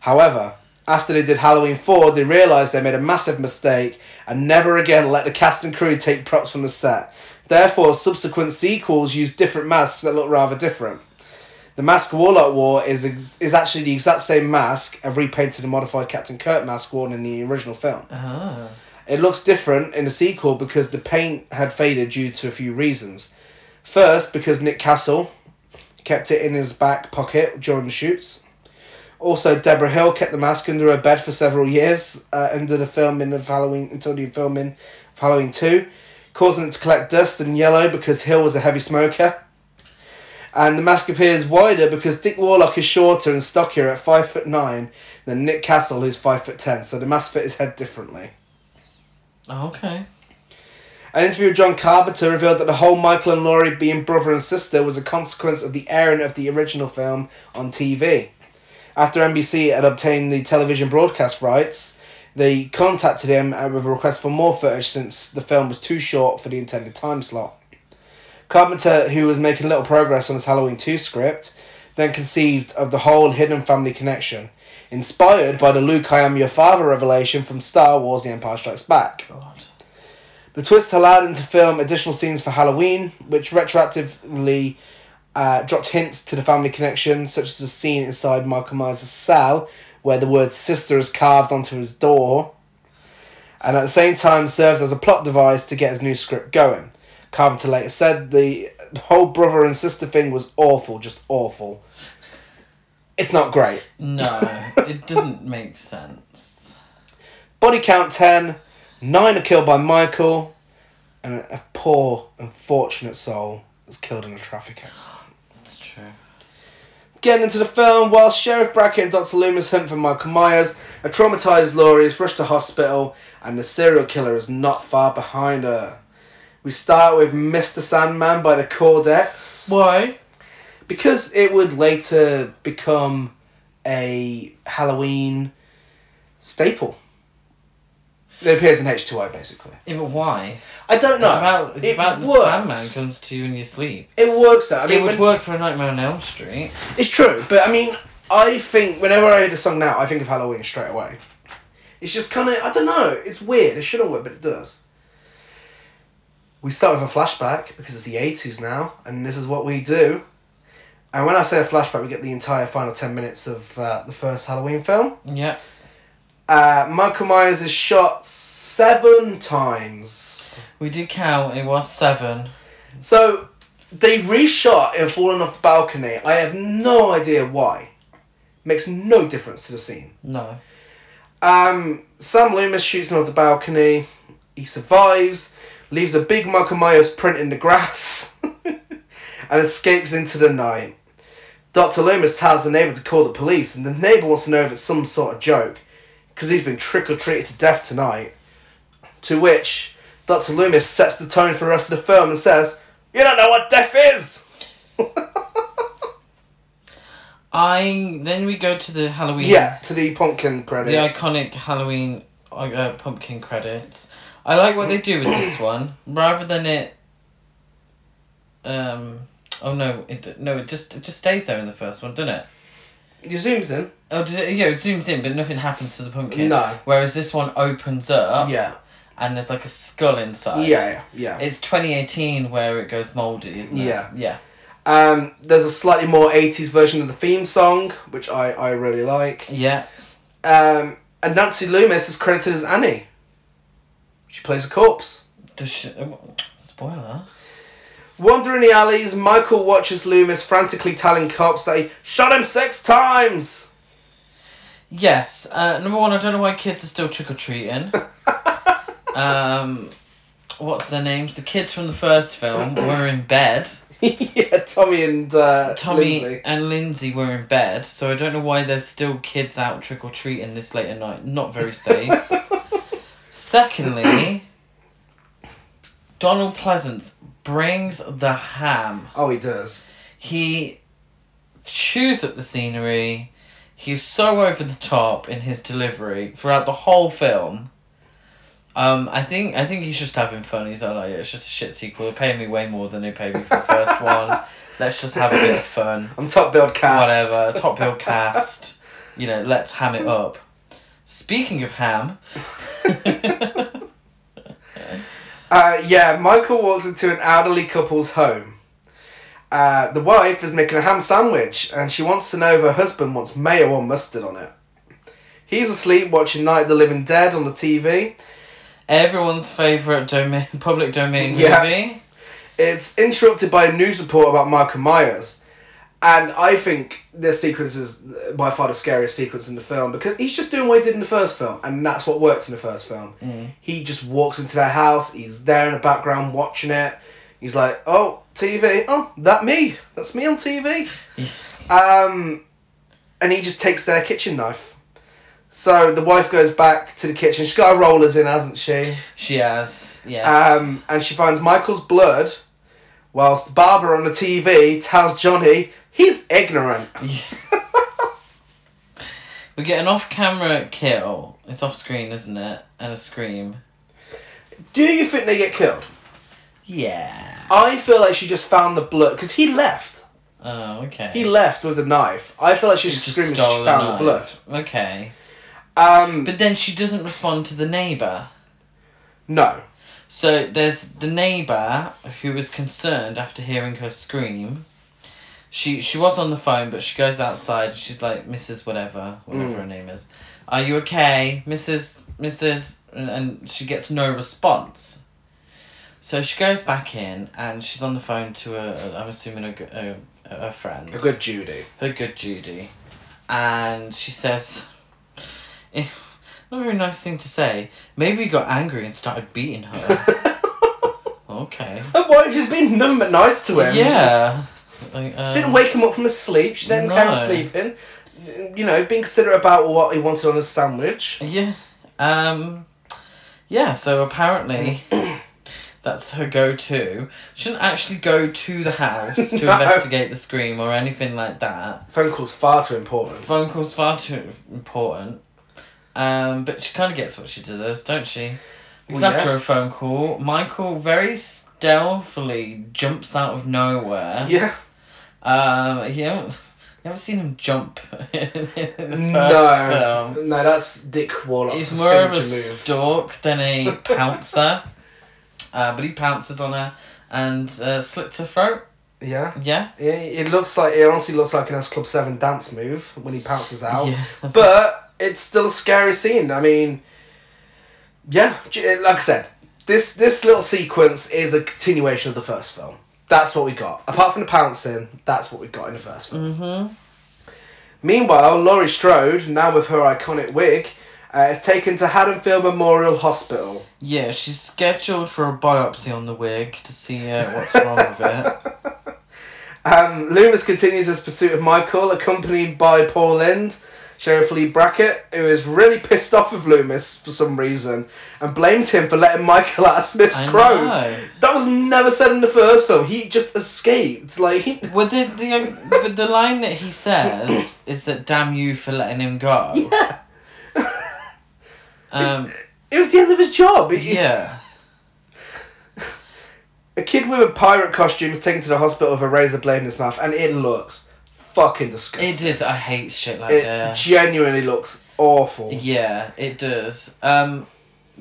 S3: However, after they did Halloween 4, they realised they made a massive mistake and never again let the cast and crew take props from the set. Therefore, subsequent sequels use different masks that look rather different. The mask Warlock wore is ex- is actually the exact same mask, a repainted and modified Captain Kirk mask worn in the original film.
S4: Ah.
S3: It looks different in the sequel because the paint had faded due to a few reasons. First, because Nick Castle kept it in his back pocket during the shoots. Also, Deborah Hill kept the mask under her bed for several years uh, under the filming of Halloween until the filming of Halloween two, causing it to collect dust and yellow because Hill was a heavy smoker. And the mask appears wider because Dick Warlock is shorter and stockier at five foot nine than Nick Castle, who's five foot ten. So the mask fit his head differently.
S4: Oh, okay.
S3: An interview with John Carpenter revealed that the whole Michael and Laurie being brother and sister was a consequence of the airing of the original film on TV. After NBC had obtained the television broadcast rights, they contacted him uh, with a request for more footage since the film was too short for the intended time slot. Carpenter, who was making little progress on his Halloween 2 script, then conceived of the whole hidden family connection, inspired by the Luke I Am Your Father revelation from Star Wars The Empire Strikes Back.
S4: God.
S3: The twist allowed them to film additional scenes for Halloween, which retroactively uh, dropped hints to the family connection, such as the scene inside Michael Myers' cell, where the word sister is carved onto his door, and at the same time served as a plot device to get his new script going. Carpenter later said the whole brother and sister thing was awful, just awful. It's not great.
S4: No, it doesn't make sense.
S3: Body count 10, 9 are killed by Michael, and a poor, unfortunate soul was killed in a traffic accident.
S4: It's true.
S3: Getting into the film, while Sheriff Brackett and Dr. Loomis hunt for Michael Myers, a traumatized Laurie is rushed to hospital, and the serial killer is not far behind her. We start with Mr. Sandman by the Cordettes.
S4: Why?
S3: Because it would later become a Halloween staple. It appears in H2O basically.
S4: Yeah, but why?
S3: I don't know.
S4: It's about, it's
S3: it
S4: about the Sandman
S3: works.
S4: comes to you in your sleep.
S3: It works though. I mean,
S4: it would
S3: when-
S4: work for a Nightmare on Elm Street.
S3: it's true, but I mean, I think whenever I hear the song now, I think of Halloween straight away. It's just kind of I don't know. It's weird. It shouldn't work, but it does. We start with a flashback because it's the eighties now, and this is what we do. And when I say a flashback, we get the entire final ten minutes of uh, the first Halloween film.
S4: Yeah.
S3: Uh, Michael Myers is shot seven times.
S4: We did count, it was seven.
S3: So they reshot him falling off the balcony. I have no idea why. Makes no difference to the scene.
S4: No.
S3: Um, Sam Loomis shoots him off the balcony. He survives, leaves a big Michael Myers print in the grass, and escapes into the night. Dr. Loomis tells the neighbour to call the police, and the neighbour wants to know if it's some sort of joke, because he's been trick or treated to death tonight. To which Dr. Loomis sets the tone for the rest of the film and says, You don't know what death is!
S4: I then we go to the Halloween.
S3: Yeah, to the pumpkin credits.
S4: The iconic Halloween uh, uh, pumpkin credits. I like what they do with this one, rather than it. Um. Oh no! It no. It just it just stays there in the first one, doesn't it?
S3: He zooms in.
S4: Oh, does it, yeah. It zooms in, but nothing happens to the pumpkin.
S3: No.
S4: Whereas this one opens up.
S3: Yeah.
S4: And there's like a skull inside.
S3: Yeah, yeah, yeah.
S4: It's twenty eighteen where it goes mouldy, isn't it?
S3: Yeah.
S4: Yeah.
S3: Um, there's a slightly more 80s version of the theme song, which I, I really like.
S4: Yeah.
S3: Um, and Nancy Loomis is credited as Annie. She plays a corpse.
S4: Does she, oh, spoiler.
S3: Wandering the alleys, Michael watches Loomis frantically telling cops that he shot him six times.
S4: Yes. Uh, number one, I don't know why kids are still trick or treating. um, what's their names? The kids from the first film were in bed.
S3: yeah, Tommy and uh,
S4: Tommy
S3: Lindsay.
S4: and Lindsay were in bed, so I don't know why there's still kids out trick or treating this late at night. Not very safe. Secondly, Donald Pleasance brings the ham.
S3: Oh, he does.
S4: He chews up the scenery. He's so over the top in his delivery throughout the whole film. Um, I think I think he's just having fun. He's not like it's just a shit sequel. They pay me way more than they paid me for the first one. Let's just have a bit of fun.
S3: I'm top build cast.
S4: Whatever. Top bill cast. You know, let's ham it up. Speaking of ham.
S3: Uh, yeah, Michael walks into an elderly couple's home. Uh, the wife is making a ham sandwich and she wants to know if her husband wants mayo or mustard on it. He's asleep watching Night of the Living Dead on the TV.
S4: Everyone's favourite domain, public domain
S3: Yeah.
S4: movie.
S3: It's interrupted by a news report about Michael Myers. And I think this sequence is by far the scariest sequence in the film because he's just doing what he did in the first film, and that's what worked in the first film. He just walks into their house, he's there in the background watching it. He's like, oh, TV, oh, that me, that's me on TV. um, and he just takes their kitchen knife. So the wife goes back to the kitchen. She's got her rollers in, hasn't she?
S4: She has, yes.
S3: Um, and she finds Michael's blood, whilst Barbara on the TV tells Johnny he's ignorant.
S4: we get an off camera kill. It's off screen, isn't it? And a scream.
S3: Do you think they get killed?
S4: Yeah.
S3: I feel like she just found the blood because he left.
S4: Oh, okay.
S3: He left with the knife. I feel like she's
S4: Just
S3: screaming. She
S4: stole a
S3: found the
S4: knife.
S3: blood.
S4: Okay.
S3: Um,
S4: But then she doesn't respond to the neighbour.
S3: no.
S4: So there's the neighbour who was concerned after hearing her scream. She she was on the phone, but she goes outside and she's like, Mrs. Whatever, whatever
S3: Mm.
S4: her name is, are you okay, Mrs. Mrs. And- And she gets no response. So she goes back in and she's on the phone to a, a I'm assuming a g- a, a friend
S3: A good Judy.
S4: her good Judy, and she says, eh, "Not a very nice thing to say. Maybe he got angry and started beating her." okay.
S3: And why she's been nothing but nice to him.
S4: Yeah. Like,
S3: She
S4: um,
S3: Um, didn't wake him up from his sleep. She didn't carry
S4: No.
S3: sleeping. You know, being considerate about what he wanted on his sandwich.
S4: Yeah. Um, yeah. So apparently.
S3: Mm.
S4: That's her go-to. She didn't actually go to the house to
S3: No.
S4: investigate the scream or anything like that.
S3: Phone call's far too important.
S4: Phone call's far too important. Um, but she kind of gets what she deserves, don't she? Because
S3: Well,
S4: after
S3: yeah.
S4: a phone call, Michael very stealthily jumps out of nowhere.
S3: Yeah.
S4: Um, you haven't, you haven't seen him jump in the first
S3: No,
S4: film.
S3: no, that's Dick Warlock.
S4: He's more of a
S3: move.
S4: stalk than a pouncer. uh, but he pounces on her and uh, slits her throat.
S3: yeah.
S4: Yeah.
S3: yeah, it looks like it honestly looks like an S Club Seven dance move when he pounces out.
S4: Yeah.
S3: but it's still a scary scene. I mean, yeah, j- like I said, this this little sequence is a continuation of the first film. That's what we got. Apart from the pouncing, that's what we got in the first film.
S4: Mm-hmm.
S3: Meanwhile, Laurie Strode, now with her iconic wig, uh, is taken to Haddonfield Memorial Hospital.
S4: Yeah, she's scheduled for a biopsy on the wig to see uh, what's wrong with it.
S3: Um, Loomis continues his pursuit of Michael, accompanied by Paul Lind, Sheriff Lee Brackett, who is really pissed off with Loomis for some reason and blames him for letting Michael out of Smith's
S4: I
S3: Crow.
S4: know.
S3: That was never said in the first film. He just escaped. Like he,
S4: Well, the, the, but the line that he says is that damn you for letting him go. Yeah. um,
S3: it was the end of his job. He-
S4: yeah.
S3: A kid with a pirate costume is taken to the hospital with a razor blade in his mouth, and it looks fucking disgusting.
S4: It is. I hate shit like
S3: It
S4: that.
S3: genuinely looks awful.
S4: yeah, it does. Um,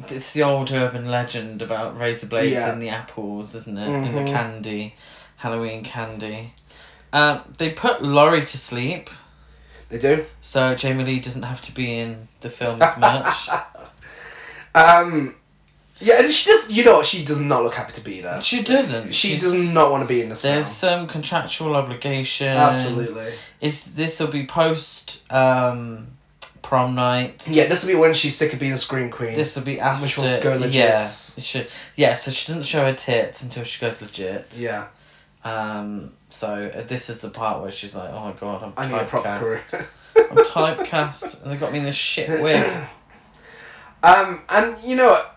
S4: it's the old urban legend about razor blades
S3: Yeah. Mm-hmm.
S4: in the apples, isn't it? In the candy, Halloween candy. Um, they put Laurie to sleep,
S3: They do.
S4: so Jamie Lee doesn't have to be in the film as much.
S3: Um, yeah, and she just you know what? She does not look happy to be there.
S4: she doesn't.
S3: She
S4: She's-
S3: does not want to be in this film.
S4: There's some contractual obligation.
S3: Absolutely.
S4: Is this will be post um, prom night?
S3: Yeah, this will be when she's sick of being a scream queen.
S4: This will be after.
S3: Which wants to go legit.
S4: Yeah. it should- yeah. So she doesn't show her tits until she goes legit.
S3: yeah,
S4: Um. So uh, this is the part where she's like, "Oh my god, I'm
S3: I need a proper
S4: typecast.
S3: career.
S4: I'm typecast, and they got me in this shit wig."
S3: um, and you know what?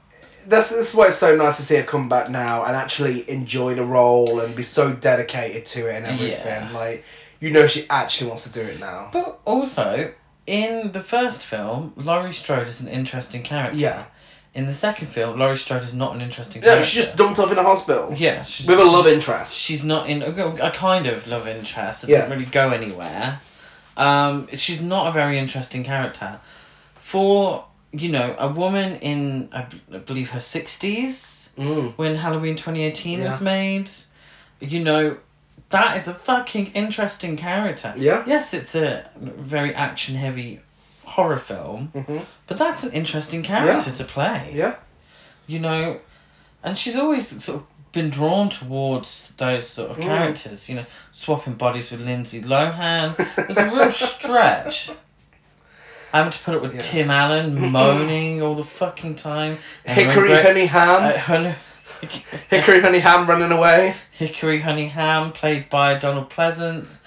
S3: That's, this is why it's so nice to see her come back now and actually enjoy the role and be so dedicated to it and everything.
S4: Yeah.
S3: Like, you know she actually wants to do it now.
S4: But also, in the first film, Laurie Strode is an interesting character.
S3: Yeah.
S4: In the second film, Laurie Strode is not an interesting
S3: No,
S4: character.
S3: she just dumped off in a hospital
S4: Yeah, she's,
S3: with a
S4: she's-
S3: love interest.
S4: She's not in a, a kind of love interest that
S3: Yeah.
S4: doesn't really go anywhere. Um, she's not a very interesting character. For you know, a woman in I b- I believe her sixties
S3: Mm.
S4: when Halloween twenty eighteen was
S3: Yeah.
S4: made, you know, that is a fucking interesting character.
S3: Yeah.
S4: Yes, it's a very action heavy horror film,
S3: Mhm.
S4: but that's an interesting character to play
S3: Yeah.
S4: you know, and she's always sort of been drawn towards those sort of
S3: Mm.
S4: characters, you know, swapping bodies with Lindsay Lohan. There's a real stretch. Having to put up with
S3: Yes.
S4: Tim Allen moaning all the fucking time. and
S3: Hickory
S4: regret-
S3: Honey Ham.
S4: uh, honey-
S3: Hickory Honey Ham running away.
S4: Hickory Honey Ham, played by Donald Pleasance.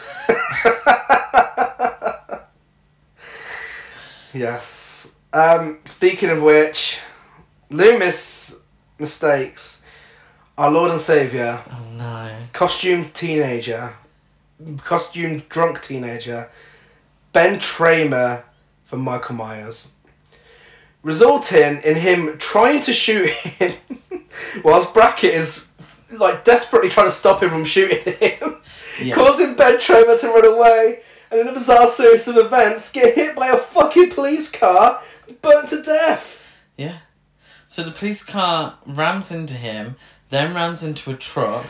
S3: Yes. Um, speaking of which, Loomis mistakes our Lord and Saviour,
S4: Oh no.
S3: costumed teenager, costumed drunk teenager, Ben Tramer for Michael Myers, resulting in him trying to shoot him whilst Brackett is like desperately trying to stop him from shooting him,
S4: Yeah.
S3: causing Ben Tramer to run away, and in a bizarre series of events, get hit by a fucking police car, and burnt to death.
S4: Yeah. So the police car rams into him, then rams into a truck,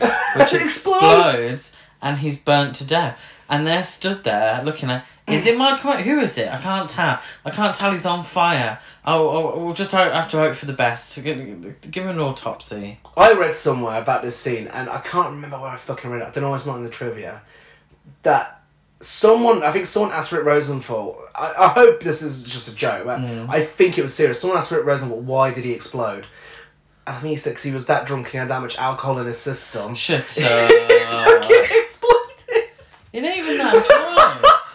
S4: which
S3: It
S4: explodes.
S3: explodes.
S4: and he's burnt to death. And they're stood there looking at, is it Michael? Myers? Who is it? I can't tell. I can't tell. He's on fire. Oh, oh we'll just hope, have to hope for the best. To give, give him an autopsy.
S3: I read somewhere about this scene, and I can't remember where I fucking read it. I don't know why it's not in the trivia. That someone, I think someone asked Rick Rosenthal. I, I hope this is just a joke. but
S4: Mm.
S3: I think it was serious. Someone asked Rick Rosenthal, why did he explode? And I think he said 'cause he was that drunk and he had that much alcohol in his system.
S4: Shut
S3: It fucking
S4: up.
S3: exploded.
S4: You're not uh, even that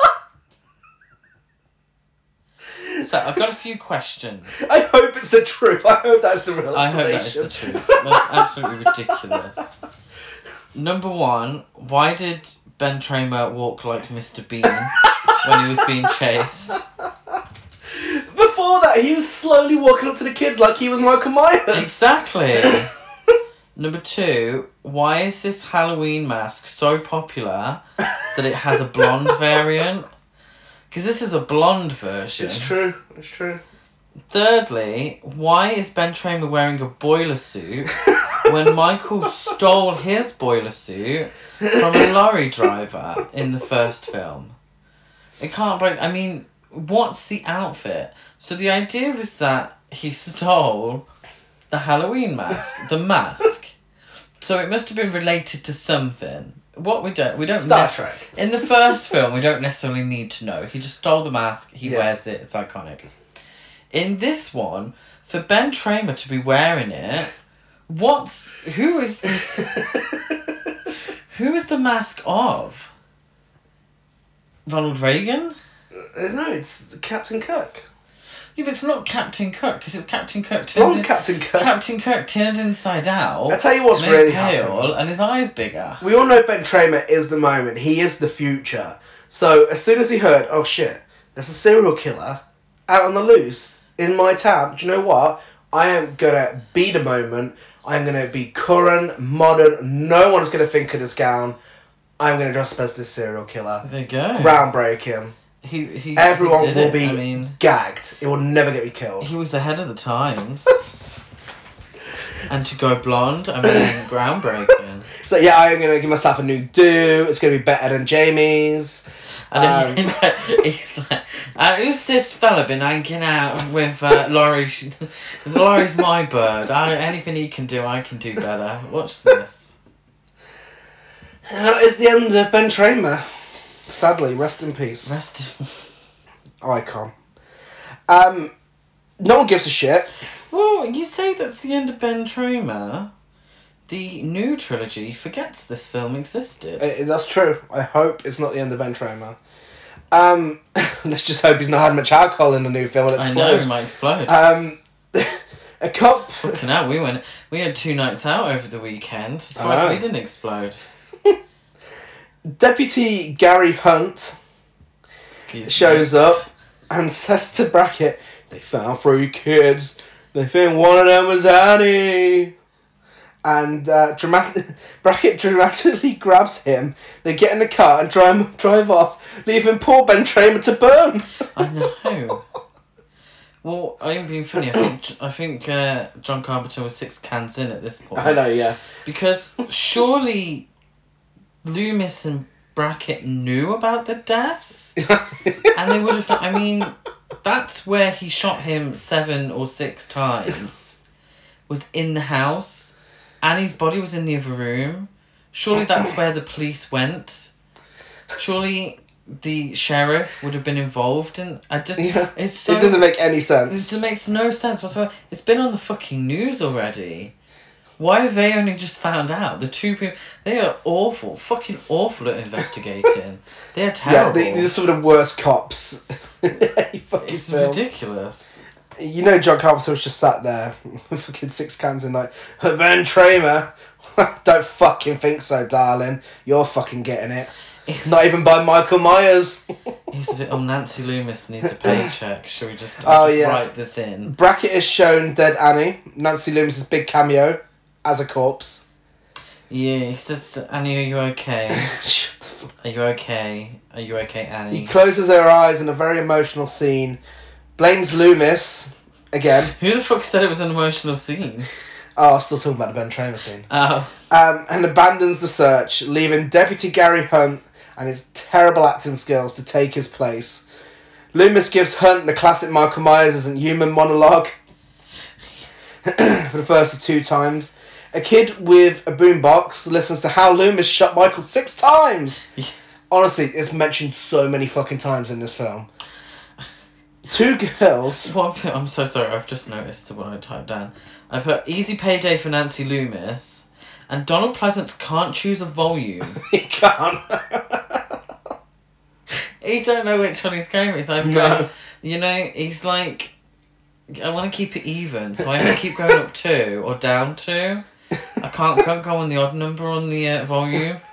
S4: drunk. so I've got a few questions.
S3: I hope it's the truth. I hope that's the real
S4: I hope that is
S3: explanation.
S4: the truth. That's absolutely ridiculous. Number one, why did Ben Tramer walk like Mr. Bean when he was being chased?
S3: Before that, he was slowly walking up to the kids like he was Michael Myers.
S4: Exactly. Number two, why is this Halloween mask so popular that it has a blonde variant? Because this is a blonde version.
S3: It's true. It's true.
S4: Thirdly, why is Ben Tramer wearing a boiler suit when Michael stole his boiler suit from a lorry driver in the first film? It can't break. I mean, what's the outfit? So the idea is that he stole the Halloween mask, the mask. So it must have been related to something. What we don't, we don't.
S3: Star
S4: nec-
S3: Trek.
S4: in the first film, we don't necessarily need to know. He just stole the mask, he
S3: Yeah.
S4: wears it, it's iconic. In this one, for Ben Tramer to be wearing it, what's who is this who is the mask of? Ronald Reagan?
S3: no, it's Captain Kirk.
S4: Yeah, but it's not Captain Kirk, because it's Captain Kirk turned
S3: Blonde
S4: in-
S3: Captain Kirk.
S4: Captain Kirk turned inside out.
S3: I tell you what's
S4: made
S3: really
S4: pale,
S3: happened.
S4: and his eyes bigger.
S3: We all know Ben Tramer is the moment. He is the future. So as soon as he heard, oh shit, there's a serial killer out on the loose in my town. Do you know what? I am gonna be the moment. I'm gonna be current, modern. No one's gonna think of this gown. I'm gonna dress up as this serial killer.
S4: There you go.
S3: Groundbreaking.
S4: He, he, he
S3: Everyone
S4: did
S3: will
S4: it,
S3: be
S4: I mean,
S3: gagged. It will never get me killed.
S4: He was ahead of the times. and to go blonde, I mean, groundbreaking.
S3: So yeah, I'm gonna give myself a new do. It's gonna be better than Jamie's.
S4: And then he's like, uh, "Who's this fella been hanging out with uh, Laurie? She- Laurie's my bird. I, anything he can do, I can do better. Watch this."
S3: And that is Uh, the end of Ben Tramer. Sadly, rest in peace.
S4: Rest.
S3: Icon. Um, no one gives a shit.
S4: Well, you say that's the end of Ben Tramer. The new trilogy forgets this film existed.
S3: I- I- Uh, that's true. I hope it's not the end of Ben Tramer. Um, let's just hope he's not had much alcohol in the new film and
S4: I know
S3: explode.
S4: it might explode.
S3: Um, a cop.
S4: Fucking hell, we went. We had two nights out over the weekend. So
S3: I know.
S4: we didn't explode.
S3: Deputy Gary Hunt
S4: Excuse
S3: shows up and says to Brackett, "They found three kids. They think one of them was Annie." And uh, dramatic Brackett dramatically grabs him. They get in the car and drive drive off, leaving poor Ben Tramer to burn.
S4: I know. Well, I ain't being funny. I think I think uh, John Carpenter was six cans in at this point.
S3: I know, yeah.
S4: Because surely Loomis and Brackett knew about the deaths, and they would have. I mean, that's where he shot him seven or six times. Was in the house. Annie's body was in the other room. Surely that's where the police went. Surely the sheriff would have been involved, and I just
S3: yeah.
S4: it's so
S3: it doesn't make any sense.
S4: this makes no sense whatsoever. It's been on the fucking news already. Why have they only just found out? The two people they are awful, fucking awful at investigating. They're
S3: Yeah,
S4: terrible.
S3: they, these are some of the worst cops. in any fucking
S4: it's
S3: film.
S4: ridiculous.
S3: You know, John Carpenter was just sat there with fucking six cans and like, Ben Tramer, don't fucking think so, darling. You're fucking getting it. Not even by Michael Myers.
S4: He's a bit. Oh, Nancy Loomis needs a paycheck. Shall we just,
S3: Oh,
S4: I'll just
S3: yeah.
S4: write this in?
S3: Brackett is shown dead Annie, Nancy Loomis's big cameo as a corpse.
S4: Yeah, he says, Annie, are you okay?
S3: Shut the fuck-
S4: Are you okay? Are you okay, Annie?
S3: He closes her eyes in a very emotional scene, blames Loomis again.
S4: Who the fuck said it was an emotional scene?
S3: Oh, still talking about the Ben Tramer scene.
S4: Oh,
S3: um, and abandons the search, leaving Deputy Gary Hunt and his terrible acting skills to take his place. Loomis gives Hunt the classic Michael Myers isn't human monologue for the first of two times. A kid with a boombox listens to how Loomis shot Michael six times. Honestly, it's mentioned so many fucking times in this film. Two girls.
S4: One thing- I'm so sorry, I've just noticed what I typed down. I put easy payday for Nancy Loomis, and Donald Pleasance can't choose a volume.
S3: He can't.
S4: he don't know which one he's going with. So I'm
S3: No.
S4: going, you know, he's like, I want to keep it even, so I have to keep going up two or down two. I can't, can't go on the odd number on the uh, volume.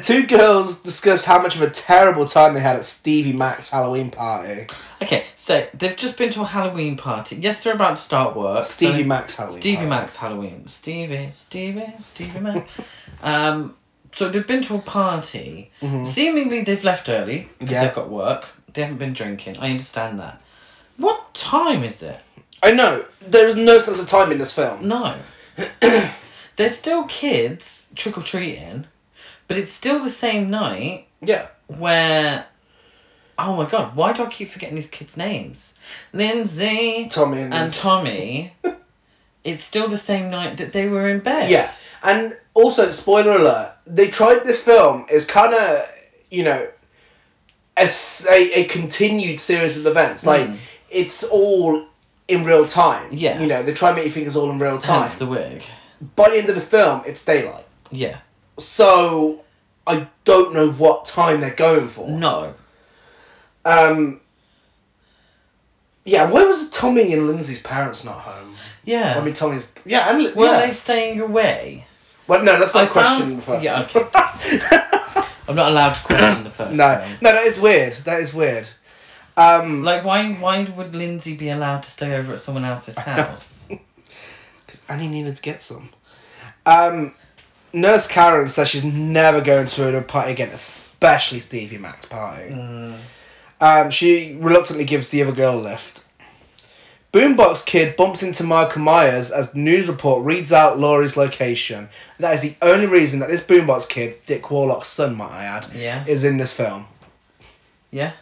S3: Two girls discuss how much of a terrible time they had at Stevie Mac's Halloween party.
S4: Okay, so they've just been to a Halloween party. Yes, they're about to start work. so
S3: Stevie
S4: they-
S3: Mac's Halloween.
S4: Stevie
S3: party.
S4: Mac's Halloween. Stevie, Stevie, Stevie Mac. um, so they've been to a party. Seemingly they've left early because
S3: Mm-hmm. Yeah.
S4: they've got work. They haven't been drinking. I understand that. What time is it?
S3: I know. There is no sense of time in this film.
S4: No. There's still kids trick or treating, but it's still the same night
S3: Yeah.
S4: where. Oh my god, why do I keep forgetting these kids' names? Lindsay
S3: Tommy and,
S4: and
S3: Liz.
S4: Tommy. it's still the same night that they were in bed.
S3: Yeah. And also, spoiler alert, they tried this film is kind of, you know, a, s- a, a continued series of events.
S4: Mm.
S3: Like, it's all in real time.
S4: Yeah.
S3: You know, they try and make you think it's all in real time.
S4: Hence the wig.
S3: By the end of the film, it's daylight.
S4: Yeah.
S3: So, I don't know what time they're going for.
S4: No.
S3: Um, yeah, why was Tommy and Lindsay's parents not home?
S4: Yeah.
S3: I mean, Tommy's. Yeah, and. Li-
S4: Were
S3: yeah.
S4: they staying away?
S3: Well, no, that's not a question
S4: found-
S3: first.
S4: Yeah, okay. I'm not allowed to question the first
S3: No,
S4: one.
S3: no, that is weird. That is weird.
S4: Like, why why would Lindsay be allowed to stay over at someone else's house?
S3: And he needed to get some. Um, Nurse Karen says she's never going to a party again, especially Stevie Mac's party. Um, she reluctantly gives the other girl a lift. Boombox Kid bumps into Michael Myers as the news report reads out Laurie's location. That is the only reason that this Boombox Kid, Dick Warlock's son, might I add,
S4: Yeah.
S3: is in this film.
S4: yeah.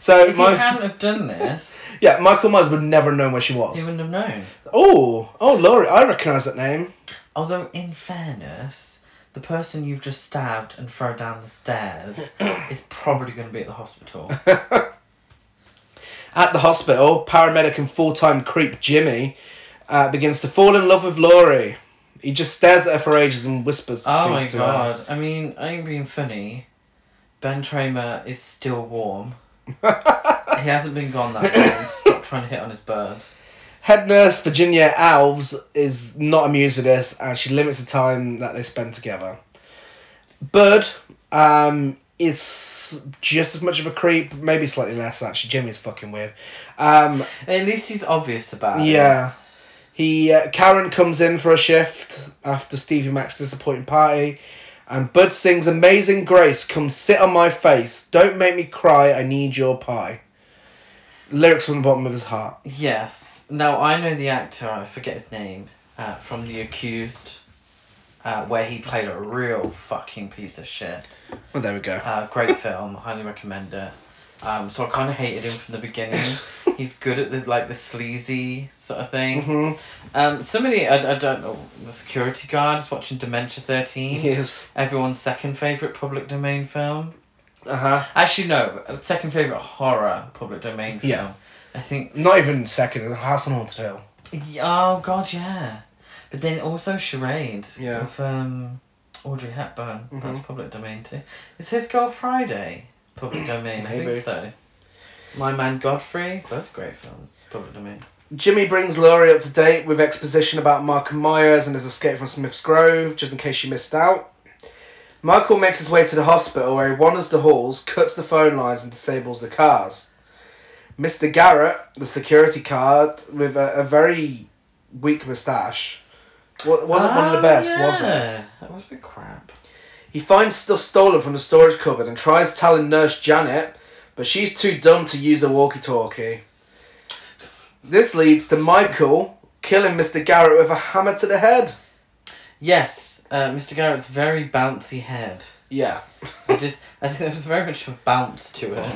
S3: So,
S4: If
S3: Mi-
S4: he hadn't have done this,
S3: yeah, Michael Myers would never have known where she was.
S4: he wouldn't have known.
S3: Oh, oh, Laurie, I recognise that name.
S4: Although, in fairness, the person you've just stabbed and thrown down the stairs is probably going to be at the hospital. Oh
S3: At the hospital, paramedic and full time creep Jimmy uh, begins to fall in love with Laurie. He just stares at her for ages and whispers
S4: Oh my
S3: things to her.
S4: god! I mean, I ain't being funny. Ben Tramer is still warm. he hasn't been gone that long. Stop trying to hit on his bird.
S3: Head nurse Virginia Alves is not amused with this and she limits the time that they spend together. Bird um, is just as much of a creep, maybe slightly less actually. Jimmy's fucking weird. Um,
S4: At least he's obvious about it.
S3: yeah. He uh, Karen comes in for a shift after Stevie Mac's disappointing party, and Bud sings "Amazing Grace." Come sit on my face. Don't make me cry. I need your pie. Lyrics from the bottom of his heart.
S4: Yes. Now I know the actor. I forget his name. Uh, from The Accused, uh, where he played a real fucking piece of shit.
S3: Well, there we go.
S4: Uh, great film. Highly recommend it. Um, so I kind of hated him from the beginning. He's good at the like the sleazy sort of thing.
S3: hmm
S4: Um, somebody I, I don't know the security guard is watching Dementia Thirteen.
S3: Yes.
S4: Everyone's second favorite public domain film.
S3: Uh huh.
S4: Actually, no. Second favorite horror public domain film.
S3: Yeah.
S4: I think.
S3: Not even second. it's House on Haunted Hill.
S4: Oh God, yeah. But then also Charade.
S3: Yeah. Mm-hmm.
S4: With um, Audrey Hepburn. That's public domain too. Is his Girl Friday public domain? I
S3: Maybe.
S4: think so. My Man Godfrey. So that's great films. Public domain.
S3: Jimmy brings Laurie up to date with exposition about Michael Myers and his escape from Smith's Grove, just in case she missed out. Michael makes his way to the hospital where he wanders the halls, cuts the phone lines, and disables the cars. Mr. Garrett, the security guard with a, a very weak moustache, wa- wasn't one of the best, was it?
S4: Oh, That was a bit crap.
S3: He finds stuff stolen from the storage cupboard and tries telling Nurse Janet, but she's too dumb to use a walkie talkie. This leads to Michael killing Mr. Garrett with a hammer to the head.
S4: Yes, uh, Mr. Garrett's very bouncy head.
S3: Yeah.
S4: I did. I think there was very much of a bounce to it.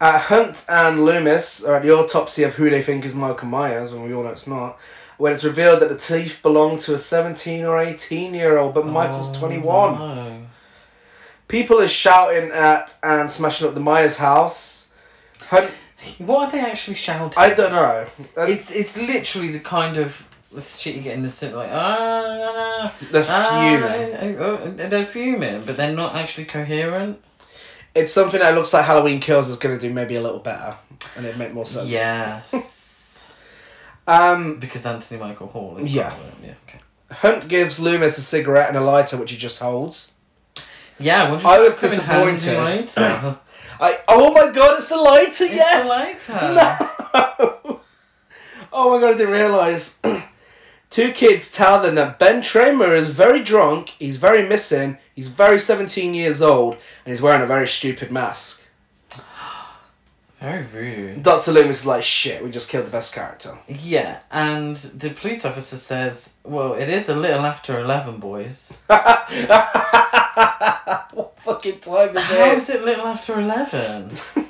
S3: Uh, Hunt and Loomis are at the autopsy of who they think is Michael Myers, and we all know it's not, when it's revealed that the teeth belong to a 17 or 18 year old, but Michael's
S4: Oh,
S3: 21.
S4: no.
S3: People are shouting at and smashing up the Myers house. Hunt,
S4: What are they actually shouting?
S3: I don't know. That-
S4: It's it's literally the kind of the shit you get in the cinema. Like, ah, no, no,
S3: They're
S4: ah, oh, oh," they're fuming, but they're not actually coherent.
S3: It's something that looks like Halloween Kills is going to do maybe a little better, and it make more sense.
S4: Yes.
S3: Um,
S4: because Anthony Michael Hall is.
S3: Yeah.
S4: part of it, Yeah. Okay.
S3: Hunt gives Loomis a cigarette and a lighter, which he just holds.
S4: Yeah, I, wonder if
S3: I
S4: that
S3: was
S4: could come in
S3: disappointed.
S4: handy later.
S3: I oh my god, it's the lighter!
S4: the
S3: yes,
S4: lighter.
S3: No. oh my god, I didn't realize. Two kids tell them that Ben Tramer is very drunk. He's very missing. He's very seventeen years old, and he's wearing a very stupid mask.
S4: Very rude.
S3: Doctor Loomis is like, "Shit, we just killed the best character."
S4: Yeah, and the police officer says, "Well, it is a little after eleven, boys."
S3: what fucking time is
S4: How
S3: it?
S4: is it little after eleven?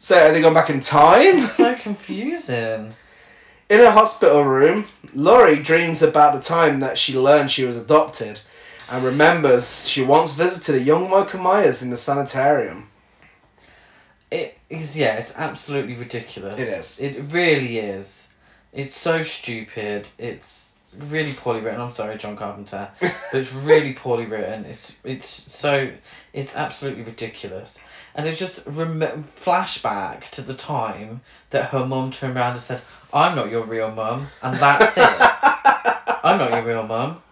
S3: So are they going back in time?
S4: It's so confusing.
S3: In a hospital room, Laurie dreams about the time that she learned she was adopted and remembers she once visited a young Michael Myers in the sanitarium.
S4: It is, yeah, it's absolutely ridiculous.
S3: It is.
S4: It really is. It's so stupid. It's really poorly written. I'm sorry, John Carpenter, but it's really poorly written. It's it's so it's absolutely ridiculous, and it's just rem- flashback to the time that her mum turned around and said, "I'm not your real mum," and that's it. I'm not your real mum.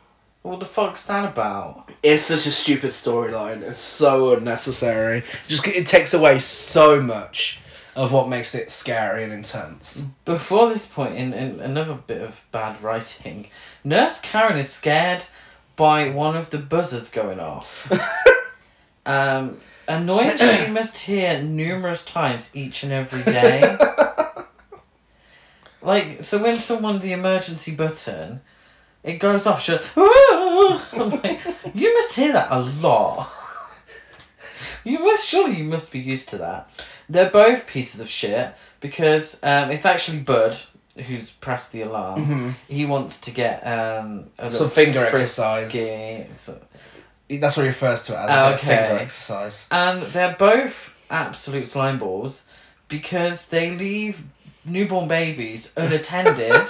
S4: What the fuck's that about?
S3: It's such a stupid storyline. It's so unnecessary. Just it takes away so much of what makes it scary and intense.
S4: Before this point, in, in another bit of bad writing, Nurse Karen is scared by one of the buzzers going off. um, a noise she must hear numerous times each and every day. like, so when someone the emergency button, it goes off, she's I'm like, you must hear that a lot. You must surely you must be used to that. They're both pieces of shit because um, it's actually Bud who's pressed the alarm. He wants to get um, a little
S3: Mm-hmm. Some finger exercise.
S4: frisky- so-
S3: That's what he refers to it as a bit of
S4: Okay.
S3: finger exercise.
S4: and they're both absolute slime balls because they leave newborn babies unattended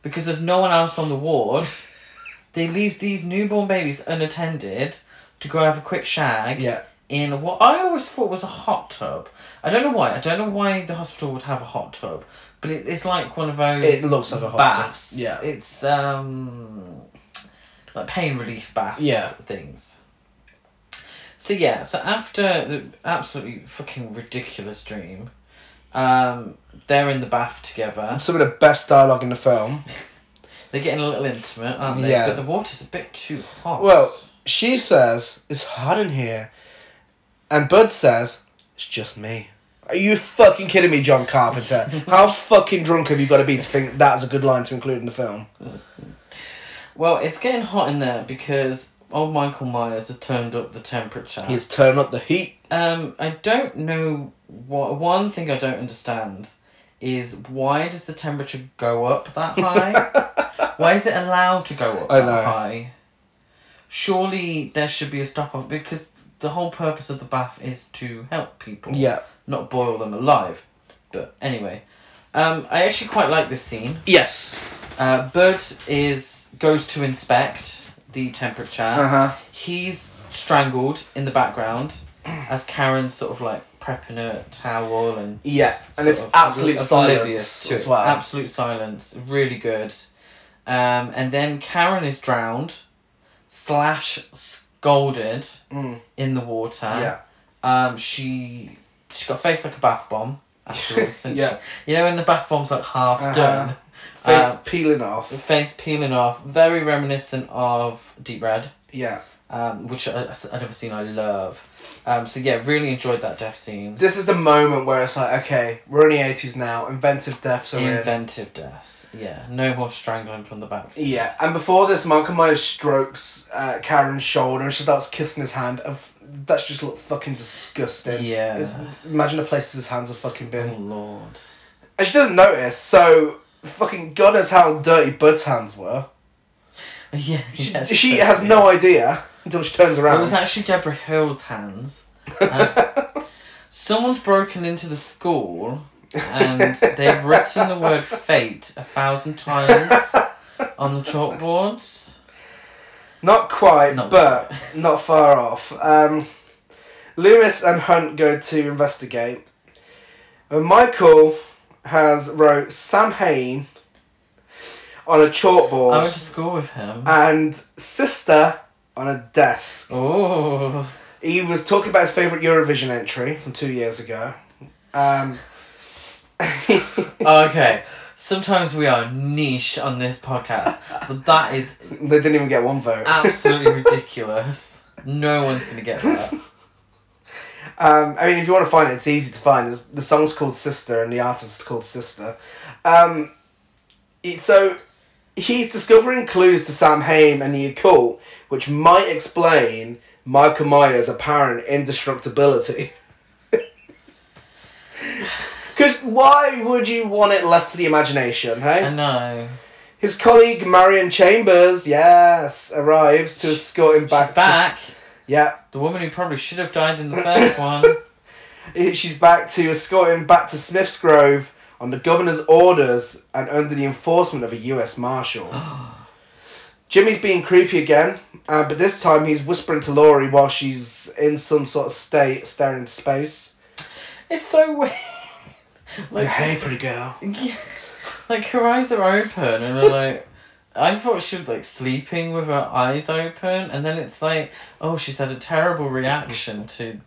S4: because there's no one else on the ward. They leave these newborn babies unattended to go have a quick shag
S3: Yeah.
S4: in what I always thought was a hot tub. I don't know why. I don't know why the hospital would have a hot tub, but it, it's like one of those
S3: It looks like a hot tub,
S4: baths.
S3: yeah.
S4: It's um like pain relief baths
S3: Yeah.
S4: things. So yeah, so after the absolutely fucking ridiculous dream, um, they're in the bath together.
S3: Some of the best dialogue in the film.
S4: They're getting a little intimate, aren't they?
S3: Yeah.
S4: But the water's a bit too hot.
S3: Well, she says, It's hot in here. And Bud says, It's just me. Are you fucking kidding me, John Carpenter? How fucking drunk have you got to be to think that's a good line to include in the film?
S4: well, it's getting hot in there because old Michael Myers has turned up the temperature.
S3: He's turning up the heat.
S4: Um, I don't know what one thing I don't understand is why does the temperature go up that high? why is it allowed to go up
S3: I
S4: that
S3: know.
S4: high? Surely there should be a stop off because the whole purpose of the bath is to help people.
S3: Yeah.
S4: Not boil them alive. But anyway. Um, I actually quite like this scene.
S3: Yes.
S4: Uh, Bud is goes to inspect the temperature.
S3: Uh-huh.
S4: He's strangled in the background as Karen's sort of like prepping a towel and
S3: Yeah. And
S4: sort
S3: it's
S4: of
S3: absolute
S4: obli- oblivious
S3: silence
S4: to
S3: as
S4: it.
S3: well.
S4: Absolute silence, really good. Um, and then Karen is drowned, slash scolded
S3: Mm.
S4: in the water.
S3: Yeah.
S4: Um, she she got faced like a bath bomb. Afterwards, since
S3: Yeah.
S4: she, you know when the bath bomb's like half
S3: Uh-huh.
S4: done.
S3: Face
S4: Uh,
S3: peeling
S4: the
S3: off.
S4: face peeling off, very reminiscent of Deep Red,
S3: Yeah.
S4: um, which I, have never seen. I love. Um, so yeah, really enjoyed that death scene.
S3: This is the moment where it's like, okay, we're in the 80s now, inventive deaths are in.
S4: Inventive deaths. Yeah, no more strangling from the back. seat.
S3: Yeah, and before this, Malcolm Myers strokes uh, Karen's shoulder and she starts kissing his hand. Of that's just look fucking disgusting.
S4: Yeah.
S3: It's- imagine the places his hands have fucking
S4: Oh
S3: been.
S4: lord.
S3: And she doesn't notice. So fucking god knows how dirty Bud's hands were.
S4: Yeah. yes,
S3: she
S4: but-
S3: has no idea until she turns
S4: Well,
S3: around.
S4: It was actually Deborah Hill's hands. Um, someone's broken into the school and they've written the word fate a thousand times on the chalkboards.
S3: Not quite,
S4: Not
S3: but not far off. Um, Loomis and Hunt go to investigate. And Michael has wrote Sam Hain on a chalkboard
S4: I went to school with him.
S3: and sister on a desk.
S4: Oh,
S3: He was talking about his favourite Eurovision entry from two years ago. Um,
S4: okay. Sometimes we are niche on this podcast, but that is
S3: they didn't even get one vote.
S4: absolutely ridiculous. No one's gonna get that.
S3: Um, I mean, if you want to find it, it's easy to find. It's, the song's called Sister, and the artist's called Sister. Um, it- so he's discovering clues to Sam Haim and the occult, which might explain Michael Myers' apparent indestructibility. Because why would you want it left to the imagination, hey?
S4: I know.
S3: His colleague Marion Chambers, yes, arrives to escort him back.
S4: She's back.
S3: To, yeah,
S4: The woman who probably should have died in the first one.
S3: she's back to escort him back to Smith's Grove on the governor's orders and under the enforcement of a U.S. marshal. Jimmy's being creepy again, uh, but this time he's whispering to Laurie while she's in some sort of state, staring into space.
S4: It's so weird. Like,
S3: Oh, hey, pretty girl.
S4: yeah, like her eyes are open, and I'm like, I thought she was like sleeping with her eyes open, and then it's like, oh, she's had a terrible reaction to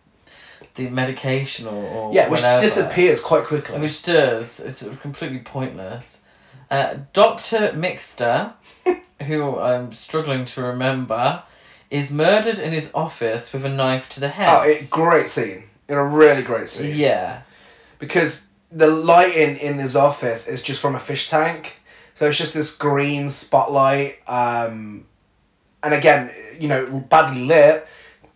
S4: the medication or, or
S3: Yeah, which
S4: whatever.
S3: disappears quite quickly.
S4: Which does. It's completely pointless. Uh, Dr. Mixter, who I'm struggling to remember, is murdered in his office with a knife to the head.
S3: oh, it, great scene. In a really great scene.
S4: yeah.
S3: because the lighting in this office is just from a fish tank so it's just this green spotlight um and again you know badly lit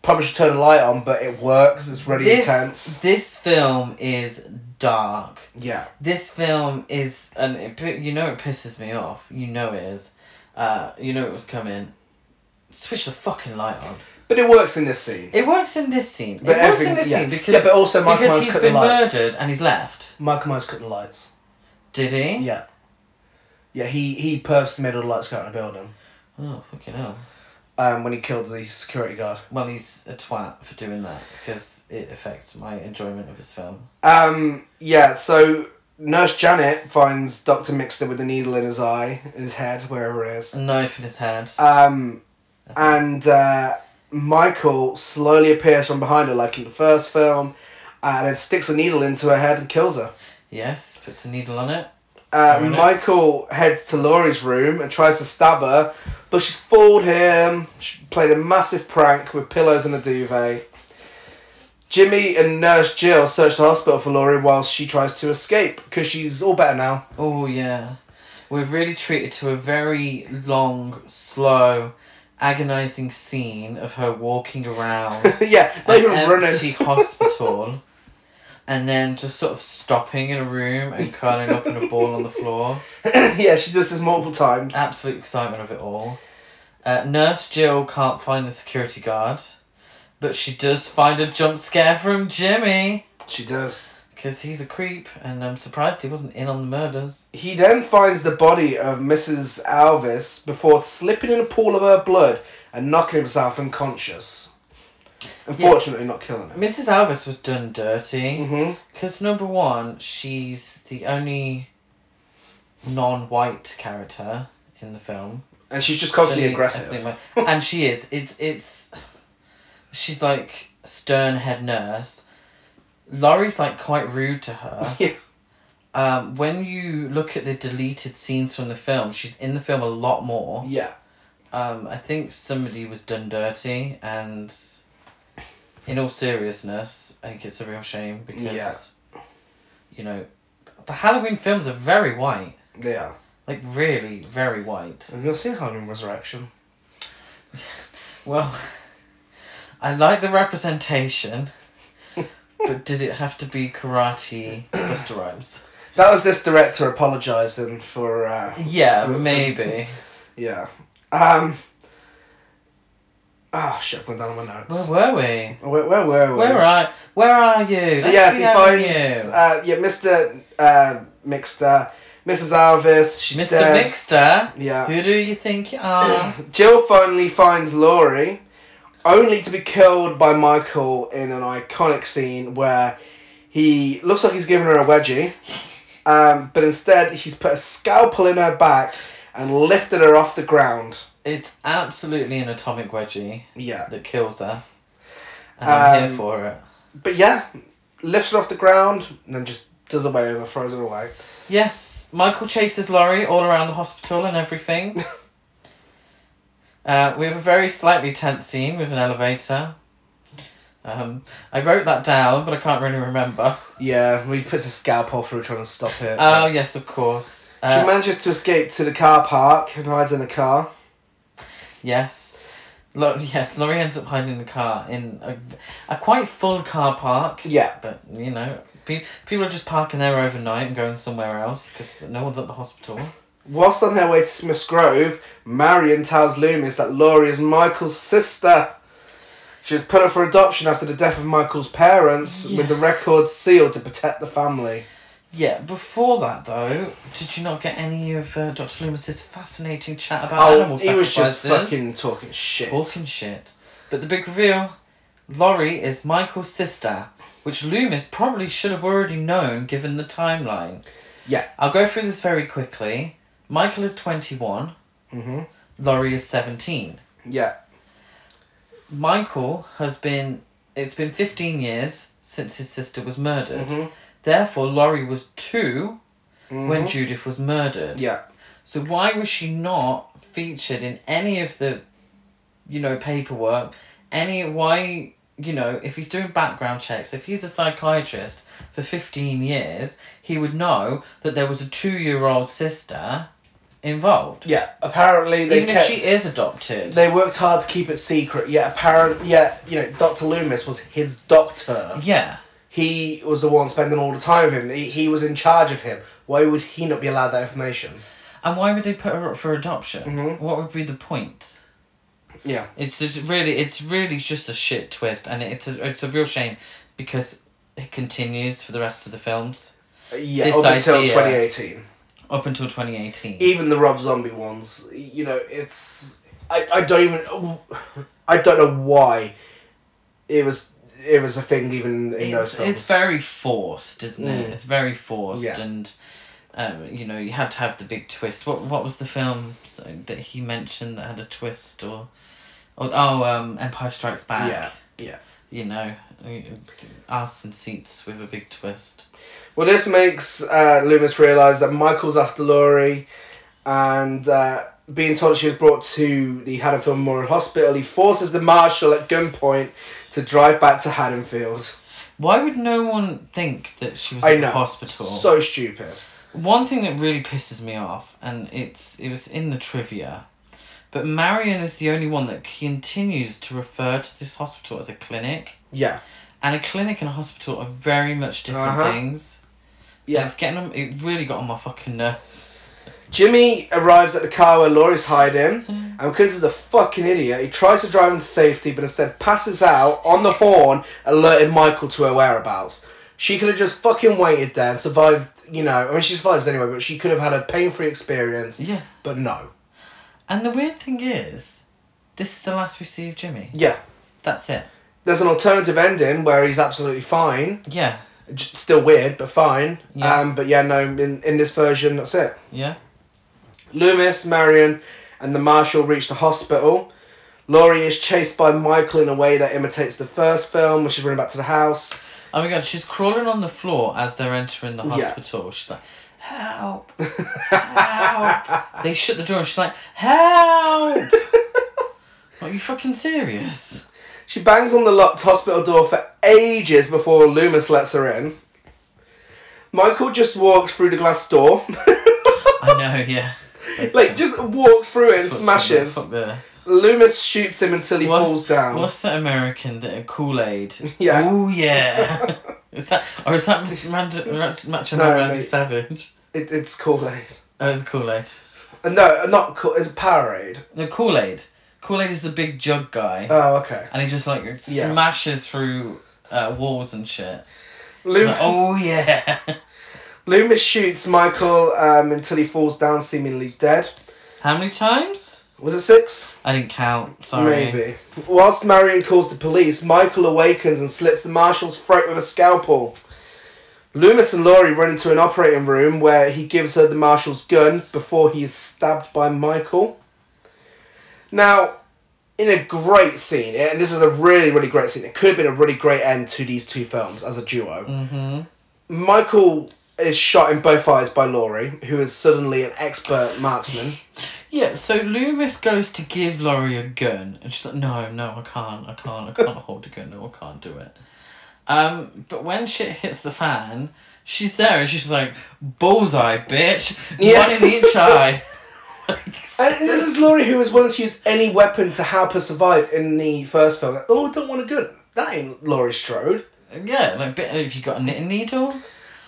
S3: probably should turn the light on but it works it's really
S4: This,
S3: intense
S4: this film is dark.
S3: yeah
S4: This film is, and it, pi- you know it pisses me off. You know it is. Uh, you know it was coming. Switch the fucking light on.
S3: but it works in this scene
S4: It works in this scene.
S3: But
S4: it works
S3: everything-
S4: in this
S3: yeah.
S4: scene because
S3: Yeah, but also Michael
S4: because
S3: Myers
S4: he's
S3: cut the
S4: been
S3: lights.
S4: murdered and he's left.
S3: michael myers cut the lights
S4: Did he?
S3: yeah yeah he he purposed made all the lights go out in the building
S4: Oh, fucking hell.
S3: um when he killed the security guard
S4: Well, he's a twat for doing that because it affects my enjoyment of his film.
S3: Um, yeah, so Nurse Janet finds Dr. Mixter with a needle in his eye, in his head, wherever it is.
S4: A knife in his hand.
S3: Um, and uh, Michael slowly appears from behind her, like in the first film, uh, and then sticks a needle into her head and kills her.
S4: Yes, puts a needle on it.
S3: Uh,
S4: Alright.
S3: Michael heads to Laurie's room and tries to stab her, but she's fooled him. She played a massive prank with pillows and a duvet. Jimmy and Nurse Jill search the hospital for Laurie whilst she tries to escape because she's all better now.
S4: Oh yeah, we're really treated to a very long, slow, agonizing scene of her walking around
S3: yeah, not
S4: an
S3: even
S4: empty
S3: running.
S4: hospital, and then just sort of stopping in a room and curling up in a ball on the floor.
S3: yeah, she does this multiple times.
S4: Absolute excitement of it all. Uh, Nurse Jill can't find the security guard, but she does find a jump scare from Jimmy
S3: She does.
S4: because he's a creep, and I'm surprised he wasn't in on the murders.
S3: He then finds the body of Mrs. Alvis before slipping in a pool of her blood and knocking himself unconscious. Unfortunately, not killing him.
S4: Mrs. Alvis was done dirty.
S3: hmm
S4: Because number one, she's the only non-white character in the film.
S3: And she's just constantly
S4: Certainly
S3: aggressive.
S4: ethnically mi- and she is. It's it's. She's like stern head nurse. Laurie's like quite rude to her.
S3: Yeah.
S4: Um, when you look at the deleted scenes from the film, she's in the film a lot more.
S3: Yeah.
S4: Um, I think somebody was done dirty, and in all seriousness, I think it's a real shame because,
S3: Yeah.
S4: you know, the Halloween films are very white.
S3: They are.
S4: Like, really, very white.
S3: Have you not seen Halloween Resurrection?
S4: Well, I like the representation, but did it have to be karate Buster Rhymes?
S3: That was this director apologising for. Uh,
S4: Yeah,
S3: for- for-
S4: maybe.
S3: yeah. Um. Ah, shit, I've gone down on my
S4: Where
S3: notes.
S4: were we?
S3: Where, where were we?
S4: Where are, where are you?
S3: So yes,
S4: Let's
S3: he
S4: be having
S3: finds
S4: you.
S3: uh, yeah, Mr. Uh, Mixter, Mrs. Alvis. She's
S4: Mr.
S3: dead.
S4: Mixter?
S3: Yeah.
S4: Who do you think you are?
S3: Jill finally finds Laurie, only to be killed by Michael in an iconic scene where he looks like he's giving her a wedgie, um, but instead he's put a scalpel in her back and lifted her off the ground.
S4: It's absolutely an atomic wedgie
S3: Yeah.
S4: that kills her. And I'm
S3: Um,
S4: here for it.
S3: But yeah, lifts her off the ground and then just does away with her, throws her away.
S4: Yes, Michael chases Laurie all around the hospital and everything. uh, we have a very slightly tense scene with an elevator. Um, I wrote that down, but I can't really remember.
S3: Yeah, he puts a scalpel through trying to stop it.
S4: Oh, yes, of course. Uh,
S3: she manages to escape to the car park and hides in the car.
S4: Yes. Lo- yes, Laurie ends up hiding in the car in a, a quite full car park.
S3: Yeah.
S4: But, you know, pe- people are just parking there overnight and going somewhere else because no one's at the hospital.
S3: Whilst on their way to Smith's Grove, Marion tells Loomis that Laurie is Michael's sister. She was put up for adoption after the death of Michael's parents, with the records sealed to protect the family.
S4: Yeah, before that though, did you not get any of uh, Dr. Loomis's fascinating chat about
S3: Oh,
S4: animal
S3: he was
S4: sacrifices?
S3: just fucking talking shit.
S4: talking shit. But the big reveal, Laurie is Michael's sister, which Loomis probably should have already known given the timeline.
S3: Yeah.
S4: I'll go through this very quickly. Michael is 21,
S3: hmm
S4: Laurie is 17.
S3: Yeah.
S4: Michael has been it's been 15 years since his sister was murdered.
S3: Mhm.
S4: Therefore Laurie was 2 when
S3: Mhm.
S4: Judith was murdered.
S3: Yeah.
S4: So why was she not featured in any of the, you know, paperwork? Any why you know if he's doing background checks, if he's a psychiatrist for fifteen years, he would know that there was a two-year-old sister involved.
S3: Yeah. Apparently, they
S4: Even
S3: kept,
S4: if she is adopted.
S3: They worked hard to keep it secret. Yeah. Apparent. Yeah. You know, Doctor Loomis was his doctor.
S4: yeah.
S3: He was the one spending all the time with him. He, he was in charge of him. Why would he not be allowed that information?
S4: And why would they put her up for adoption?
S3: Mhm.
S4: What would be the point?
S3: Yeah.
S4: It's just really, it's really just a shit twist, and it's a, it's a real shame because it continues for the rest of the films
S3: Yeah,
S4: this
S3: up until
S4: idea.
S3: 2018.
S4: up until twenty eighteen.
S3: Even the Rob Zombie ones, you know, it's I, I don't even I don't know why it was it was a thing even in those
S4: it's,
S3: films.
S4: it's very forced, isn't it?
S3: Mm.
S4: It's very forced,
S3: Yeah.
S4: and um, you know you had to have the big twist. What what was the film so- that he mentioned that had a twist, or Or, oh, um, Empire Strikes Back.
S3: Yeah, yeah.
S4: You know, uh, arse and seats with a big twist.
S3: Well, this makes uh, Loomis realise that Michael's after Laurie, and uh, being told that she was brought to the Haddonfield Memorial Hospital, he forces the marshal at gunpoint to drive back to Haddonfield.
S4: Why would no one think that she was
S3: I
S4: in
S3: know.
S4: the hospital?
S3: So stupid.
S4: One thing that really pisses me off, and it's it was in the trivia, but Marion is the only one that continues to refer to this hospital as a clinic,
S3: Yeah.
S4: and a clinic and a hospital are very much different
S3: Uh-huh.
S4: things.
S3: Yeah.
S4: it's getting on- it really got on my fucking nerves.
S3: Jimmy arrives at the car where Laurie's hiding,
S4: Mm.
S3: and because he's a fucking idiot, he tries to drive him to safety, but instead passes out on the horn, alerting Michael to her whereabouts. She could have just fucking waited there and survived, you know. I mean, she survives anyway, but she could have had a pain free experience.
S4: Yeah,
S3: But no.
S4: and the weird thing is, this is the last we see of Jimmy.
S3: Yeah.
S4: That's it.
S3: There's an alternative ending where he's absolutely fine.
S4: Yeah,
S3: J- Still weird, but fine.
S4: Yeah.
S3: Um, but yeah, no, in, in this version, that's it.
S4: yeah,
S3: Loomis, Marion, and the Marshal reach the hospital. Laurie is chased by Michael in a way that imitates the first film, which is running back to the house.
S4: Oh my god, she's crawling on the floor as they're entering the
S3: Yeah.
S4: hospital. She's like, help, help. they shut the door and she's like, help. Are you fucking serious?
S3: She bangs on the locked hospital door for ages before Loomis lets her in. Michael just walked through the glass door.
S4: I know, yeah.
S3: like, just walked through it and
S4: That's what's wrong,
S3: smashes.
S4: Fuck this.
S3: Loomis shoots him until he
S4: What's-
S3: falls down.
S4: What's that American that Kool Aid?
S3: Yeah.
S4: Oh yeah. is that or is that Miss Rand- Rand- Macho Man
S3: No,
S4: Randy
S3: mate.
S4: Savage?
S3: It, it's Kool Aid.
S4: Oh, it's Kool Aid.
S3: No, uh, not Kool It's Powerade.
S4: No, Kool Aid. Kool Aid is the big jug guy,
S3: Oh, okay.
S4: and he just like
S3: Yeah.
S4: smashes through uh, walls and shit.
S3: Loomis.
S4: Like, oh yeah.
S3: Loomis shoots Michael um, until he falls down, seemingly dead.
S4: How many times?
S3: Was it six?
S4: I didn't count. Sorry.
S3: Maybe. Whilst Marion calls the police, Michael awakens and slits the marshal's throat with a scalpel. Loomis and Laurie run into an operating room where he gives her the marshal's gun before he is stabbed by Michael. Now, in a great scene, and this is a really, really great scene, it could have been a really great end to these two films as a duo. Michael is shot in both eyes by Laurie, who is suddenly an expert marksman.
S4: Yeah. So Loomis goes to give Laurie a gun, and she's like, "No, no, I can't. I can't. I can't hold a gun. No, I can't do it." Um, but when shit hits the fan, she's there and she's like, "Bullseye, bitch!
S3: Yeah.
S4: One in each eye."
S3: And this is Laurie who is willing to use any weapon to help her survive in the first film. Oh, I don't want a gun. That ain't Laurie Strode.
S4: yeah, like, bit, if you got a knitting needle.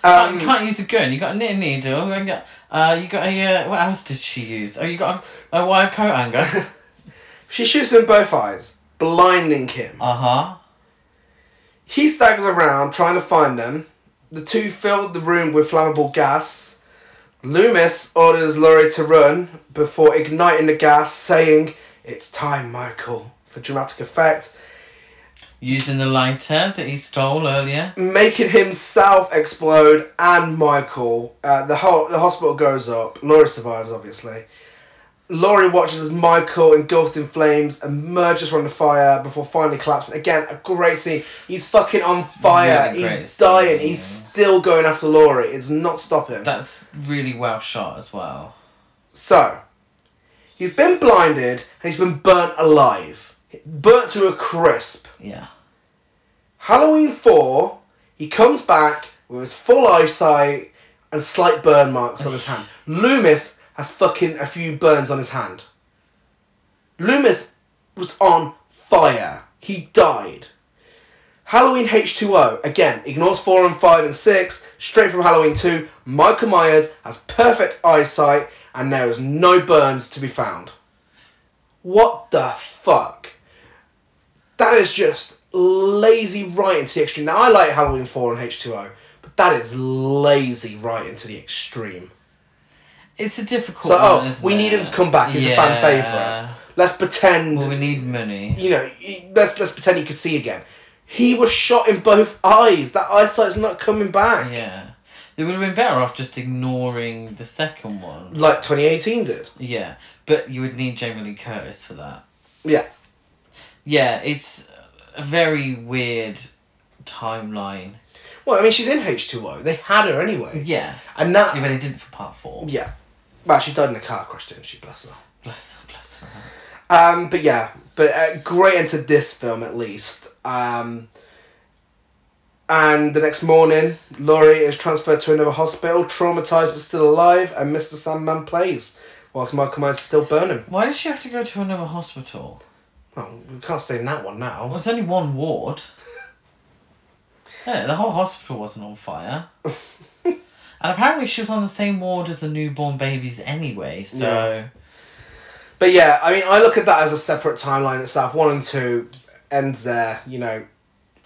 S4: Oh, you
S3: Um,
S4: can't use a gun. You got a knitting needle. You got, uh, you got a. Uh, what else did she use? Oh, you got a, a wire coat hanger.
S3: she shoots him in both eyes, blinding him.
S4: Uh huh.
S3: He staggers around trying to find them. The two filled the room with flammable gas. Loomis orders Laurie to run before igniting the gas, saying, It's time, Michael, for dramatic effect.
S4: using the lighter that he stole earlier.
S3: making himself explode and Michael. Uh, the whole the hospital goes up. Laurie survives, obviously. Laurie watches as Michael, engulfed in flames, emerges from the fire before finally collapsing. Again, a great scene. He's fucking on fire.
S4: Really great
S3: He's dying.
S4: scene,
S3: He's
S4: yeah.
S3: still going after Laurie. It's not stopping.
S4: That's really well shot as well.
S3: So, he's been blinded and he's been burnt alive, burnt to a crisp.
S4: Yeah.
S3: Halloween 4, he comes back with his full eyesight and slight burn marks on his hand. Loomis has fucking a few burns on his hand. Loomis was on fire. He died. Halloween H2O, again, ignores 4 and 5 and 6, straight from Halloween 2. Michael Myers has perfect eyesight and there is no burns to be found. What the fuck? That is just lazy right into the extreme. Now I like Halloween Four and H two O, but that is lazy right into the extreme.
S4: It's a difficult
S3: So
S4: one,
S3: oh,
S4: isn't
S3: we
S4: it?
S3: need him to come back. He's a fan
S4: Yeah.
S3: favorite. Let's pretend
S4: Well, we need money.
S3: you know. y- Let's let's pretend he could see again. He was shot in both eyes. That eyesight's not coming back.
S4: Yeah. They would have been better off just ignoring the second one.
S3: Like twenty eighteen did.
S4: Yeah. But you would need Jamie Lee Curtis for that.
S3: Yeah.
S4: yeah, it's a very weird timeline.
S3: Well, I mean, she's in H2O. They had her anyway.
S4: Yeah.
S3: And now.
S4: Yeah, but they did it for part four.
S3: Yeah. Well, she died in a car crash, didn't she? Bless her.
S4: Bless her, bless her.
S3: Um, but yeah, but uh, great into this film at least. Um, and the next morning, Laurie is transferred to another hospital, traumatized but still alive, and Mr. Sandman plays whilst Michael Myers is still burning.
S4: Why does she have to go to another hospital?
S3: Well, we can't stay in that one
S4: Well,
S3: now.
S4: it's only one ward. Yeah, the whole hospital wasn't on fire. and apparently she was on the same ward as the newborn babies anyway, so...
S3: But yeah, I mean, I look at that as a separate timeline itself. One and two ends there, you know,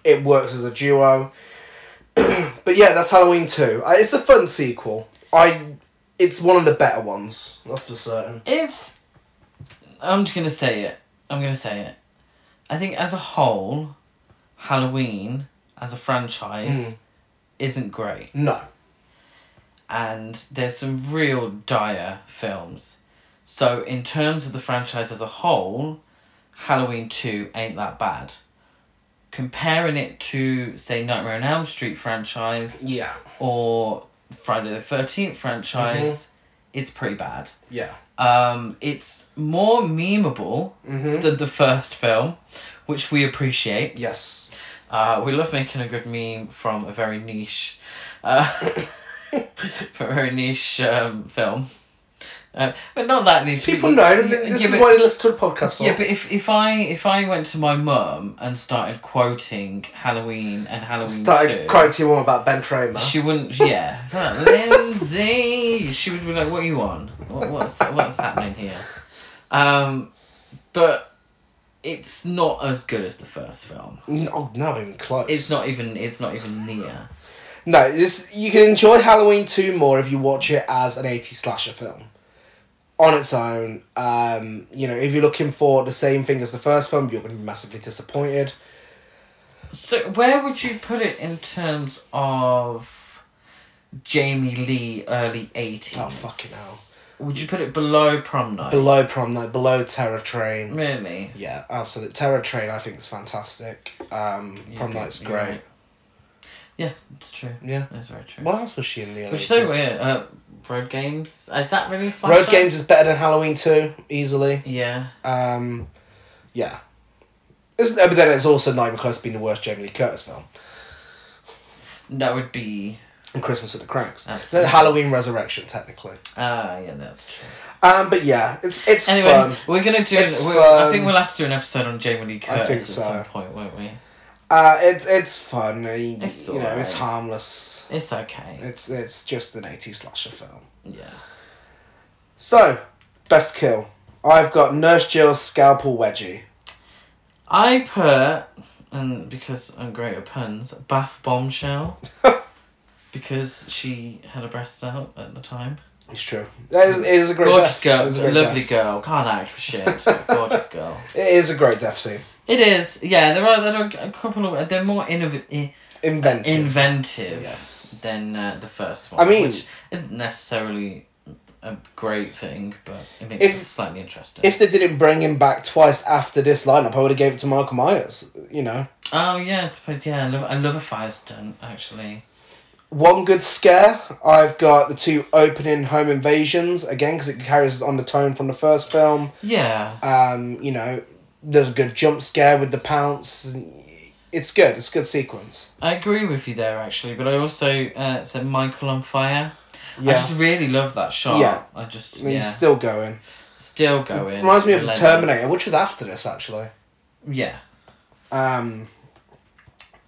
S3: it works as a duo. but yeah, that's Halloween 2. Uh, It's a fun sequel. I. It's one of the better ones, that's for certain.
S4: It's... I'm just gonna say it. I'm gonna say it. I think as a whole, Halloween, as a franchise, isn't great.
S3: No.
S4: and there's some real dire films. So in terms of the franchise as a whole, Halloween two ain't that bad. Comparing it to say Nightmare on Elm Street franchise
S3: Yeah.
S4: or Friday the Thirteenth franchise, it's pretty bad.
S3: Yeah.
S4: Um, it's more memeable
S3: Mm-hmm.
S4: than the first film, which we appreciate.
S3: Yes.
S4: Uh, we love making a good meme from a very niche, uh, from a very niche um, film, uh, but not that niche.
S3: People know. th-
S4: Yeah,
S3: This
S4: yeah,
S3: is
S4: but-
S3: why they listen to the podcast for.
S4: Yeah, but if, if I if I went to my mum and started quoting Halloween and Halloween
S3: Started
S4: two,
S3: crying to your mum about Ben Tramer.
S4: she wouldn't. Yeah, "Oh, Lindsay. She would be like, "What are you on? What, what's what's happening here?" Um, but it's not as good as the first film.
S3: oh, no, not even close.
S4: It's not even. It's not even near.
S3: No, this, you can enjoy Halloween 2 more if you watch it as an 80s slasher film. On its own. Um, you know, if you're looking for the same thing as the first film, you're going to be massively disappointed.
S4: So where would you put it in terms of Jamie Lee early eighties?
S3: Oh, fucking hell.
S4: Would you put it below prom night?
S3: Below Prom Night, below Terror
S4: Mm.
S3: Train.
S4: really?
S3: Yeah, absolute. Terror Train, I think, is fantastic. Um, Prom
S4: Yeah,
S3: Night's
S4: you're
S3: great.
S4: right. Yeah, it's true.
S3: Yeah.
S4: That's very true.
S3: What else was she in the
S4: Which is
S3: other
S4: so weird. Uh, road games. Is that really a slasher?
S3: Road Games is better than Halloween 2, easily.
S4: Yeah.
S3: Um, yeah. It's, uh, but then it's also not even close to being the worst Jamie Lee Curtis film.
S4: That would be.
S3: And Christmas at the Cranks.
S4: Absolutely.
S3: The Halloween Resurrection, technically.
S4: Ah, yeah, that's true.
S3: Um, but yeah, it's it's
S4: Anyway,
S3: fun.
S4: we're gonna do.
S3: It's
S4: we I
S3: fun.
S4: think we'll have to do an episode on Jamie Lee
S3: I
S4: Curtis
S3: think so.
S4: at some point, won't we?
S3: Uh, it's it's fun. uh, You,
S4: It's
S3: you know, it's
S4: alright.
S3: harmless.
S4: It's okay.
S3: It's it's just an 80s slasher film.
S4: Yeah.
S3: So, best kill. I've got Nurse Jill's scalpel wedgie.
S4: I put, and because I'm great at puns, Bath Bombshell. because she had a breast out at the time.
S3: It's true. That is, it is a great
S4: Gorgeous
S3: death.
S4: girl,
S3: It is a great
S4: lovely
S3: death.
S4: girl. Can't act for shit, but gorgeous girl.
S3: It is a great death scene.
S4: It is, yeah. There are there are a couple of they're more innov-
S3: Inventive.
S4: inventive
S3: Yes.
S4: than uh, the first one.
S3: I mean-
S4: which isn't necessarily a great thing, but it makes
S3: If-
S4: it slightly interesting.
S3: if they didn't bring him back twice after this lineup, I would have gave it to Michael Myers. You know,
S4: oh yeah, I suppose yeah. I love I love a fire stunt actually.
S3: one good scare. I've got the two opening home invasions again because it carries on the tone from the first film.
S4: Yeah.
S3: Um, you know, there's a good jump scare with the pounce. It's good. It's a good sequence.
S4: I agree with you there actually, but I also uh, said Michael on fire. I
S3: Yeah,
S4: just really love that shot.
S3: Yeah.
S4: I just
S3: I mean,
S4: yeah.
S3: he's still going.
S4: still going.
S3: Reminds me of the
S4: relentless.
S3: Terminator, which was after this actually.
S4: yeah.
S3: Um,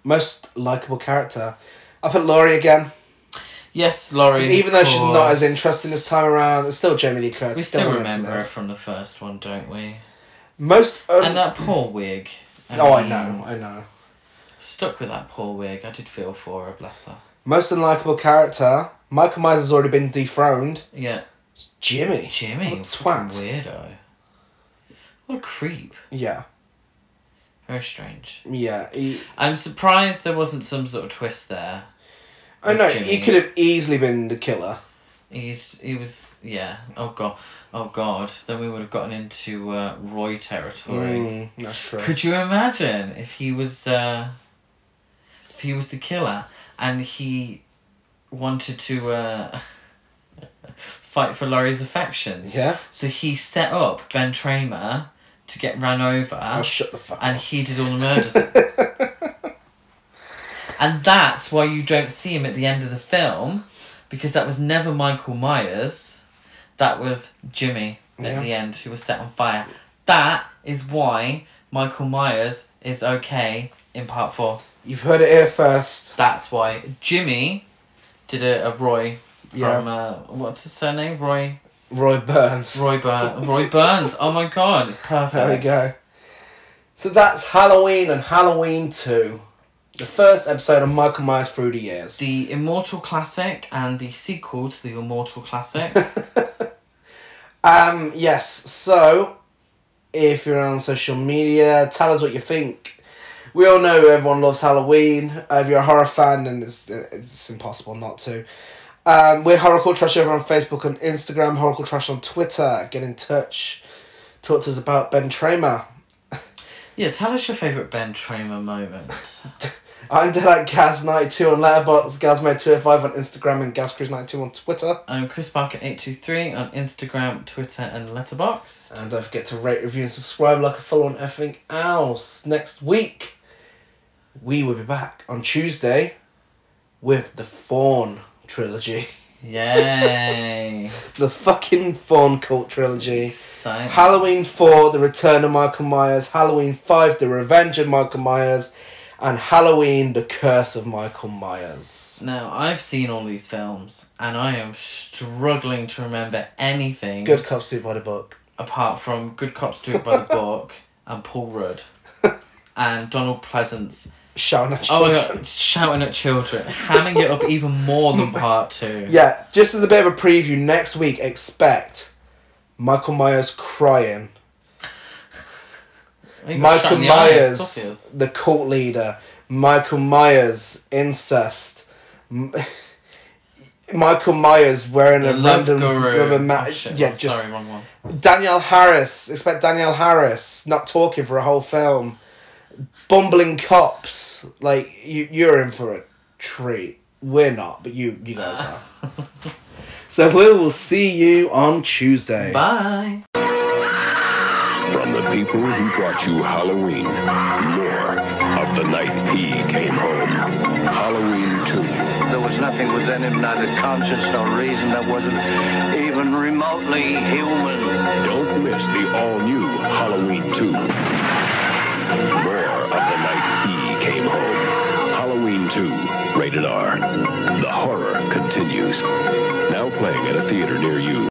S3: most likable character. I put Laurie again.
S4: Yes, Laurie.
S3: 'Cause even though
S4: of
S3: she's not as
S4: course.
S3: interesting this time around, it's still Jamie Lee Curtis.
S4: we still
S3: meant to
S4: remember her
S3: live.
S4: from the first one, don't we?
S3: Most. Un-
S4: And uh, that poor wig.
S3: Um, oh, I
S4: mean,
S3: know, I know.
S4: Stuck with that poor wig. I did feel for her, bless her.
S3: Most unlikable character. Michael Myers has already been dethroned.
S4: Yeah,
S3: Jimmy.
S4: Jimmy.
S3: What a
S4: fucking
S3: twat.
S4: Weirdo. What a creep.
S3: Yeah,
S4: Very strange.
S3: yeah. He,
S4: I'm surprised there wasn't some sort of twist there.
S3: I know.
S4: Jimmy.
S3: He could have easily been the killer.
S4: He's he was yeah. Oh god, oh god. Then we would have gotten into uh, Roy territory.
S3: Mm, that's true.
S4: Could you imagine if he was uh, if he was the killer and he wanted to uh, fight for Laurie's affections?
S3: Yeah.
S4: So he set up Ben Tramer to get ran over
S3: Oh, shut the fuck
S4: and
S3: up.
S4: he did all the murders. and that's why you don't see him at the end of the film, because that was never Michael Myers, that was Jimmy
S3: Yeah.
S4: at the end who was set on fire. That is why Michael Myers is okay in part four.
S3: You've heard it here first.
S4: That's why Jimmy did a, a Roy from
S3: Yeah.
S4: uh, what's his surname? Roy
S3: Roy Burns.
S4: Roy Burns. Roy Burns. Oh my god, it's perfect.
S3: There we go. So that's Halloween and Halloween 2. The first episode of Michael Myers Through the Years.
S4: the Immortal Classic and the sequel to the Immortal Classic.
S3: Um, yes, so if you're on social media, tell us what you think. We all know everyone loves Halloween. Uh, if you're a horror fan, then it's, it's impossible not to. Um, we're Horrorcore Trash over on Facebook and Instagram, Horrorcore Trash on Twitter. Get in touch. Talk to us about Ben Tramer.
S4: yeah, tell us your favourite Ben Tramer moment.
S3: I'm dead at Gaz92 on Letterboxd, Gazmo205 on Instagram, and GazCruise92 on Twitter.
S4: I'm Chris Barker823 on Instagram, Twitter, and Letterboxd.
S3: And don't forget to rate, review, and subscribe like a follow on everything else. Next week, we will be back on Tuesday with the Fawn trilogy.
S4: Yay!
S3: The fucking Fawn cult trilogy.
S4: Exciting.
S3: Halloween 4, The Return of Michael Myers. Halloween 5, The Revenge of Michael Myers. And Halloween, The Curse of Michael Myers.
S4: now, I've seen all these films, and I am struggling to remember anything
S3: Good cops do by the book.
S4: apart from Good Cops Do It By The Book and Paul Rudd. And Donald Pleasance.
S3: Shouting at
S4: Oh my
S3: children.
S4: god, shouting at children, hamming it up even more than part two.
S3: Yeah, just as a bit of a preview, next week expect Michael Myers crying.
S4: He got shot
S3: Michael
S4: in the eye, it's
S3: Myers,
S4: obvious.
S3: the cult leader. Michael Myers, incest. M- Michael Myers wearing a
S4: The love
S3: random
S4: guru.
S3: rubber ma-
S4: oh, shit.
S3: yeah,
S4: oh,
S3: just
S4: sorry, wrong one.
S3: Danielle Harris. Expect Danielle Harris not talking for a whole film. Bumbling cops. Like you, you're in for a treat. We're not, but you, you guys are. so we will see you on Tuesday.
S4: Bye.
S1: From the people who brought you Halloween, more of the night he came home. Halloween 2.
S2: There was nothing within him, neither conscience nor reason, that wasn't even remotely human.
S1: Don't miss the all-new Halloween 2. More of the night he came home. Halloween 2, rated R. The horror continues. Now playing at a theater near you.